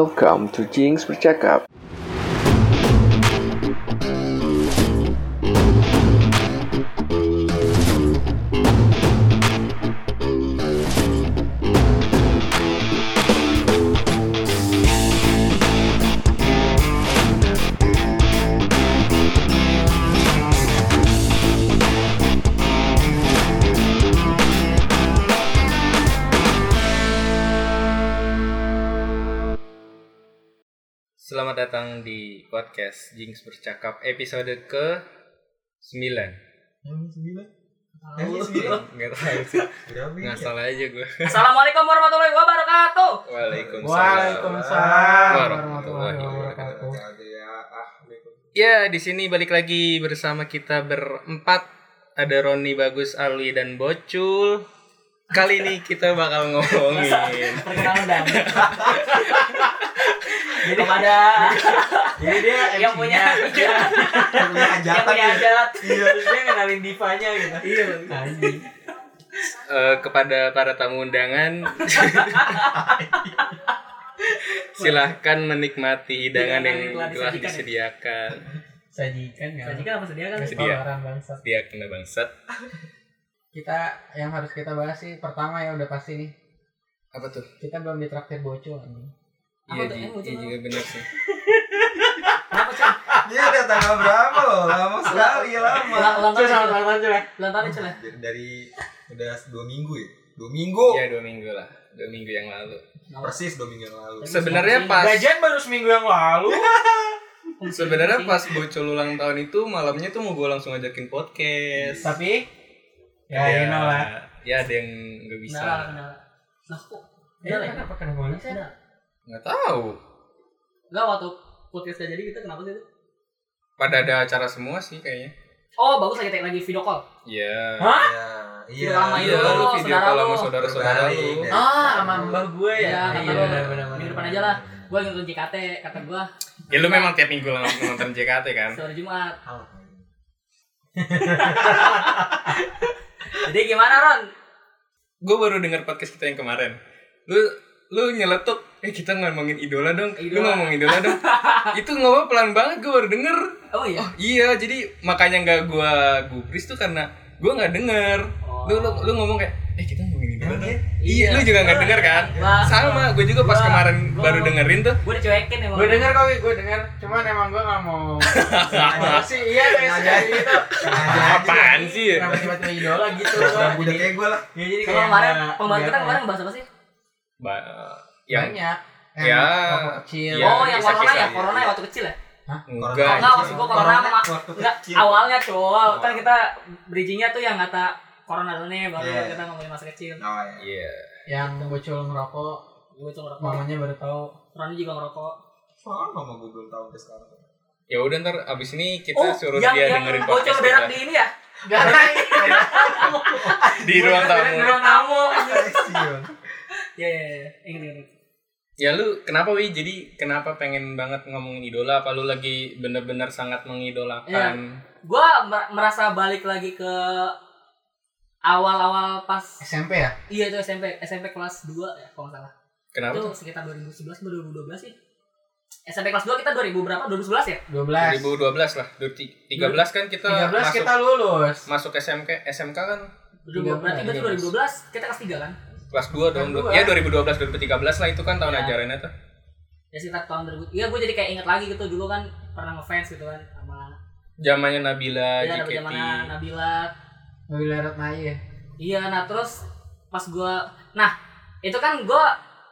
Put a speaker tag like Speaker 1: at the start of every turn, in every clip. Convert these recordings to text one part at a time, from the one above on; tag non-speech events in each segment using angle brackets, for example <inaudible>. Speaker 1: Welcome to Jinx Bercakap.
Speaker 2: Selamat datang di podcast Jinx Bercakap episode ke 9
Speaker 3: Yang sembilan?
Speaker 4: Tahu.
Speaker 3: Yang sembilan?
Speaker 2: Nggak tahu sih,
Speaker 3: Berapa ini?
Speaker 2: ngasal aja gue
Speaker 4: Assalamualaikum warahmatullahi wabarakatuh.
Speaker 3: Waalaikumsalam
Speaker 2: warahmatullahi wabarakatuh.
Speaker 3: Ada ya, ah,
Speaker 2: Ya, di sini balik lagi bersama kita berempat Ada Roni, Bagus, Alwi, dan Bocul Kali ini kita bakal ngomongin
Speaker 4: Perkenalan
Speaker 5: <laughs>
Speaker 4: dan. Jadi pada
Speaker 3: Jadi dia
Speaker 4: <laughs> yang punya
Speaker 3: yang punya
Speaker 4: <laughs> yang
Speaker 3: hajatan
Speaker 4: punya
Speaker 3: ya.
Speaker 4: ajarat.
Speaker 3: Iya.
Speaker 4: Terus dia kenalin divanya gitu. Iya.
Speaker 2: eh, kepada para tamu undangan Silahkan menikmati hidangan yang telah disediakan
Speaker 5: sajikan ya
Speaker 4: Sajikan apa kan? sediakan?
Speaker 2: Sedia.
Speaker 5: orang bangsa
Speaker 2: Disediakan bangsat
Speaker 5: kita yang harus kita bahas sih pertama ya udah pasti nih
Speaker 2: Apa tuh?
Speaker 5: kita belum ditraktir bocor nih
Speaker 4: Apa
Speaker 2: Iya,
Speaker 4: tuh?
Speaker 2: Ji-
Speaker 4: Eh, Bocul
Speaker 2: iya
Speaker 4: apa?
Speaker 2: juga benar sih
Speaker 4: Apa sih?
Speaker 3: Dia ada tanggal berapa loh? Lama sekali, lama.
Speaker 4: Ulang ulang tahun. Cul.
Speaker 5: sama aja lah
Speaker 4: Ulang tahun Cul, ya?
Speaker 3: Dari- Dari udah dua minggu ya? Dua minggu?
Speaker 2: Ya dua minggu lah, dua minggu yang lalu.
Speaker 3: Persis dua minggu yang lalu. Iya,
Speaker 2: Sebenarnya pas
Speaker 5: baru seminggu yang lalu
Speaker 2: sebenarnya
Speaker 4: Iya.
Speaker 2: pas bocol ulang tahun itu malamnya tuh mau gue langsung ajakin podcast.
Speaker 5: tapi ya you know lah
Speaker 2: Ya ada yang nggak bisa.
Speaker 4: Kenal, kenal. Lah kok? Kenal ya?
Speaker 5: kenapa kenapa boleh sih
Speaker 4: Kenal.
Speaker 2: Nggak tahu.
Speaker 4: Enggak waktu podcast nggak jadi kita kenapa sih itu?
Speaker 2: Pada ada acara semua sih kayaknya.
Speaker 4: Oh, bagus lagi tag lagi video call.
Speaker 2: Iya.
Speaker 5: Hah?
Speaker 3: Iya, iya.
Speaker 4: Udah lama
Speaker 2: Iya,
Speaker 4: itu.
Speaker 2: lu
Speaker 4: Oh,
Speaker 2: video
Speaker 4: saudara
Speaker 2: call
Speaker 4: lu. ya.
Speaker 2: sama saudara-saudara lu.
Speaker 3: Berbalik.
Speaker 5: ah sama mbah gue
Speaker 4: Iya,
Speaker 5: ya
Speaker 4: kata
Speaker 2: lu.
Speaker 4: Minggu depan aja lah. Gua ngikutin JKT, kata gua
Speaker 2: Ya lu memang tiap minggu lang- nonton JKT kan?
Speaker 4: sore Jumat.
Speaker 3: Alat.
Speaker 4: Jadi gimana Ron?
Speaker 2: Gue baru dengar podcast kita yang kemarin. Lu lu nyeletuk eh kita ngomongin idola dong lu
Speaker 4: Idola.
Speaker 2: ngomongin idola <laughs> dong itu ngomong pelan banget gue baru denger
Speaker 4: Oh iya.
Speaker 2: Oh iya, jadi makanya nggak gua gubris tuh karena gua nggak denger. Lu, lu lu ngomong kayak eh kita ngomongin dulu.
Speaker 3: Iya.
Speaker 2: Oh. Iya, lu juga nggak denger kan?
Speaker 4: Wah.
Speaker 2: Sama, gue juga pas
Speaker 4: Wah.
Speaker 2: kemarin
Speaker 4: Wah.
Speaker 2: baru dengerin tuh.
Speaker 4: Gue dicuekin emang.
Speaker 5: gue denger kok gue denger cuman emang gue nggak mau Sengaja sih iya kayak
Speaker 3: Sengaja.
Speaker 5: sekali gitu
Speaker 3: Sengaja aja.
Speaker 2: Apaan sih?
Speaker 5: kenapa tiba-tiba idola gitu
Speaker 3: Udah
Speaker 5: Gua
Speaker 3: budak
Speaker 5: jadi
Speaker 3: kayak gue lah.
Speaker 5: ya jadi
Speaker 4: Kalau
Speaker 5: kayak
Speaker 4: kemarin
Speaker 5: nggak-
Speaker 4: pembantu kita
Speaker 5: nggak-
Speaker 4: kemarin bahas apa sih?
Speaker 2: Ba eh, yang
Speaker 5: banyak Yang
Speaker 2: Ya.
Speaker 5: waktu kecil
Speaker 2: Iya,
Speaker 4: oh, yang
Speaker 2: kisah-kisah
Speaker 4: corona ya,
Speaker 2: gitu.
Speaker 4: corona ya waktu kecil ya?
Speaker 2: enggak.
Speaker 4: Enggak, maksud gua corona
Speaker 3: Corona
Speaker 4: sama-
Speaker 3: waktu
Speaker 4: Enggak,
Speaker 3: kecil.
Speaker 4: awalnya cowok. Kan kita bridgingnya tuh yang kata corona dulu nih, baru
Speaker 3: Iya.
Speaker 4: kita ngomongin masa kecil.
Speaker 3: Oh, iya.
Speaker 2: Iya.
Speaker 5: yang bocil ngerokok
Speaker 4: Gue tuh ngerokok.
Speaker 5: mamanya baru tahu
Speaker 4: Roni juga ngerokok.
Speaker 3: Sama mama gue belum tahu sampai sekarang.
Speaker 2: Ya udah ntar abis ini kita
Speaker 4: Oh,
Speaker 2: suruh
Speaker 4: yang,
Speaker 2: dia
Speaker 4: yang
Speaker 2: dengerin
Speaker 4: bocor
Speaker 2: podcast
Speaker 4: berak
Speaker 2: kita
Speaker 4: di ini ya?
Speaker 5: gak <laughs>
Speaker 4: Iya,
Speaker 2: di ruang tamu.
Speaker 4: Ruang tamu.
Speaker 3: Sion.
Speaker 4: Iya, iya, iya. Ingat, ingat. ingat.
Speaker 2: Ya lu kenapa Wi? Jadi kenapa pengen banget ngomongin idola? Apa lu lagi bener-bener sangat mengidolakan?
Speaker 4: Gue mer- merasa balik lagi ke awal-awal pas
Speaker 5: SMP ya
Speaker 4: iya itu SMP SMP kelas 2 ya kalau nggak salah
Speaker 2: Kenapa?
Speaker 4: itu sekitar 2011 atau 2012 sih SMP kelas 2 kita 2000 berapa 2011 ya
Speaker 5: 12
Speaker 2: 2012 lah, 2013 kan kita
Speaker 5: 13
Speaker 2: masuk
Speaker 5: kita lulus
Speaker 2: masuk SMK SMK kan
Speaker 4: 2012, berarti berarti 2012 kita kelas 3 kan
Speaker 2: kelas 2 tahun
Speaker 5: Kelas dua.
Speaker 2: ya 2012 2013 lah itu kan tahun
Speaker 4: Ya.
Speaker 2: ajarannya tuh
Speaker 4: ya sekitar tahun 2000 iya gue jadi kayak inget lagi gitu dulu kan pernah ngefans gitu kan sama
Speaker 2: zamannya Nabila
Speaker 4: ya ada
Speaker 2: JKT
Speaker 4: mana Nabila
Speaker 5: Nabila Ratnai ya
Speaker 4: iya nah terus pas gue nah itu kan gue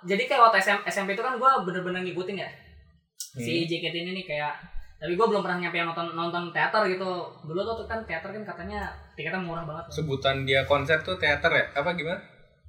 Speaker 4: jadi kayak waktu SM, SMP itu kan gue bener-bener ngikutin ya
Speaker 2: Hmm. Iya.
Speaker 4: si JKT ini nih kayak tapi gue belum pernah nyampe yang nonton nonton teater gitu dulu tuh kan teater kan katanya tiketnya murah banget kan.
Speaker 2: sebutan dia konser tuh teater ya apa gimana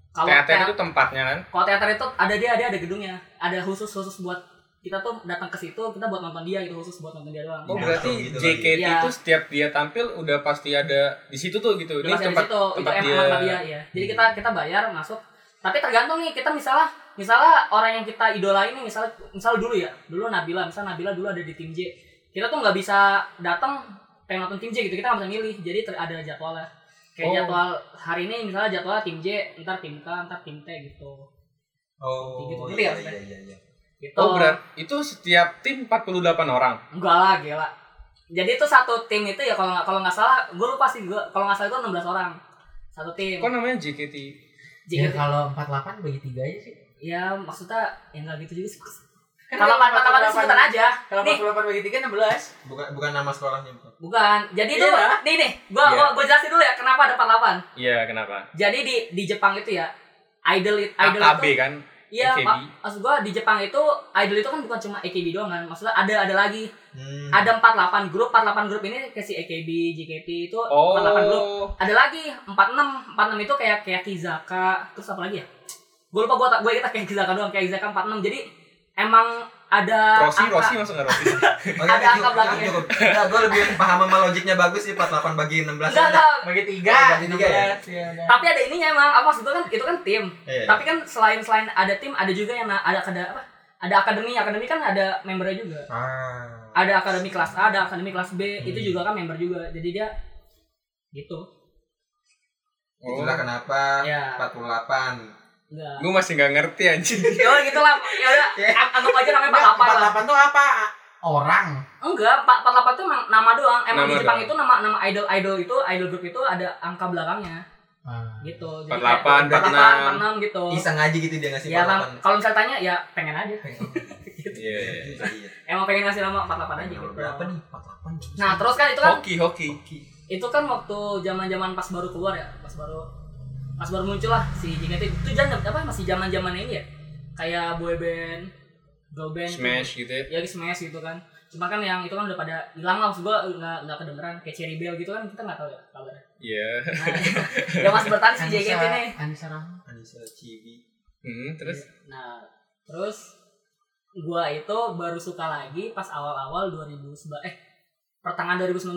Speaker 4: kalau
Speaker 2: teater
Speaker 4: teater
Speaker 2: itu tempatnya kan
Speaker 4: kalau teater itu ada dia ada ada gedungnya ada khusus khusus buat kita tuh datang ke situ kita buat nonton dia gitu khusus buat nonton dia doang
Speaker 2: oh
Speaker 3: Iya,
Speaker 2: berarti
Speaker 3: gitu lagi.
Speaker 2: JKT
Speaker 4: Iya.
Speaker 2: itu setiap dia tampil udah pasti ada di situ tuh gitu
Speaker 4: Udah
Speaker 2: ini
Speaker 4: pasti ada di
Speaker 2: tempat
Speaker 4: situ itu
Speaker 2: tempat
Speaker 4: emang
Speaker 2: dia.
Speaker 4: tempat dia ya jadi kita kita bayar masuk tapi tergantung nih kita misalnya misalnya orang yang kita idolain nih misalnya misal dulu ya dulu Nabila misal Nabila dulu ada di tim J kita tuh nggak bisa datang pengen nonton tim J gitu kita nggak bisa milih jadi ter- ada jadwalnya kayak
Speaker 2: Oh.
Speaker 4: jadwal hari ini misalnya jadwalnya tim J ntar tim K ntar tim T gitu
Speaker 3: Oh,
Speaker 4: Gitu,
Speaker 3: iya,
Speaker 4: gitu ya,
Speaker 3: iya, iya, iya.
Speaker 4: Gitu.
Speaker 2: Oh, berat. Itu setiap tim 48 orang.
Speaker 4: Enggak lah, gila. Jadi itu satu tim itu ya kalau nggak kalau nggak salah, gue lupa sih gue kalau nggak salah itu 16 orang satu tim.
Speaker 2: Kok namanya JKT?
Speaker 6: Ya
Speaker 4: Jika
Speaker 6: kalau 48 bagi tiga aja sih.
Speaker 4: ya maksudnya ya nggak gitu juga sih.
Speaker 5: Kan
Speaker 4: Kalau
Speaker 5: dia
Speaker 4: empat empat itu sebutan aja.
Speaker 5: Kalau
Speaker 4: Nih.
Speaker 5: 48 bagi 3 16.
Speaker 3: Bukan bukan nama sekolahnya bukan.
Speaker 4: Bukan. Jadi itu
Speaker 5: Iya.
Speaker 4: nih nih, gua
Speaker 2: Iya.
Speaker 4: gua, gua jelasin dulu ya kenapa ada 48.
Speaker 2: Iya, kenapa?
Speaker 4: Jadi di di Jepang itu ya idol it- idol
Speaker 2: AKB
Speaker 4: itu
Speaker 2: kan?
Speaker 4: Iya,
Speaker 2: AKB.
Speaker 4: mak- maksud gua di Jepang itu idol itu kan bukan cuma AKB doang kan. Maksudnya ada ada lagi.
Speaker 3: Hmm.
Speaker 4: Ada 48 grup, 48 grup ini kayak si AKB, JKT itu 48 grup.
Speaker 2: Oh.
Speaker 4: ada lagi 46 46 itu kayak kayak Kizaka terus apa lagi ya gue lupa gue gue kita kayak Kizaka doang kayak Kizaka 46 jadi emang ada
Speaker 2: Rossi,
Speaker 4: angka-
Speaker 2: Rossi masuk nggak
Speaker 4: <laughs>
Speaker 2: Rossi?
Speaker 3: Oke, oke, Oh,
Speaker 4: ada angka
Speaker 3: iya, cukup,
Speaker 4: belakangnya.
Speaker 3: cukup. Nah, gue lebih paham sama logiknya bagus sih 48 bagi 16.
Speaker 4: enggak enggak
Speaker 5: Bagi 3.
Speaker 3: Bagi tiga ya?
Speaker 5: ya. udah.
Speaker 4: tapi ada ininya emang apa maksud gua kan itu kan tim
Speaker 3: Iya.
Speaker 4: tapi kan selain selain ada tim ada juga yang na- ada ada apa ada akademi akademi kan ada membernya juga
Speaker 3: Ah.
Speaker 4: ada akademi kelas A ada akademi kelas B
Speaker 3: Hmm.
Speaker 4: itu juga kan member juga jadi dia gitu
Speaker 3: Itulah kenapa
Speaker 4: ya
Speaker 3: 48.
Speaker 4: enggak
Speaker 2: <laughs> Gue masih nggak ngerti
Speaker 4: <laughs>
Speaker 2: anjing.
Speaker 4: ya udah gitu lah ya udah an- anggap aja namanya 48 lah
Speaker 5: 48 tuh apa?
Speaker 6: Orang.
Speaker 4: Enggak, Pak 48 itu emang nama doang. Emang
Speaker 2: Nama
Speaker 4: di Jepang
Speaker 2: doang.
Speaker 4: itu nama nama idol idol itu idol group itu ada angka belakangnya
Speaker 6: Ah.
Speaker 4: gitu.
Speaker 2: 48,
Speaker 4: 48, 46 gitu.
Speaker 3: Iseng aja gitu dia ngasih
Speaker 4: Ya kan,
Speaker 3: 48.
Speaker 4: kalau misalnya tanya ya pengen aja.
Speaker 2: Iya.
Speaker 3: Iya.
Speaker 4: Emang pengen ngasih nama 48 aja gitu.
Speaker 3: Berapa nih? 48.
Speaker 4: Nah, terus kan itu kan
Speaker 2: Hoki, hoki.
Speaker 4: itu kan waktu zaman-zaman pas baru keluar ya, pas baru pas baru muncul lah si JKT itu jangan apa masih zaman-zaman ini ya. Kayak boy band, girl band,
Speaker 2: Smash gitu ya.
Speaker 4: ya smash gitu kan. Cuma kan yang itu kan udah pada hilang lah maksud gua nggak nggak kedengeran kayak Cherry Bell gitu kan kita nggak tahu ya kabarnya.
Speaker 2: Iya. <laughs>
Speaker 4: Nah, <laughs> yang masih bertahan
Speaker 5: Kan
Speaker 4: si JKT nih.
Speaker 6: Anissa Rahman.
Speaker 3: Anissa Kan Cibi.
Speaker 2: Hmm,
Speaker 4: <laughs>
Speaker 2: terus
Speaker 4: Nah, terus gua itu baru suka lagi pas awal-awal 2019 eh pertengahan 2019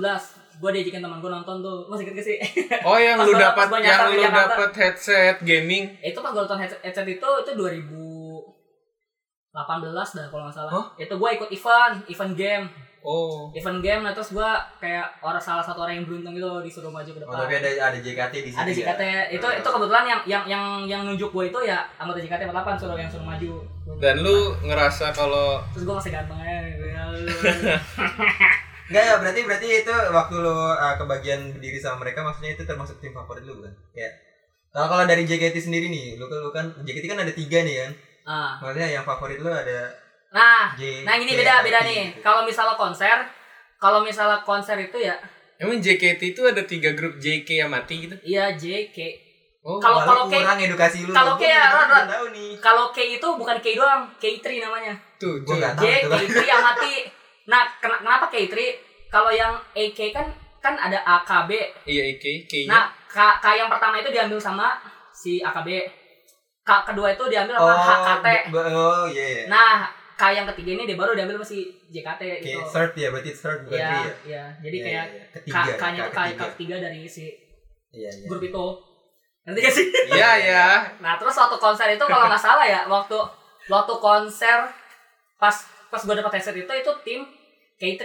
Speaker 4: gua diajakin teman gua nonton tuh masih inget gak sih
Speaker 2: Oh yang
Speaker 4: Pas
Speaker 2: lu
Speaker 4: gua
Speaker 2: dapat
Speaker 4: pas gua
Speaker 2: yang
Speaker 4: nyasar di
Speaker 2: lu
Speaker 4: Jakarta.
Speaker 2: dapat headset gaming.
Speaker 4: itu pas gua nonton headset, headset itu itu 2018 dah kalau nggak salah
Speaker 2: Hah?
Speaker 4: itu gua ikut event event game
Speaker 2: Oh.
Speaker 4: event game nah terus gua kayak orang salah satu orang yang beruntung gitu loh, disuruh maju ke
Speaker 3: Oh,
Speaker 4: depan
Speaker 3: tapi ada ada JKT di sini.
Speaker 2: Iya.
Speaker 4: ada JKT itu itu kebetulan yang yang yang yang nunjuk gua itu ya anggota JKT 48 suruh yang suruh maju
Speaker 2: Dan lu ngerasa kalau
Speaker 4: terus gue masih ganteng aja gitu ya.
Speaker 2: <laughs>
Speaker 3: Enggak ya, berarti berarti itu waktu lo uh, kebagian berdiri sama mereka maksudnya itu termasuk tim favorit lu bukan? Ya. Kalau kalau dari JKT sendiri nih, lu kan lu kan JKT kan ada tiga nih kan.
Speaker 4: Ah.
Speaker 3: Maksudnya yang favorit lu ada
Speaker 4: nah
Speaker 3: J.
Speaker 4: nah ini beda beda nih kalau misalnya konser kalau misalnya konser itu ya
Speaker 2: emang JKT itu ada tiga grup JK yang mati gitu.
Speaker 4: iya JK
Speaker 2: Oh.
Speaker 4: Kalau-
Speaker 3: Kalau kalau
Speaker 4: K-
Speaker 3: kurang edukasi lu.
Speaker 4: kalau
Speaker 3: Gua
Speaker 4: K ya,
Speaker 3: nggak
Speaker 4: Ron, Ron.
Speaker 3: tahu nih.
Speaker 4: kalau K itu bukan K doang K3 namanya
Speaker 2: tuh.
Speaker 3: Gua
Speaker 2: J-
Speaker 3: enggak tahu
Speaker 4: J
Speaker 3: itu kan.
Speaker 4: K3 yang mati nah ken- kenapa K3 kalau yang AK kan kan ada AKB
Speaker 2: Iya AK, K-nya.
Speaker 4: nah K, K yang pertama itu diambil sama si AKB K kedua itu diambil sama
Speaker 3: Oh,
Speaker 4: HKT
Speaker 3: b- oh iya iya.
Speaker 4: nah K yang ketiga ini dia baru diambil sama si
Speaker 3: Oke,
Speaker 4: JKT gitu
Speaker 3: third ya, berarti third bukan three
Speaker 4: Iya,
Speaker 3: ya.
Speaker 4: iya. Jadi
Speaker 3: Iya,
Speaker 4: kayak
Speaker 3: iya, iya.
Speaker 4: K,
Speaker 3: ketiga.
Speaker 4: K-nya tuh K, K
Speaker 3: ketiga.
Speaker 4: ketiga dari si
Speaker 3: Iya iya.
Speaker 4: grup itu. Nanti gak sih?
Speaker 3: <laughs>
Speaker 2: Iya ya.
Speaker 4: Nah, terus waktu konser itu kalau nggak salah ya, waktu waktu konser pas pas gue dapet headset itu itu tim K3.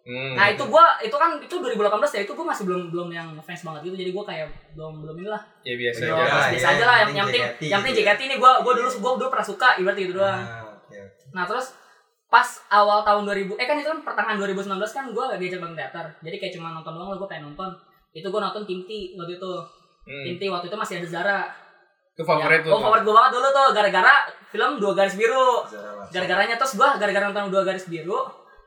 Speaker 2: Hmm.
Speaker 4: Nah, itu gua itu kan itu 2018 ya, itu gua masih belum belum yang fans banget gitu. Jadi gua kayak belum belum inilah.
Speaker 2: ya biasa
Speaker 4: Belum
Speaker 3: Iya,
Speaker 2: aja.
Speaker 3: lah,
Speaker 4: biasa
Speaker 3: iya,
Speaker 4: aja lah yang
Speaker 3: yang
Speaker 4: yang penting
Speaker 3: penting
Speaker 4: yang penting
Speaker 2: ya.
Speaker 3: JKT gitu
Speaker 4: JKT ini gua gua dulu gua dulu pernah suka ibarat itu
Speaker 2: Hmm.
Speaker 4: doang.
Speaker 3: Ah, oke, oke.
Speaker 4: Nah terus pas awal tahun 2000 eh kan itu kan pertengahan 2019 kan gue diajak bang teater jadi kayak cuma nonton doang lah gue pengen nonton itu gue nonton Tim T waktu itu
Speaker 2: Hmm.
Speaker 4: Tim T waktu itu masih ada Zara
Speaker 2: Itu favorit
Speaker 4: Ya,
Speaker 2: lu.
Speaker 4: oh favorit gue banget dulu tuh gara-gara film dua garis biru
Speaker 3: Zara Larson.
Speaker 4: gara-garanya terus gue gara-gara nonton dua garis biru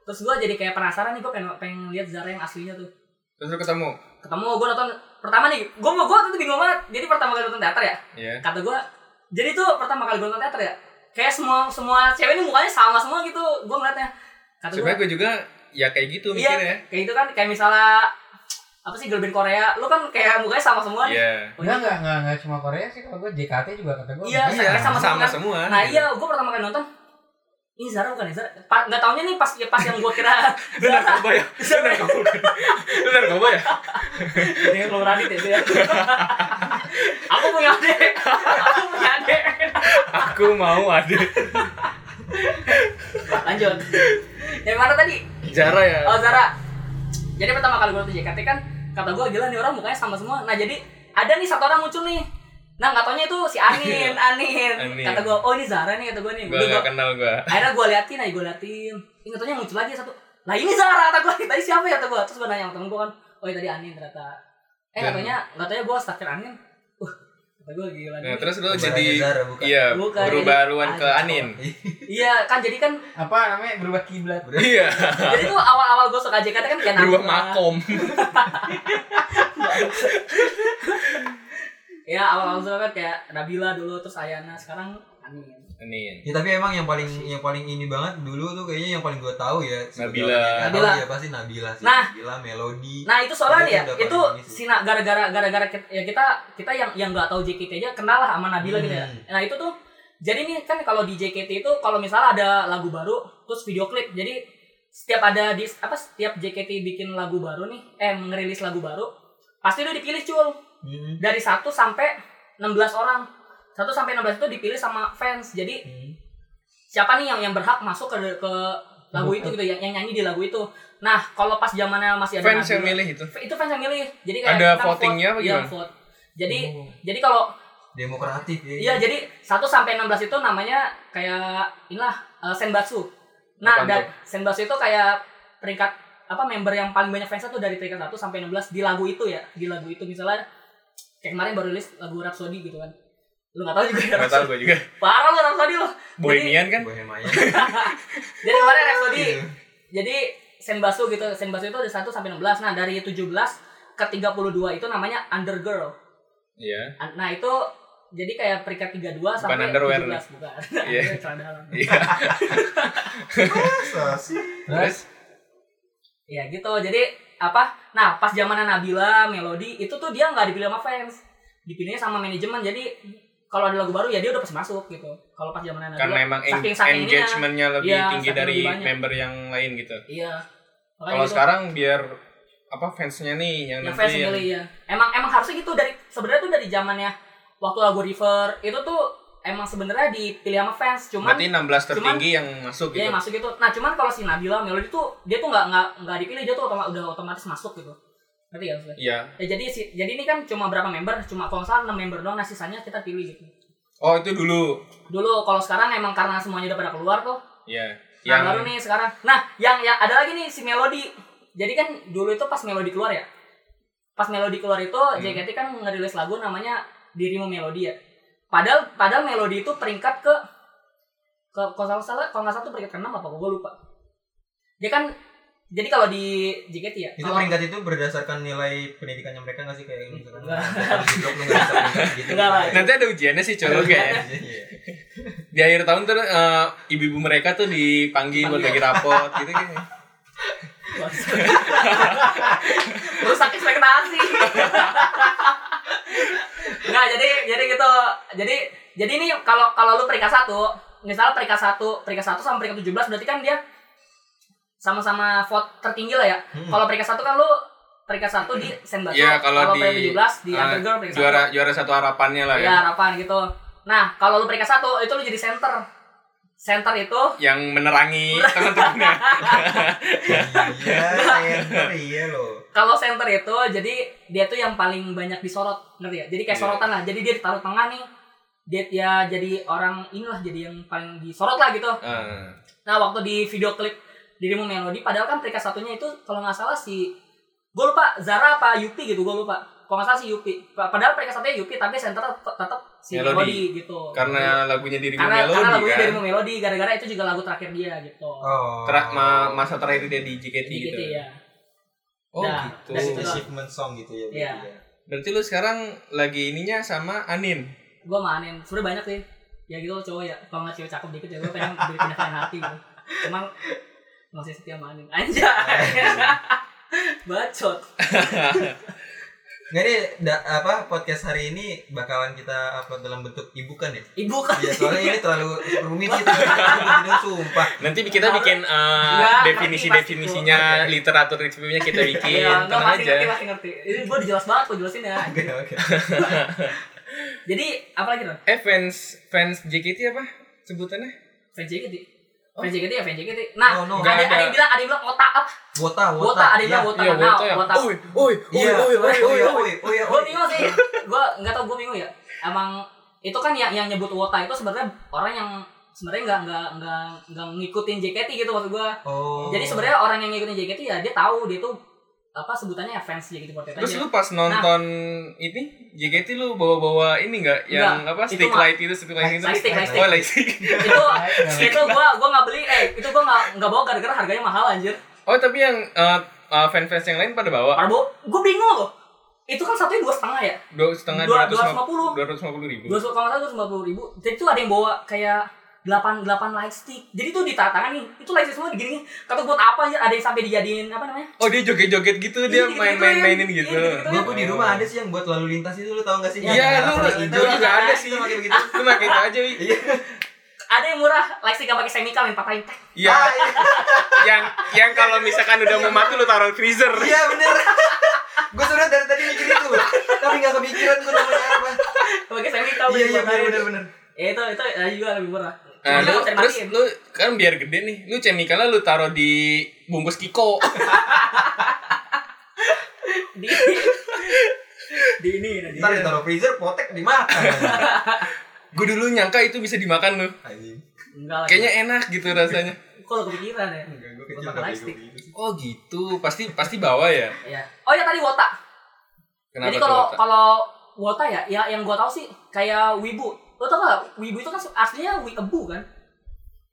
Speaker 4: terus gue jadi kayak penasaran nih gue pengen pengen lihat Zara yang aslinya tuh
Speaker 2: Terus lu ketemu.
Speaker 4: ketemu gue nonton pertama nih gue gue waktu itu bingung banget jadi pertama kali nonton teater ya
Speaker 2: Iya.
Speaker 4: kata gue jadi tuh pertama kali gue nonton teater ya kayak semua semua cewek ini mukanya sama semua gitu gue ngeliatnya kata gue
Speaker 2: Sebenarnya gue juga ya kayak gitu
Speaker 4: Iya.
Speaker 2: mikirnya.
Speaker 4: kayak itu kan kayak misalnya apa sih girl band Korea lu kan kayak mukanya sama semua nih
Speaker 2: Iya.
Speaker 4: Oh,
Speaker 6: Enggak, enggak, enggak, enggak cuma Korea sih kalau gue JKT juga kata gue.
Speaker 4: Iya,
Speaker 2: Iya,
Speaker 4: sama-
Speaker 2: sama
Speaker 4: sama.
Speaker 2: semua.
Speaker 4: nah iya gue pertama kali nonton ini Zara bukan ya, Zara pa, nggak taunya nih pas ya pas yang gue kira <laughs>
Speaker 2: Lu narkoba ya? Lu narkoba. kan? Lu narkoba ya?
Speaker 4: dengan keluar Radit ya itu ya aku punya adik aku punya adik
Speaker 2: Aku mau ada
Speaker 4: lanjut yang mana tadi
Speaker 2: Jara ya.
Speaker 4: Oh Zara. Jadi pertama kali gue nonton JKT kan kata gue gila nih orang mukanya sama semua. Nah jadi ada nih satu orang muncul nih. Nah nggak taunya itu si
Speaker 2: <laughs>
Speaker 4: Anin, Anin.
Speaker 2: Anin.
Speaker 4: Kata gue, oh ini Zara nih kata gue nih.
Speaker 2: Gue
Speaker 4: Udah,
Speaker 2: gak
Speaker 4: gua-
Speaker 2: kenal gue.
Speaker 4: akhirnya gue liatin aja gue liatin. Ingat taunya muncul lagi satu. Lah ini Zara kata gue <laughs> tadi siapa ya kata gue. Terus gue nanya sama temen gue kan, oh ini tadi Anin ternyata. Eh nggak
Speaker 2: Dan-
Speaker 4: taunya nggak taunya gue stalker Anin. Uh kata gue gila.
Speaker 2: Nah,
Speaker 4: nih.
Speaker 2: terus lo
Speaker 3: Bukan
Speaker 2: jadi
Speaker 3: Zara, bukan.
Speaker 2: iya
Speaker 4: Bukan,
Speaker 2: berubah
Speaker 4: jadi-
Speaker 2: haluan ke
Speaker 4: Ah,
Speaker 2: Anin.
Speaker 4: Iya kan jadi kan
Speaker 6: apa namanya berubah kiblat
Speaker 2: Iya.
Speaker 4: jadi tuh awal-awal gue suka JKT kan kayak
Speaker 2: Berubah
Speaker 4: Nabila.
Speaker 2: makom.
Speaker 4: Ya awal-awal suka kan kayak Nabila dulu terus Ayana sekarang Anin.
Speaker 2: Anin.
Speaker 3: Ya tapi emang yang paling yang paling ini banget dulu tuh kayaknya yang paling gue tahu ya.
Speaker 2: Nabila.
Speaker 3: Nabila. Ya pasti Nabila sih.
Speaker 4: Nah.
Speaker 3: Nabila Melody.
Speaker 4: Nah itu soalnya
Speaker 3: Jadi
Speaker 4: ya,
Speaker 3: udah
Speaker 4: itu
Speaker 3: paling ini sih.
Speaker 4: sina gara-gara gara-gara kita, ya kita kita yang yang nggak tahu JKT aja kenal lah sama Nabila gitu ya.
Speaker 3: Hmm.
Speaker 4: Nah itu tuh jadi nih kan kalau di JKT itu kalau misalnya ada lagu baru terus video klip jadi setiap ada di apa setiap JKT bikin lagu baru nih eh ngerilis lagu baru pasti udah dipilih cul
Speaker 3: Hmm.
Speaker 4: dari 1 sampai 16 orang 1 sampai 16 itu dipilih sama fans jadi
Speaker 3: Hmm.
Speaker 4: siapa nih yang yang berhak masuk ke ke lagu itu gitu yang, yang nyanyi di lagu itu nah kalau pas zamannya masih ada
Speaker 2: Fans
Speaker 4: Nabila-
Speaker 2: yang milih itu.
Speaker 4: itu fans yang milih jadi kayak
Speaker 2: Ada
Speaker 4: kita
Speaker 2: votingnya
Speaker 4: vote,
Speaker 2: apa
Speaker 4: iya,
Speaker 2: gimana?
Speaker 4: vote. jadi
Speaker 6: Oh.
Speaker 4: jadi kalau
Speaker 3: Demokratif ya.
Speaker 4: iya jadi 1 sampai 16 itu namanya kayak inilah eh, senbatsu
Speaker 2: Apaan
Speaker 4: nah dan senbatsu itu kayak peringkat apa member yang paling banyak fansnya tuh dari peringkat 1 sampai 16 di lagu itu ya di lagu itu misalnya kayak kemarin baru rilis lagu Rhapsody gitu kan lu gak tau juga ya
Speaker 2: Gak tau
Speaker 4: Rhapsody
Speaker 2: gue juga.
Speaker 4: parah lu Rhapsody lu <laughs>
Speaker 2: Bohemian kan?
Speaker 3: Bohemian.
Speaker 4: jadi kemarin Rhapsody
Speaker 2: Iya.
Speaker 3: Gitu.
Speaker 4: Jadi Senbatsu gitu, Senbatsu itu ada 1 sampai 16. Nah, dari 17 ke 32 itu namanya Undergirl.
Speaker 2: Iya.
Speaker 4: An- Nah, itu jadi kayak peringkat 32 sampai
Speaker 2: underwear
Speaker 4: 17 bukan. <laughs>
Speaker 2: Iya.
Speaker 4: Underwear, celana dalam.
Speaker 2: Iya.
Speaker 3: Masa sih?
Speaker 2: Terus
Speaker 4: Iya gitu. Jadi apa? Nah, pas zamannya Nabila, Melody itu tuh dia nggak dipilih sama fans. Dipilihnya sama manajemen. Jadi kalau ada lagu baru ya dia udah pasti masuk gitu. Kalau pas zamannya Nabila
Speaker 2: karena emang en-
Speaker 4: saking-sakingnya.
Speaker 2: engagementnya lebih
Speaker 4: Iya,
Speaker 2: tinggi
Speaker 4: saking
Speaker 2: dari
Speaker 4: lebih banyak.
Speaker 2: member yang lain gitu.
Speaker 4: Iya. Makanya
Speaker 2: Kalau
Speaker 4: gitu.
Speaker 2: sekarang biar apa fansnya nih yang
Speaker 4: yang fans
Speaker 2: nentuin.
Speaker 4: milih ya emang emang harusnya gitu dari sebenarnya tuh dari zamannya waktu lagu River itu tuh emang sebenarnya dipilih sama fans cuman
Speaker 2: Berarti 16 tertinggi yang masuk
Speaker 4: dia
Speaker 2: gitu.
Speaker 4: yang masuk gitu nah cuman kalau si Nabila Melody tuh dia tuh nggak nggak nggak dipilih dia tuh otoma- udah otomatis masuk gitu ngerti gak maksudnya
Speaker 2: Iya.
Speaker 4: ya, jadi si, jadi ini kan cuma berapa member cuma kalau nggak salah 6 member doang nah sisanya kita pilih gitu
Speaker 2: Oh, itu dulu.
Speaker 4: dulu kalau sekarang emang karena semuanya udah pada keluar tuh
Speaker 2: Iya.
Speaker 4: Nah,
Speaker 2: Yang
Speaker 4: baru nih sekarang. Nah, yang yang ada lagi nih si Melody. Jadi kan dulu itu pas Melody keluar ya. Pas Melody keluar itu
Speaker 3: Hmm.
Speaker 4: JKT kan ngerilis lagu namanya Dirimu Melody ya. Padahal padahal Melody itu peringkat ke ke kalau nggak salah kalau nggak salah tuh peringkat ke-6 apa gue lupa. Dia kan jadi kalau di JKT ya.
Speaker 3: Itu
Speaker 4: kalau-
Speaker 3: peringkat itu berdasarkan nilai pendidikannya mereka nggak sih kayak lu misalkan
Speaker 4: Enggak.
Speaker 3: di blok lu nggak bisa peringkat gitu.
Speaker 4: Enggak lah.
Speaker 2: nanti ada ujiannya sih colok ya.
Speaker 3: Iya.
Speaker 2: Di akhir tahun tuh eh, ibu-ibu mereka tuh dipanggil buat bagi rapot gitu gitu.
Speaker 4: <laughs> rusak ekspektasi nggak jadi jadi gitu jadi jadi ini kalau kalau lu peringkat satu misal peringkat satu peringkat satu sama peringkat 17 berarti kan dia sama-sama vote tertinggi lah ya
Speaker 3: Hmm.
Speaker 4: kalau peringkat satu kan lu peringkat satu di Senbatsu
Speaker 2: Iya, kalau di,
Speaker 4: peringkat 17 di
Speaker 2: eh,
Speaker 4: Underground peringkat satu
Speaker 2: Juara juara satu harapannya lah ya.
Speaker 4: ya harapan gitu nah kalau lu peringkat satu itu lu jadi center center itu
Speaker 2: Yang
Speaker 4: <laughs>
Speaker 2: menerangi teman-temannya.
Speaker 3: Iya, center, iya loh.
Speaker 4: kalau center itu jadi dia tuh yang paling banyak disorot ngerti ya jadi kayak
Speaker 2: Iya.
Speaker 4: sorotan lah jadi dia ditaruh tengah nih dia ya jadi orang inilah jadi yang paling disorot lah gitu
Speaker 2: Eh,
Speaker 4: nah waktu di video klip dirimu melodi padahal kan peringkat satunya itu kalau nggak salah si gue lupa Zara apa Yupi gitu gue lupa kalau nggak salah si Yupi padahal peringkat satunya Yupi tapi center tetap tetap si
Speaker 2: Melody.
Speaker 4: melodi gitu
Speaker 2: karena lagunya dirimu
Speaker 4: karena,
Speaker 2: melodi
Speaker 4: karena lagunya
Speaker 2: kan.
Speaker 4: dirimu melodi gara-gara itu juga lagu terakhir dia gitu
Speaker 3: Oh.
Speaker 2: Tra- ma- masa terakhir dia di JKT
Speaker 4: Jadi
Speaker 2: gitu.
Speaker 4: gitu ya
Speaker 2: Oh
Speaker 4: Nah,
Speaker 2: gitu.
Speaker 4: dari
Speaker 3: Itu
Speaker 4: situ-
Speaker 3: achievement song gitu ya. berarti
Speaker 4: Iya.
Speaker 3: ya.
Speaker 2: Berarti lu sekarang lagi ininya sama Anin.
Speaker 4: gue mainin sebenernya banyak sih ya gitu cowok ya kalau nggak cewek cakep dikit ya gue pengen beli pindahan hati gitu cuman masih setia mainin aja <laughs> bacot
Speaker 3: Nah ini da- apa podcast hari ini bakalan kita upload dalam bentuk ibu kan ya?
Speaker 4: ibu kan
Speaker 3: Iya soalnya
Speaker 4: <laughs>
Speaker 3: ini terlalu rumit gitu. Video sumpah.
Speaker 2: Nanti kita bikin eh,
Speaker 4: Nggak,
Speaker 2: definisi-definisinya, literatur reviewnya kita bikin.
Speaker 4: Iya, nggak
Speaker 2: Tenang
Speaker 4: pasti
Speaker 2: aja.
Speaker 4: ngerti, pasti ngerti. Ini gue dijelas banget, gue jelasin ya.
Speaker 3: Oke oke.
Speaker 4: Jadi, apa lagi tuh?
Speaker 2: Eh fans fans JKT apa sebutannya?
Speaker 4: Fans JKT. Fans JKT ya, fans JKT. Nah,
Speaker 3: Oh, no.
Speaker 4: ada,
Speaker 2: Nggak ada.
Speaker 4: ada yang bilang, ada yang bilang otak apa?
Speaker 3: Wota wota.
Speaker 4: Wota, ada yang bilang wota.
Speaker 2: Iya,
Speaker 4: Nah,
Speaker 2: Wota ya.
Speaker 4: wota.
Speaker 2: Oi, oi, oi,
Speaker 3: Iya.
Speaker 2: oi, oi, oi, oi.
Speaker 3: oi, oi,
Speaker 4: Gue bingung sih, gue nggak tau gue bingung ya. emang itu kan yang yang nyebut wota itu sebenarnya orang yang sebenarnya nggak nggak nggak nggak ngikutin JKT gitu maksud gua
Speaker 3: Oh.
Speaker 4: jadi sebenarnya orang yang ngikutin JKT ya dia tahu dia tuh apa sebutannya ya fans JKT48
Speaker 2: Terus
Speaker 4: aja
Speaker 2: lu pas nonton ini JKT lu bawa-bawa ini enggak yang apa
Speaker 4: itu
Speaker 2: stick
Speaker 4: mah-
Speaker 2: light itu stick light itu.
Speaker 4: Lightstick, lightstick.
Speaker 2: Oh, lightstick.
Speaker 4: itu
Speaker 6: Baik,
Speaker 4: itu gua gua nggak beli eh itu gua nggak nggak bawa gara-gara harganya mahal anjir
Speaker 2: <laughs> Oh, tapi yang eh, eh, fan-fans yang lain pada bawa
Speaker 4: Parbo gua bingung loh itu kan satunya dua setengah ya
Speaker 2: dua setengah
Speaker 4: Dua-
Speaker 2: dua ratus lima puluh ribu.
Speaker 4: dua ratus kalau nggak salah dua ribu jadi tuh ada yang bawa kayak delapan delapan light stick jadi tuh di tangan nih itu light stick semua digini kata buat apa anjir ada yang sampai dijadiin apa namanya
Speaker 2: Oh, dia joget-joget gitu, dia
Speaker 4: Iya,
Speaker 2: main-main-mainin
Speaker 4: gitu-gituin.
Speaker 2: gitu.
Speaker 4: Iya, gitu-gituin.
Speaker 3: Gua gua di rumah ada sih yang buat lalu lintas itu lu tau gak sih?
Speaker 2: Iya,
Speaker 3: Yang
Speaker 2: lu
Speaker 3: warna
Speaker 2: itu
Speaker 3: hijau.
Speaker 2: juga ada
Speaker 3: Itu
Speaker 2: sih.
Speaker 3: pakai begitu.
Speaker 2: Lu pakai itu aja, Wi.
Speaker 3: Iya.
Speaker 4: ada yang murah light stick yang pakai semikal yang patahin tek
Speaker 2: Iya,
Speaker 3: Ah, iya.
Speaker 2: yang yang kalau misalkan udah mau mati lu taruh freezer.
Speaker 3: Iya bener <laughs> Gue sebenernya dari tadi mikir itu loh Tapi gak kepikiran gue namanya apa
Speaker 4: pakai semikal
Speaker 3: Iya
Speaker 4: yang
Speaker 3: iya bener
Speaker 4: dipatahin.
Speaker 3: bener bener
Speaker 4: ya itu itu eh, juga lebih murah
Speaker 2: Nah,
Speaker 4: Cuma
Speaker 2: lu,
Speaker 4: nggak bisa
Speaker 2: terus
Speaker 4: dimatiin.
Speaker 2: lu kan biar gede nih, lu cemikalnya lu taruh di bungkus kiko.
Speaker 4: di <laughs> di ini ya, di-
Speaker 3: Ntar ditaruh freezer potek dimakan
Speaker 4: <laughs>
Speaker 2: Gue dulu nyangka itu bisa dimakan lu.
Speaker 3: Anjing.
Speaker 4: enggak lah
Speaker 2: Kayaknya enak gitu rasanya.
Speaker 4: kalau kepikiran ya
Speaker 3: Enggak, gue
Speaker 4: Buat makan
Speaker 3: tapi
Speaker 4: lightstick.
Speaker 3: gua gitu.
Speaker 2: Oh gitu, pasti pasti bawa ya.
Speaker 4: Iya. Oh ya tadi wota.
Speaker 2: Kenapa
Speaker 4: Jadi kalau
Speaker 2: tuh, Wata?
Speaker 4: kalau wota ya, ya yang gua tahu sih kayak wibu. Lo tau gak? Wibu itu kan aslinya wibu kan?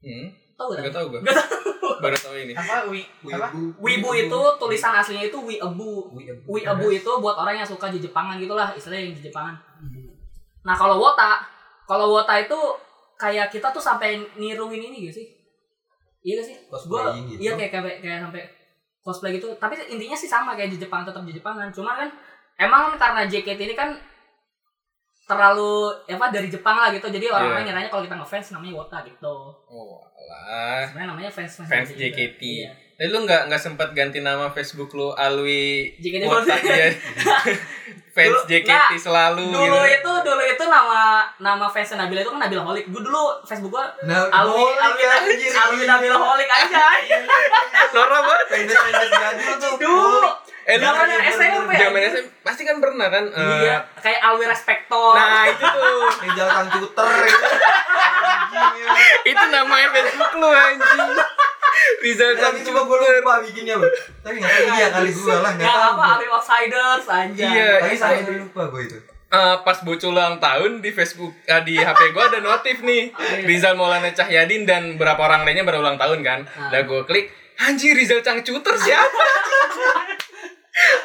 Speaker 2: hmm,
Speaker 4: Tau
Speaker 2: gak
Speaker 4: gak?
Speaker 2: tau gue.
Speaker 4: Nggak
Speaker 2: Baru tau ini.
Speaker 6: apa wi apa
Speaker 3: Wibu.
Speaker 4: Wibu itu tulisan aslinya itu wibu.
Speaker 3: Wibu.
Speaker 4: Wibu itu buat orang yang suka jejepangan gitulah, istilahnya yang jejepangan. Nah kalau wota, kalau wota itu kayak kita tuh sampai niruin ini gitu sih. Iya gak sih? Gua-
Speaker 3: Cosplaying gitu.
Speaker 4: Iya kayak kayak kayak sampai cosplay gitu. Tapi intinya sih sama kayak di Jepang tetap di Jepangan. Cuman kan emang karena JKT ini kan terlalu ya apa dari Jepang lah gitu. Jadi orang-orang ngiranya kalau kita ngefans namanya Wota gitu.
Speaker 2: Oh alah.
Speaker 4: Sebenarnya namanya fans
Speaker 2: Fans
Speaker 4: gitu.
Speaker 2: JKT.
Speaker 4: Iya.
Speaker 2: Tapi lu nggak nggak sempat ganti nama Facebook lu Alwi
Speaker 4: JKT
Speaker 2: Wata-
Speaker 4: Wata. <laughs>
Speaker 2: iya. fans
Speaker 4: Dulu-
Speaker 2: JKT selalu
Speaker 4: Dulu
Speaker 2: gitu.
Speaker 4: itu dulu itu nama nama fansnya Nabila itu kan Nabila Holik. Gue dulu Facebook gue
Speaker 3: Nah,
Speaker 4: Alwi
Speaker 3: boleh,
Speaker 4: Alwi
Speaker 3: anjir.
Speaker 4: Alwi Nabila Holik aja.
Speaker 2: Norak banget.
Speaker 3: Pendes-pendes jadul tuh
Speaker 4: Dulu
Speaker 2: Eh lu
Speaker 4: zaman
Speaker 3: Alwi-
Speaker 4: SMP.
Speaker 2: zaman SMP pasti kan pernah kan? eh,
Speaker 4: ya? Iya, kayak Alwi Respektor.
Speaker 2: Nah itu tuh
Speaker 3: Rizal Kang Cuter gitu. Anjing, ya.
Speaker 2: <laughs> itu namanya Facebook lu anjing. Rizal
Speaker 3: Tapi cuma gue Nah, lupa bikinnya bro Tapi gak tau iya kali gue lah Gak
Speaker 4: Gak
Speaker 3: tau
Speaker 4: apa, Alwi Outsiders aja.
Speaker 2: Iya.
Speaker 3: Tapi sampai lupa gue itu
Speaker 2: Eh, pas bocor ulang tahun di Facebook eh, di HP gua ada notif nih Rizal Maulana Cahyadin dan berapa orang lainnya baru ulang tahun kan
Speaker 4: Ah.
Speaker 2: udah gue klik anjir Rizal Cangcuter siapa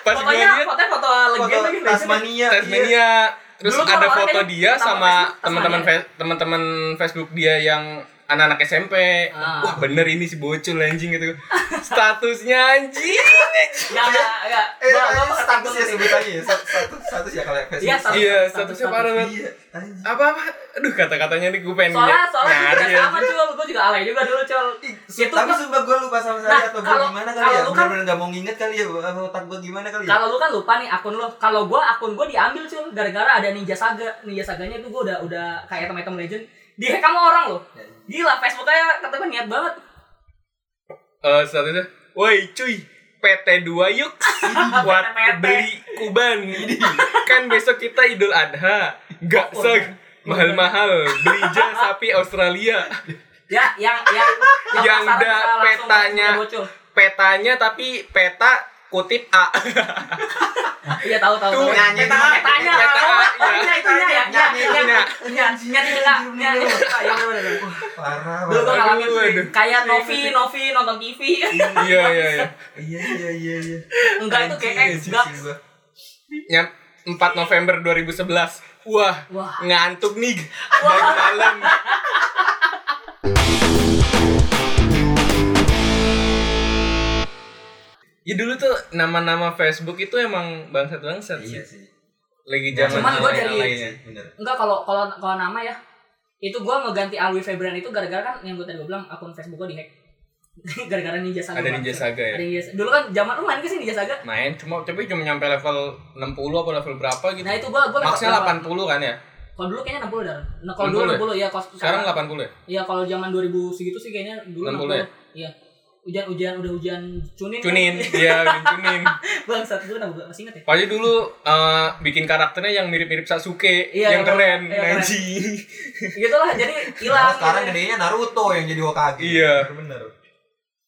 Speaker 2: pas gue
Speaker 4: Fotonya,
Speaker 2: lihat
Speaker 4: fotonya foto legend
Speaker 3: Foto
Speaker 4: lagi. legend.
Speaker 3: Tasmania iya.
Speaker 2: Tasmania terus
Speaker 4: Dulu tuh
Speaker 2: ada
Speaker 4: orang-orang
Speaker 2: foto
Speaker 4: kayaknya
Speaker 2: dia
Speaker 4: pertama
Speaker 2: sama
Speaker 4: Facebook
Speaker 2: teman-teman
Speaker 4: Tasmania.
Speaker 2: fe- teman-teman Facebook dia yang anak-anak SMP
Speaker 4: Ah.
Speaker 2: wah bener ini si bocul anjing gitu statusnya anjing
Speaker 4: Enggak, enggak, enggak.
Speaker 3: Eh,
Speaker 4: Gua- gua
Speaker 3: eh,
Speaker 4: ngerti,
Speaker 3: status
Speaker 4: gua
Speaker 3: ya
Speaker 4: ngerti.
Speaker 3: sebutannya ya. Sat- Status status ya kalau Facebook.
Speaker 4: Iya, status.
Speaker 2: iya statusnya parah banget
Speaker 3: Iya, anjing.
Speaker 2: apa apa aduh kata-katanya nih gue pengen
Speaker 4: Soalnya,
Speaker 2: ny-
Speaker 4: soalnya
Speaker 2: nyari
Speaker 4: juga sama
Speaker 2: anjing.
Speaker 4: cul, gue juga alay juga dulu cul.
Speaker 3: Su-
Speaker 4: Itu
Speaker 3: tapi
Speaker 4: kan-
Speaker 3: sumpah gue lupa sama sekali
Speaker 4: Nah,
Speaker 3: atau gue
Speaker 4: kalau-
Speaker 3: gimana kali
Speaker 4: kalau
Speaker 3: ya
Speaker 4: lu kan-
Speaker 3: bener-bener gak mau nginget kali ya eh, otak gue gimana kali
Speaker 2: Iya.
Speaker 3: ya
Speaker 4: Kalau lu kan lupa nih akun lu. Kalau gua akun gua diambil cul gara-gara ada Ninja Saga. Ninja Saganya itu gua udah udah kayak item-item legend. Di hack sama orang loh.
Speaker 2: Ya.
Speaker 4: Gila, Facebook aja ketemu niat banget.
Speaker 2: Eh, statusnya woi cuy PT 2 yuk
Speaker 4: <laughs>
Speaker 2: buat
Speaker 4: PT.
Speaker 2: beli
Speaker 4: <laughs>
Speaker 2: kuban kan besok kita idul adha nggak
Speaker 4: Apa?
Speaker 2: seg mahal-mahal beli jas sapi Australia
Speaker 4: Ya, yang yang
Speaker 2: Yang
Speaker 4: pasaran
Speaker 2: udah
Speaker 4: bisa langsung
Speaker 2: petanya.
Speaker 4: ketemu Cul.
Speaker 2: petanya tapi peta kutip A <laughs>
Speaker 4: Iya, tahu tahu.
Speaker 2: Tuh,
Speaker 4: tahu.
Speaker 2: nyanyi.
Speaker 4: Peta, petanya.
Speaker 2: Peta,
Speaker 4: Oh,
Speaker 2: iya.
Speaker 4: iya, itu ya. Ya, ya,
Speaker 2: Nyanyi, iya.
Speaker 4: ya. Ya, ya, ya, ya, ya, ya, ya.
Speaker 3: parah
Speaker 4: Dulu gue
Speaker 3: parah.
Speaker 4: ngalamin
Speaker 2: Aduh, aduh.
Speaker 4: kayak Novi, Novi nonton TV.
Speaker 2: iya iya iya
Speaker 3: iya iya iya iya
Speaker 4: <laughs> Enggak itu kayak
Speaker 3: Anjing,
Speaker 4: X enggak.
Speaker 3: anjing gua.
Speaker 2: Nyam- 4 November 2011 wah
Speaker 4: Wah.
Speaker 2: ngantuk nih bagi malam Ya dulu tuh nama-nama Facebook itu emang bangsat-bangsat sih.
Speaker 3: iya sih
Speaker 2: Lagi zaman
Speaker 4: Cuman gua dari-
Speaker 2: alay-alaynya.
Speaker 3: bener
Speaker 4: Enggak kalau kalau kalau nama ya. Itu gue ngeganti Alwi Febrian itu gara-gara kan yang gue tadi gua bilang akun Facebook gue dihack. <laughs> Gara-gara Ninja Saga.
Speaker 2: Ada
Speaker 4: Bang.
Speaker 2: Ninja Saga ya.
Speaker 4: Ada Ninja Saga. Dulu kan zaman lu main ke sih Ninja Saga.
Speaker 2: Main cuma tapi cuma nyampe level 60 apa level berapa gitu.
Speaker 4: Nah itu gue gue
Speaker 2: Maksudnya 80 kan ya?
Speaker 4: Kalau dulu kayaknya 60 dah. Nah, kalau dulu
Speaker 2: 60 ya?
Speaker 4: 60 ya kalau
Speaker 2: Sekarang 80 ya?
Speaker 4: Iya kalau zaman 2000 segitu sih kayaknya dulu
Speaker 2: 60 ya?
Speaker 4: Iya. hujan-hujan udah hujan cunin
Speaker 2: Cunin, iya Udin Cunin.
Speaker 4: <laughs> bangsat gue nggak masih inget ya
Speaker 2: Pokoknya dulu eh, bikin karakternya yang mirip-mirip Sasuke,
Speaker 4: Iya,
Speaker 2: yang
Speaker 4: yang-
Speaker 2: keren,
Speaker 4: iya, keren.
Speaker 2: Neji.
Speaker 4: gitulah jadi hilang
Speaker 3: Nah, sekarang
Speaker 4: gitu.
Speaker 3: gedenya Naruto yang jadi Hokage.
Speaker 2: Iya. <laughs>
Speaker 3: Bener.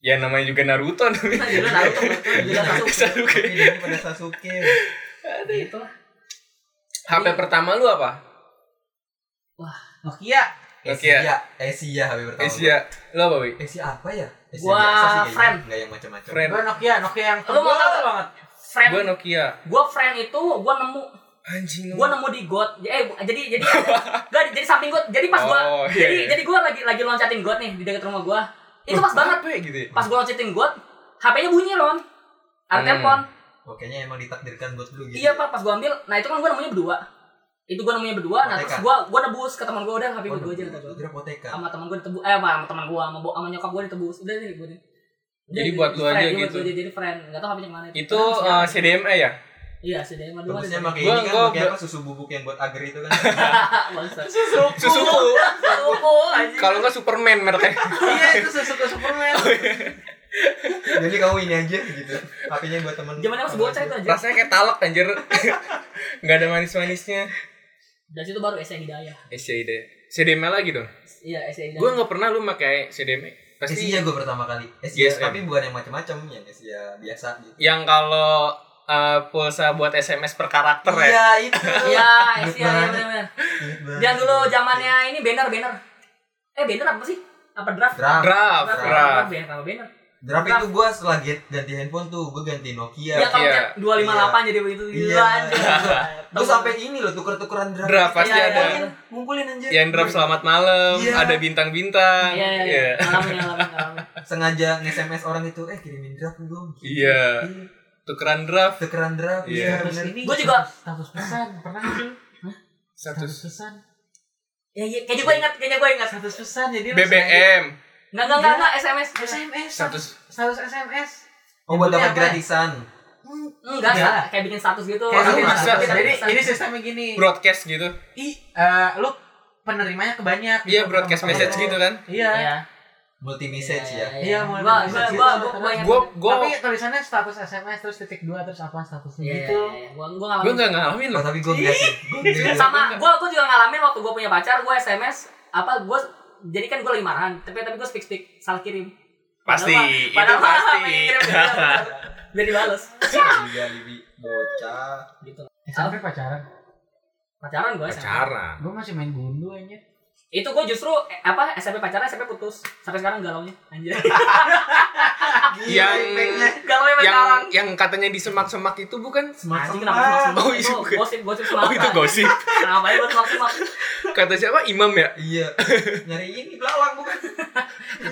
Speaker 2: Ya namanya juga Naruto tapi <laughs>
Speaker 4: Nah, jadi Naruto jadi Sasuke
Speaker 2: Sasuke.
Speaker 3: Tapi dia pada Sasuke.
Speaker 4: gitu lah
Speaker 2: HP pertama lu apa?
Speaker 4: Nokia
Speaker 2: Nokia.
Speaker 3: Asia, Asia HP pertama.
Speaker 2: Asia. Lu Eh, apa, Wi?
Speaker 3: Asia apa ya? Asia
Speaker 4: Gua
Speaker 3: kayaknya.
Speaker 4: friend.
Speaker 3: Nggak yang macam-macam.
Speaker 2: Friend.
Speaker 6: Gue Nokia, Nokia yang
Speaker 4: lu mau tau
Speaker 6: tebel
Speaker 4: gak?
Speaker 6: banget.
Speaker 4: friend
Speaker 2: Gua Nokia.
Speaker 4: gue friend itu gue nemu
Speaker 2: Anjing. lu.
Speaker 4: gue nemu di got eh bu- jadi jadi gak jadi samping got jadi pas gue
Speaker 2: Oh, iya,
Speaker 4: jadi
Speaker 2: iya.
Speaker 4: jadi gue lagi lagi loncatin got nih di dekat rumah gue itu pas banget
Speaker 2: Apa ya gitu ya?
Speaker 4: pas gue loncatin got HP-nya bunyi lon ada
Speaker 2: Hmm.
Speaker 4: telepon
Speaker 3: Pokoknya emang ditakdirkan buat lu gitu.
Speaker 4: iya pak pas gue ambil nah itu kan gue nemunya berdua itu gue nemunya berdua nah terus
Speaker 3: Potekan.
Speaker 4: gue gue nebus ke teman gue udah HP gue aja kata
Speaker 3: Oh, Gua
Speaker 4: gue
Speaker 3: kira potekan.
Speaker 4: sama teman gue ditebus eh sama, sama teman gue sama, bo- sama nyokap gue ditebus udah deh gue deh
Speaker 2: Jadi buat lu aja
Speaker 4: Friend, buat
Speaker 2: gitu.
Speaker 4: gua aja, jadi friend nggak tau HP-nya kemana
Speaker 2: Itu
Speaker 4: Terus,
Speaker 2: eh, CDMA ya?
Speaker 4: iya sudah emang dua <laughs>
Speaker 3: Bagusnya pakai
Speaker 2: Gua-
Speaker 3: ini kan
Speaker 2: gua-
Speaker 3: pakai
Speaker 2: gua-
Speaker 3: apa susu bubuk yang buat agar itu kan. <laughs>
Speaker 2: Susuku.
Speaker 4: Susuku anjing.
Speaker 2: Kalau nggak Superman mereknya.
Speaker 5: Iya itu susu Superman.
Speaker 3: Jadi kamu ini aja gitu. HP-nya buat temen.
Speaker 4: Zamannya masih bocah itu aja.
Speaker 2: Rasanya kayak talak anjir. <laughs> Nggak ada manis-manisnya. Eh,
Speaker 4: Dari situ baru Esa Hidayah.
Speaker 2: SCD. CDMA E lagi dong.
Speaker 4: Iya, Esa Hidayah.
Speaker 2: Gua nggak pernah lu pakai CDMA. E.
Speaker 4: Eh,
Speaker 2: Pasti
Speaker 3: Asia gue pertama kali. Asia,
Speaker 2: GSM.
Speaker 3: tapi bukan yang macam-macam yang Asia biasa gitu.
Speaker 2: yang kalau eh, pulsa buat SMS per karakter ya.
Speaker 3: Iya itu.
Speaker 4: Iya,
Speaker 3: Ingat
Speaker 4: Esa Hidayah
Speaker 3: banget.
Speaker 4: benar-benar.
Speaker 3: Ingat banget.
Speaker 4: Dan dulu zamannya ini banner banner. Eh, banner apa sih? Apa draft?
Speaker 3: Draft.
Speaker 2: Draft,
Speaker 4: Draft,
Speaker 2: draft.
Speaker 4: banner apa banner?
Speaker 3: Draft itu gue setelah get- ganti handphone tuh gue ganti Nokia.
Speaker 4: Ya kalau
Speaker 2: iya.
Speaker 4: chat 258 jadi begitu
Speaker 3: Iya.
Speaker 4: gitu gila anjir.
Speaker 3: Gue sampai ini loh tuker-tukeran draft.
Speaker 2: Draft pasti
Speaker 4: Iya, iya,
Speaker 2: ada.
Speaker 4: iya.
Speaker 3: Ngumpulin anjir.
Speaker 2: Yang draft selamat malam,
Speaker 3: Iya.
Speaker 2: ada bintang-bintang.
Speaker 4: Iya, iya, iya. Ngalamin, ngalamin, ngalamin.
Speaker 3: Sengaja nge-SMS orang itu, eh kirimin draft dong.
Speaker 2: Iya. Tukeran draft
Speaker 3: Tukeran draft.
Speaker 2: Iya.
Speaker 3: bener.
Speaker 4: Gua juga-
Speaker 6: status pesan pernah nggak sih?
Speaker 2: satu
Speaker 6: Status pesan,
Speaker 4: Ya, iya. Kayaknya gue ingat, kayaknya gue ingat.
Speaker 6: status pesan jadi
Speaker 2: E.
Speaker 6: lu sengaja-
Speaker 2: BBM
Speaker 4: Enggak, enggak, enggak, enggak, SMS.
Speaker 6: SMS,
Speaker 2: satu
Speaker 6: status status SMS.
Speaker 3: Oh buat
Speaker 6: Bentuknya apa
Speaker 3: dapat
Speaker 6: ya?
Speaker 3: gratisan.
Speaker 4: Enggak,
Speaker 6: Iya.
Speaker 4: sa- kayak bikin status gitu.
Speaker 6: Kayak
Speaker 3: status,
Speaker 6: gini,
Speaker 3: status.
Speaker 6: status. Jadi
Speaker 4: Status. Iya.
Speaker 6: ini sistemnya gini.
Speaker 2: broadcast gitu.
Speaker 6: I, eh, lu penerimanya kebanyak.
Speaker 2: Iya
Speaker 6: gitu.
Speaker 2: broadcast message gitu kan.
Speaker 6: Iya.
Speaker 3: Multi message ya.
Speaker 6: Iya,
Speaker 4: Gua
Speaker 6: mulai dari
Speaker 4: gua
Speaker 6: message.
Speaker 4: gua gua ingat.
Speaker 2: Gua
Speaker 6: Tapi
Speaker 2: gua
Speaker 6: tulisannya status SMS terus titik dua terus apa statusnya
Speaker 4: Iya,
Speaker 6: gitu.
Speaker 4: iya, iya. gua gua
Speaker 2: gua
Speaker 4: ngalamin.
Speaker 2: nggak ngalamin
Speaker 3: Oh,
Speaker 2: loh.
Speaker 3: tapi gue enggak sih. Gua enggak.
Speaker 4: sama gue gue juga ngalamin waktu gue punya pacar gue sms apa gue jadi kan gue lagi marahan tapi tapi gue speak speak salah kirim
Speaker 2: Pasti,
Speaker 4: Padahal-
Speaker 2: itu
Speaker 4: padahal <laughs>
Speaker 2: pasti.
Speaker 4: apa yang kirim, bener, bener.
Speaker 2: <laughs>
Speaker 4: biar dibales
Speaker 3: Iya, Bibi. Bocah.
Speaker 4: gitu
Speaker 6: SMP pacaran.
Speaker 4: pacaran gue SMP
Speaker 2: Pacaran.
Speaker 6: Gue masih main gundu aja.
Speaker 4: itu gue justru eh, apa SMP pacaran SMP putus sampai sekarang galau nya anjir
Speaker 2: Yang
Speaker 4: galau
Speaker 6: ya,
Speaker 2: yang
Speaker 4: nya Iya, pacaran
Speaker 2: yang katanya di semak-semak itu bukan
Speaker 4: Anjing kenapa semak semak
Speaker 2: Oh,
Speaker 4: itu
Speaker 2: iya, bukan.
Speaker 4: gosip gosip semak
Speaker 2: Oh itu
Speaker 4: <laughs>
Speaker 2: gosip.
Speaker 4: Kenapa ya gue semak semak
Speaker 2: Kata siapa? Imam ya? <laughs>
Speaker 3: Iya. Nyari ini belalang bukan.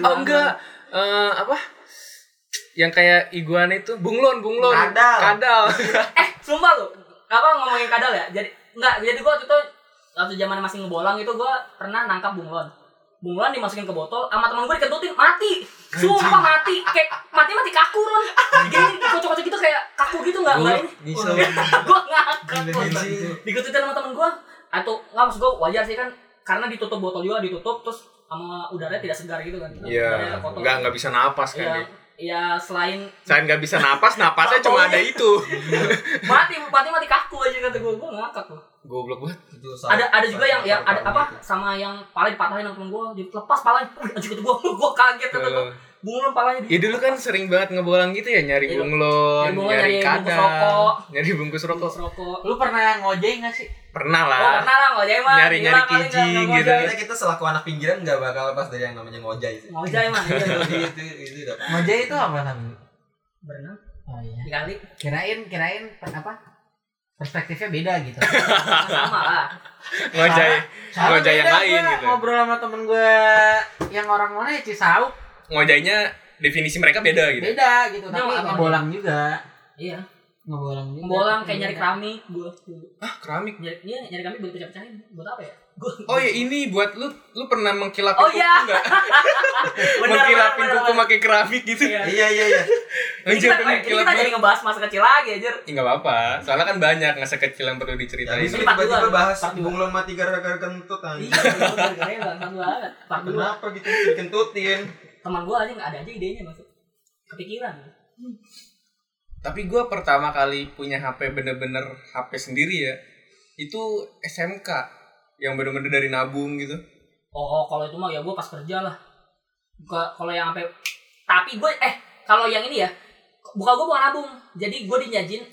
Speaker 2: Oh enggak. Eh apa? Yang kayak iguana itu bunglon, bunglon.
Speaker 3: Kadal.
Speaker 4: <laughs>
Speaker 2: Kadal.
Speaker 4: eh sumpah lu apa ngomongin kadal ya jadi nggak jadi gua waktu itu waktu zaman masih ngebolang itu gua pernah nangkap bunglon bunglon dimasukin ke botol sama teman gua dikentutin mati sumpah mati kayak mati mati kaku lu jadi dikocok-kocok gitu kayak kaku gitu nggak nggak ini
Speaker 3: Bisa.
Speaker 4: gua ngakak
Speaker 3: Gila,
Speaker 4: gua.
Speaker 3: anjing.
Speaker 4: dikentutin sama teman gua atau nggak maksud gua wajar sih kan karena ditutup botol juga ditutup terus sama udaranya tidak segar gitu kan
Speaker 2: Iya.
Speaker 4: Udaranya kotor.
Speaker 2: Enggak enggak bisa napas kan
Speaker 4: Iya,
Speaker 2: dia.
Speaker 4: iya selain
Speaker 2: Saya nggak bisa napas, napasnya
Speaker 4: <laughs>
Speaker 2: cuma ada itu.
Speaker 4: mati mati mati kaku aja kata gua gua ngakak gua
Speaker 2: Goblok banget.
Speaker 3: Itu
Speaker 4: ada
Speaker 3: salah-
Speaker 4: ada juga yang
Speaker 3: salah
Speaker 4: yang ada
Speaker 3: taruh
Speaker 4: apa
Speaker 3: gitu.
Speaker 4: sama yang pala dipatahin sama temen gue jadi lepas palanya Wih, anjing itu gue gue kaget kata gue bunglon palanya di
Speaker 2: Ya dulu kan sering banget ngebolang gitu ya nyari
Speaker 4: Iya.
Speaker 2: bunglon,
Speaker 4: Nyari bunglon,
Speaker 2: nyari
Speaker 4: nyari bungkus
Speaker 2: kadal,
Speaker 4: rokok.
Speaker 2: nyari bungkus rokok.
Speaker 4: Bungkus rokok
Speaker 6: Lu pernah ngojek gak sih?
Speaker 2: Pernah lah.
Speaker 4: oh pernah lah ngojek mah
Speaker 2: Nyari-
Speaker 4: Gila
Speaker 2: nyari
Speaker 4: kali nggak-
Speaker 2: kijing
Speaker 4: nggak
Speaker 2: gitu.
Speaker 4: ngojek.
Speaker 3: Kita kita selaku anak pinggiran nggak bakal lepas dari yang namanya ngojai sih.
Speaker 4: ngojek mah iya, iya.
Speaker 3: <laughs> itu itu itu udah
Speaker 6: Ngojek itu apa namanya?
Speaker 4: berenang
Speaker 6: Oh iya.
Speaker 4: dikali
Speaker 6: Kirain kirain per- apa? Perspektifnya beda <laughs> gitu.
Speaker 4: sama lah
Speaker 2: Ngojai,
Speaker 6: Soalnya
Speaker 2: ngojai yang
Speaker 6: beda,
Speaker 2: lain
Speaker 6: gua
Speaker 2: gitu.
Speaker 6: Ngobrol sama temen gue yang orang mana ya Cisauk
Speaker 2: Ngojainya definisi mereka beda gitu.
Speaker 6: beda gitu.
Speaker 4: Ini
Speaker 6: Tapi
Speaker 4: apa?
Speaker 6: ngebolang juga.
Speaker 4: iya
Speaker 6: Ngebolang juga. Iya.
Speaker 4: bolang kayak nyari keramik gue
Speaker 2: Ah, keramik.
Speaker 4: nyari iya nyari keramik buat pecah-pecahin buat apa ya gue
Speaker 2: Oh ya ini buat lu lu pernah mengkilapin
Speaker 4: Oh,
Speaker 2: kuku
Speaker 4: iya.
Speaker 2: enggak? <laughs> mengkilapin kuku pakai keramik gitu.
Speaker 4: Iya.
Speaker 3: Iya iya iya.
Speaker 4: ini
Speaker 2: Anjir,
Speaker 4: kita,
Speaker 2: pengen
Speaker 4: eh, ini
Speaker 2: kilap
Speaker 4: kita jadi
Speaker 2: banget.
Speaker 4: ngebahas masa kecil lagi aja
Speaker 2: Ya, nggak apa-apa, soalnya kan banyak masa kecil yang perlu
Speaker 3: Ya,
Speaker 2: diceritain.
Speaker 3: habis itu
Speaker 4: Ini part
Speaker 3: tiba-tiba
Speaker 4: dua,
Speaker 3: bahas
Speaker 4: part dua.
Speaker 3: bunglon mati gara-gara kentut anjing.
Speaker 4: iya gara-gara banget
Speaker 3: Kenapa gitu mesti dikentutin?
Speaker 4: teman gue aja nggak ada aja idenya masuk kepikiran
Speaker 2: Tapi gue pertama kali punya HP bener-bener HP sendiri ya. Itu SMK yang bener-bener dari nabung gitu.
Speaker 4: oh, oh, kalau itu mah ya gue pas kerja lah Buka- kalau yang sampai tapi gue eh kalau yang ini ya buka gue bukan nabung jadi gue dijanjin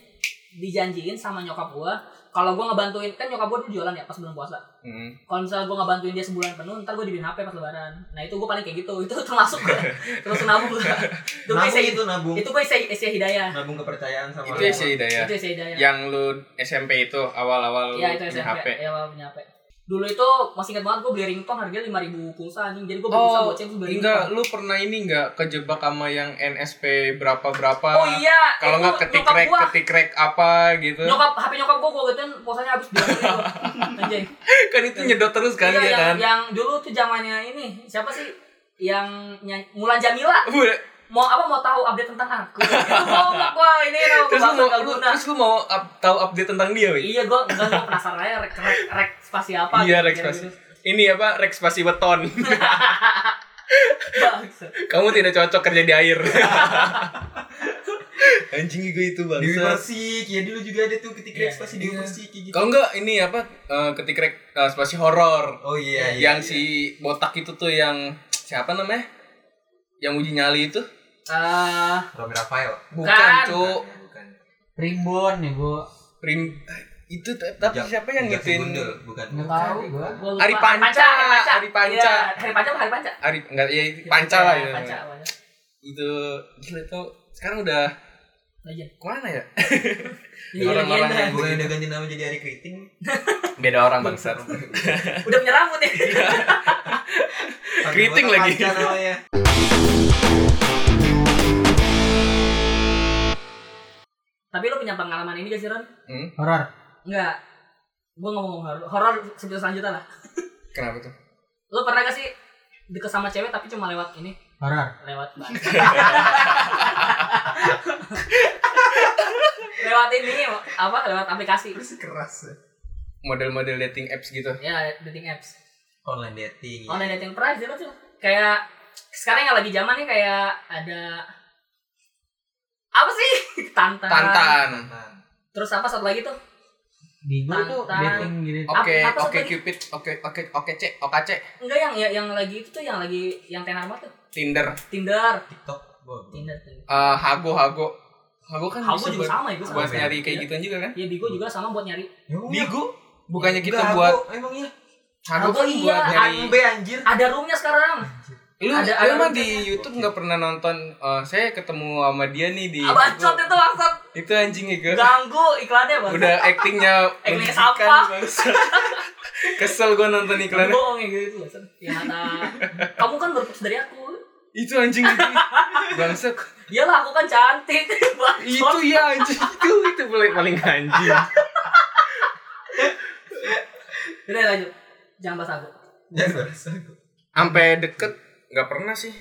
Speaker 4: dijanjiin sama nyokap gue kalau gue ngebantuin kan nyokap gue dulu jualan ya pas bulan puasa
Speaker 2: Hmm.
Speaker 4: kalau misalnya gue ngebantuin dia sebulan penuh ntar gue dibeliin HP pas lebaran nah itu gue paling kayak gitu <laughs> itu termasuk gue termasuk nabung
Speaker 2: <laughs>
Speaker 4: gue itu gue
Speaker 3: nabung
Speaker 4: Isya-
Speaker 3: itu nabung
Speaker 4: itu gue Isya- Isya hidayah
Speaker 3: nabung kepercayaan sama
Speaker 2: Itu ya sih Hidayah.
Speaker 4: itu Isya hidayah
Speaker 2: Yang lu SMP itu awal-awal
Speaker 4: Iya
Speaker 2: Iya, lu
Speaker 4: itu
Speaker 2: punya
Speaker 4: SMP.
Speaker 2: HP.
Speaker 4: Ya awal punya HP. Dulu itu masih ingat banget gue beli ringtone harganya lima ribu pulsa anjing. Jadi gue beli pulsa
Speaker 2: Oh,
Speaker 4: goceng terus beli
Speaker 2: Enggak,
Speaker 4: ringtone.
Speaker 2: lu pernah ini enggak kejebak sama yang NSP berapa-berapa?
Speaker 4: Oh iya.
Speaker 2: Kalau
Speaker 4: eh,
Speaker 2: enggak
Speaker 4: gua-
Speaker 2: ketik
Speaker 4: nyokap
Speaker 2: rek,
Speaker 4: gua-
Speaker 2: ketik rek apa gitu.
Speaker 4: Nyokap HP nyokap gue gue gituin pulsanya habis bilang gitu.
Speaker 2: <laughs>
Speaker 4: Anjing.
Speaker 2: Kan itu nyedot terus kan dia
Speaker 4: Iya, yang,
Speaker 2: kan. <laughs>
Speaker 4: yang dulu tuh zamannya ini siapa sih yang nyanyi, Mulan Jamila
Speaker 2: Udah,
Speaker 4: mau apa mau tahu update tentang aku itu mau nggak gue ini mau
Speaker 2: Terus lu
Speaker 4: bahasa
Speaker 2: mau
Speaker 4: nggak
Speaker 2: lu,
Speaker 4: guna
Speaker 2: terus lu mau up- tahu update tentang dia, Wi?
Speaker 4: iya gue enggak gue penasaran aja rek rek, rek spasi apa
Speaker 2: Iya,
Speaker 4: gitu,
Speaker 2: Rex Pasi. Ini apa? Rex Pasi
Speaker 4: <laughs>
Speaker 2: beton.
Speaker 4: Bangsa.
Speaker 2: Kamu tidak cocok kerja di air. <laughs> Anjing gue itu
Speaker 3: di
Speaker 2: bangsa.
Speaker 3: Persik ya dulu juga ada tuh ketika
Speaker 4: Iya,
Speaker 3: ekspasi di Persik kayak gitu
Speaker 2: Kalau enggak ini apa? eh, ketik rek eh, spasi horor.
Speaker 3: oh iya iya
Speaker 2: yang si botak itu tuh yang siapa namanya? Yang uji nyali itu?
Speaker 4: Eh,
Speaker 3: Romi Rafael
Speaker 2: Bukan,
Speaker 4: Kan.
Speaker 2: Cuk.
Speaker 3: bukan
Speaker 6: Rimbon ya gua.
Speaker 2: Rim itu tapi
Speaker 3: Jak-
Speaker 2: siapa yang
Speaker 3: Jackson
Speaker 2: ngituin?
Speaker 3: Gundel, bukan
Speaker 6: Nggak tahu gua.
Speaker 4: gua lupa.
Speaker 2: Ari Panca,
Speaker 4: Ari
Speaker 2: Ari Panca.
Speaker 4: Iya, Ari Panca apa Hari Panca
Speaker 2: Ari enggak ya panca lah ya.
Speaker 4: Iya, Panca, Panca.
Speaker 2: Itu gila itu sekarang udah
Speaker 4: Legend.
Speaker 2: kemana ya?
Speaker 4: Iya,
Speaker 2: Orang-orang
Speaker 4: legenda.
Speaker 2: yang-
Speaker 3: gue udah ganti nama jadi Ari Keriting
Speaker 2: <laughs> Beda orang bangsa.
Speaker 4: udah punya rambut ya.
Speaker 2: Iya.
Speaker 3: Pakai
Speaker 2: Keriting
Speaker 3: botak
Speaker 2: lagi.
Speaker 3: panca namanya.
Speaker 4: Tapi lu punya pengalaman ini gak sih Ron?
Speaker 6: Horor.
Speaker 4: Enggak. Gua nggak mau ngomong horor. Horor sebelum selanjutnya lah.
Speaker 2: Kenapa tuh?
Speaker 4: Lu pernah gak sih deket sama cewek tapi cuma lewat ini,
Speaker 6: Horor.
Speaker 4: lewat ban. <laughs> lewat ini apa lewat aplikasi
Speaker 3: terus keras ya.
Speaker 2: Model-model dating apps gitu.
Speaker 4: ya dating apps
Speaker 3: online dating ya.
Speaker 4: online Oh, dating price itu tuh kayak sekarang yang lagi zaman nih kayak ada apa sih <laughs> tantan
Speaker 2: Tantan.
Speaker 3: Nah,
Speaker 4: terus apa satu lagi tuh
Speaker 6: Di gua tuh
Speaker 4: Mantan.
Speaker 6: dating gitu.
Speaker 2: Oke,
Speaker 4: Apa- apa
Speaker 2: oke
Speaker 4: satu lagi?
Speaker 2: Cupid, oke oke oke C, oke C.
Speaker 4: enggak yang ya- yang lagi itu tuh yang lagi yang tenar banget tuh
Speaker 2: Tinder,
Speaker 4: Tinder
Speaker 3: TikTok gua
Speaker 4: Tinder Tinder
Speaker 2: Eh, Hago Hago. Hago kan
Speaker 4: Hago
Speaker 2: bisa
Speaker 4: juga
Speaker 2: buat,
Speaker 4: sama ya gue sama
Speaker 2: buat nyari kayak
Speaker 4: Iya.
Speaker 2: gituan juga kan?
Speaker 4: ya Bigo juga sama buat nyari
Speaker 2: Bigo bukannya kita
Speaker 3: Nggak,
Speaker 2: buat
Speaker 3: aku- emang iya
Speaker 2: Hago
Speaker 4: Hago
Speaker 2: kan
Speaker 4: iya,
Speaker 2: buat nyari
Speaker 3: Ambe anjir
Speaker 4: ada roomnya sekarang
Speaker 2: lu
Speaker 4: Ada-
Speaker 2: lu
Speaker 4: ada
Speaker 2: mah
Speaker 4: juga
Speaker 2: di
Speaker 4: kan?
Speaker 2: YouTube nggak pernah nonton eh, saya ketemu sama dia nih di
Speaker 4: abacot itu langsung
Speaker 2: itu anjingnya gue
Speaker 4: ganggu iklannya banget
Speaker 2: udah eh, actingnya
Speaker 4: <laughs> Actingnya
Speaker 2: menjijikan,
Speaker 4: sampah.
Speaker 2: bangsa. <laughs> kesel gue nonton iklannya
Speaker 4: bohong ya gitu Bangsat. yang kata kamu kan berputus dari aku
Speaker 2: itu anjing itu bangset
Speaker 4: iyalah aku kan cantik <laughs> Bangsat.
Speaker 2: itu ya anjing <laughs> itu itu paling paling anjing
Speaker 4: udah ya, lanjut jangan bahas aku
Speaker 3: jangan berasa gua.
Speaker 2: sampai deket nggak pernah sih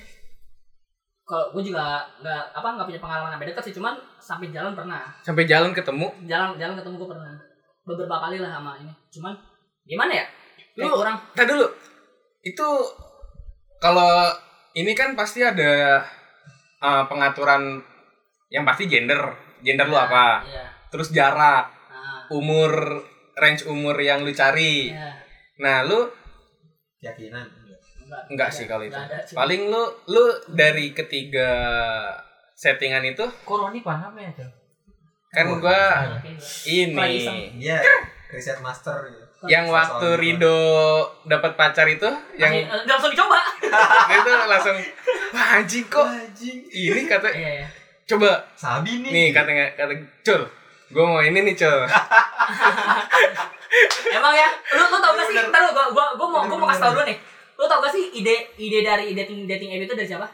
Speaker 4: kalau gue juga nggak apa nggak punya pengalaman sampai dekat sih cuman sampai jalan pernah
Speaker 2: sampai jalan ketemu
Speaker 4: jalan jalan ketemu gue pernah beberapa kali lah sama ini cuman gimana ya kayak
Speaker 2: Lu-
Speaker 4: kurang
Speaker 2: Tadi dulu itu kalau ini kan pasti ada eh, pengaturan yang pasti gender gender lu apa
Speaker 4: iya
Speaker 2: terus jarak
Speaker 4: nah,
Speaker 2: umur range umur yang lu cari.
Speaker 4: iya.
Speaker 2: Nah, lu
Speaker 3: keyakinan
Speaker 4: Enggak,
Speaker 2: enggak sih kalau itu.
Speaker 4: Iya, enggak ada sih.
Speaker 2: Paling lu lu dari ketiga settingan itu
Speaker 6: Koroni paham ya tuh.
Speaker 2: kan
Speaker 3: Oh,
Speaker 2: gua
Speaker 4: Oke, enggak. Paling iya. iseng.
Speaker 2: ini
Speaker 3: dia Iya, riset master gitu.
Speaker 2: yang waktu Rido dapat pacar itu yang
Speaker 4: Masih, eh, nggak langsung dicoba
Speaker 2: itu langsung wah anjing
Speaker 4: <laughs>
Speaker 2: kok
Speaker 3: anjing
Speaker 2: ini kata
Speaker 4: iya iya
Speaker 2: coba
Speaker 3: sabi nih
Speaker 2: nih katanya kata cul gue mau ini nih cul
Speaker 4: emang ya lu lu tau gak sih ntar lu gua gua gua mau gua mau kasih tau dulu
Speaker 3: Bener-bener.
Speaker 4: nih lu tau gak sih ide ide dari dating dating app itu dari siapa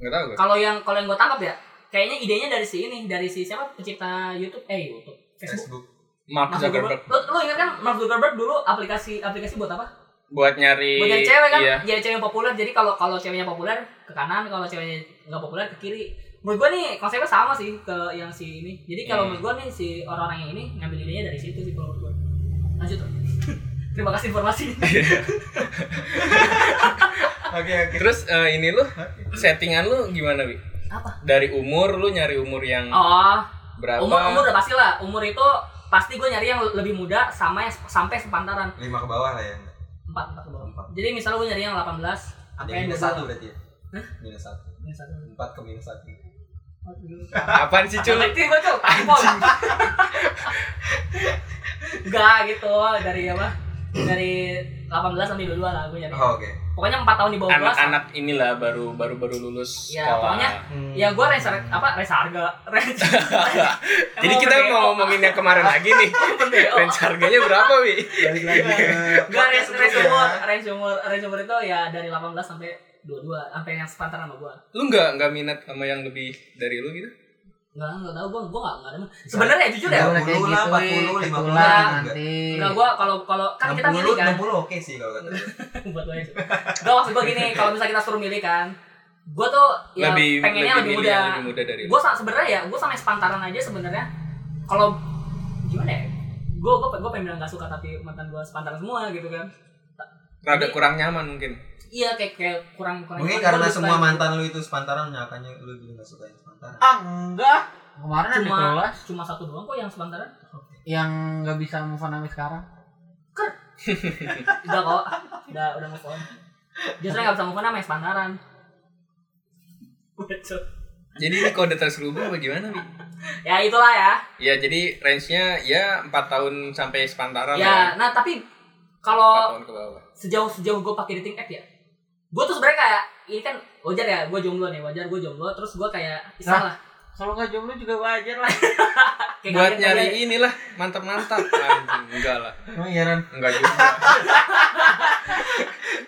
Speaker 2: nggak tahu gue
Speaker 4: kalau yang kalau yang gua tangkap ya kayaknya idenya dari si ini dari si siapa pencipta YouTube eh YouTube Facebook
Speaker 3: Facebook
Speaker 2: Mark
Speaker 4: Mark Zuckerberg.
Speaker 2: Zuckerberg
Speaker 4: Lu, lu ingat kan Mark Zuckerberg dulu aplikasi aplikasi buat apa?
Speaker 2: buat nyari
Speaker 4: buat nyari cewek kan
Speaker 2: iya
Speaker 4: jadi cewek yang populer jadi kalau kalau ceweknya populer ke kanan kalau ceweknya nggak populer ke kiri menurut gua nih konsepnya sama sih ke yang si ini jadi kalau
Speaker 2: Hmm.
Speaker 4: menurut gua nih si orang-orang yang ini ngambil idenya dari situ sih kalau menurut gua lanjut Ron. <laughs> terima kasih informasi
Speaker 3: oke oke
Speaker 2: terus eh, ini lu settingan lu gimana wi
Speaker 4: Apa?
Speaker 2: Dari umur lu nyari umur yang
Speaker 4: Oh,
Speaker 2: berapa?
Speaker 4: umur umur udah pasti lah. Umur itu pasti gue nyari yang lebih muda sama yang sep- sampai sepantaran
Speaker 3: lima ke bawah lah ya
Speaker 4: empat empat ke bawah.
Speaker 3: Empat.
Speaker 4: Jadi misalnya gue nyari yang 18
Speaker 3: ada
Speaker 4: apa
Speaker 3: yang
Speaker 4: yang
Speaker 3: minus
Speaker 4: 22.
Speaker 3: satu berarti ya
Speaker 4: Hah?
Speaker 3: minus satu
Speaker 4: Minus satu.
Speaker 3: empat ke minus satu
Speaker 2: Apaan sih
Speaker 4: Cuma
Speaker 2: cuy?
Speaker 4: itu gue tuh tampon. Enggak gitu dari apa? Dari 18 sampai 22 lah gue nyari.
Speaker 3: oh, oke
Speaker 4: Pokoknya 4 tahun di bawah gue.
Speaker 2: Anak-anak inilah baru baru baru lulus
Speaker 4: Ya,
Speaker 2: sekolah.
Speaker 4: pokoknya Ya gue range har- apa range harga range.
Speaker 2: <laughs> Jadi kita mau ngomongin yang kemarin
Speaker 4: <laughs>
Speaker 2: lagi nih.
Speaker 4: oh.
Speaker 2: Range harganya berapa, Wi?
Speaker 3: balik lagi
Speaker 4: Enggak range range umur
Speaker 2: ya.
Speaker 4: range umur range umur itu ya dari 18 sampai 22 sampai yang sepantaran sama gue.
Speaker 2: Lu nggak nggak minat sama yang lebih dari lu gitu?
Speaker 4: Enggak enggak tahu gue gue enggak ada. Sebenarnya jujur ya.
Speaker 6: Udah
Speaker 3: Enggak.
Speaker 6: kayak
Speaker 3: 20 lah,
Speaker 6: gitu,
Speaker 3: 40,
Speaker 6: Wi.
Speaker 3: 50
Speaker 6: Ketulah
Speaker 4: juga.
Speaker 6: nanti.
Speaker 4: Enggak gue kalau kalau kan kita milih kan.
Speaker 3: enam puluh oke sih kalau kata gue.
Speaker 4: buat lo aja. Gak maksud gue gini, kalau misalnya kita suruh milih kan, gue tuh ya
Speaker 2: lebih
Speaker 4: pengennya lebih,
Speaker 2: milih
Speaker 4: muda.
Speaker 2: yang lebih muda dari lu.
Speaker 4: Gue sebenarnya ya, gue sama sepantaran aja sebenarnya. Kalau gimana ya? Gue gue gue pengen bilang gak suka tapi mantan gue sepantaran semua gitu kan.
Speaker 2: Rada kurang nyaman mungkin.
Speaker 4: Iya kayak kayak kurang kurang.
Speaker 3: mungkin
Speaker 4: kurang
Speaker 3: karena
Speaker 4: lebih
Speaker 3: semua
Speaker 4: suka.
Speaker 3: mantan lu itu sepantaran ya, makanya lu juga nggak suka yang sepantaran
Speaker 6: Ah, enggak. Kemarin ada
Speaker 4: Cuma-
Speaker 6: kelas
Speaker 4: cuma satu doang kok yang sepantaran.
Speaker 6: yang nggak bisa move on sampai sekarang.
Speaker 4: Udah kok, udah udah move on. Justru yang gak bisa move on sama yang sepantaran. Bocor.
Speaker 2: Jadi ini kode terselubung apa gimana, Wi?
Speaker 4: ya itulah ya.
Speaker 2: Ya, jadi range-nya ya 4 tahun sampai sepantaran
Speaker 4: Ya, Oh. nah tapi kalau
Speaker 2: 4 tahun ke bawah.
Speaker 4: sejauh sejauh gue pakai dating app ya gue tuh sebenarnya kayak ini kan wajar ya gue jomblo nih wajar gue jomblo terus gue kayak
Speaker 3: Nah,
Speaker 4: istilah lah
Speaker 6: Kalau nggak jomblo juga wajar lah.
Speaker 4: kayak
Speaker 2: Buat
Speaker 4: kalian-
Speaker 2: nyari
Speaker 4: kalian-
Speaker 2: inilah
Speaker 4: <laughs>
Speaker 2: mantap-mantap. Anjing, enggak lah.
Speaker 3: emang iya Ran
Speaker 2: Enggak juga.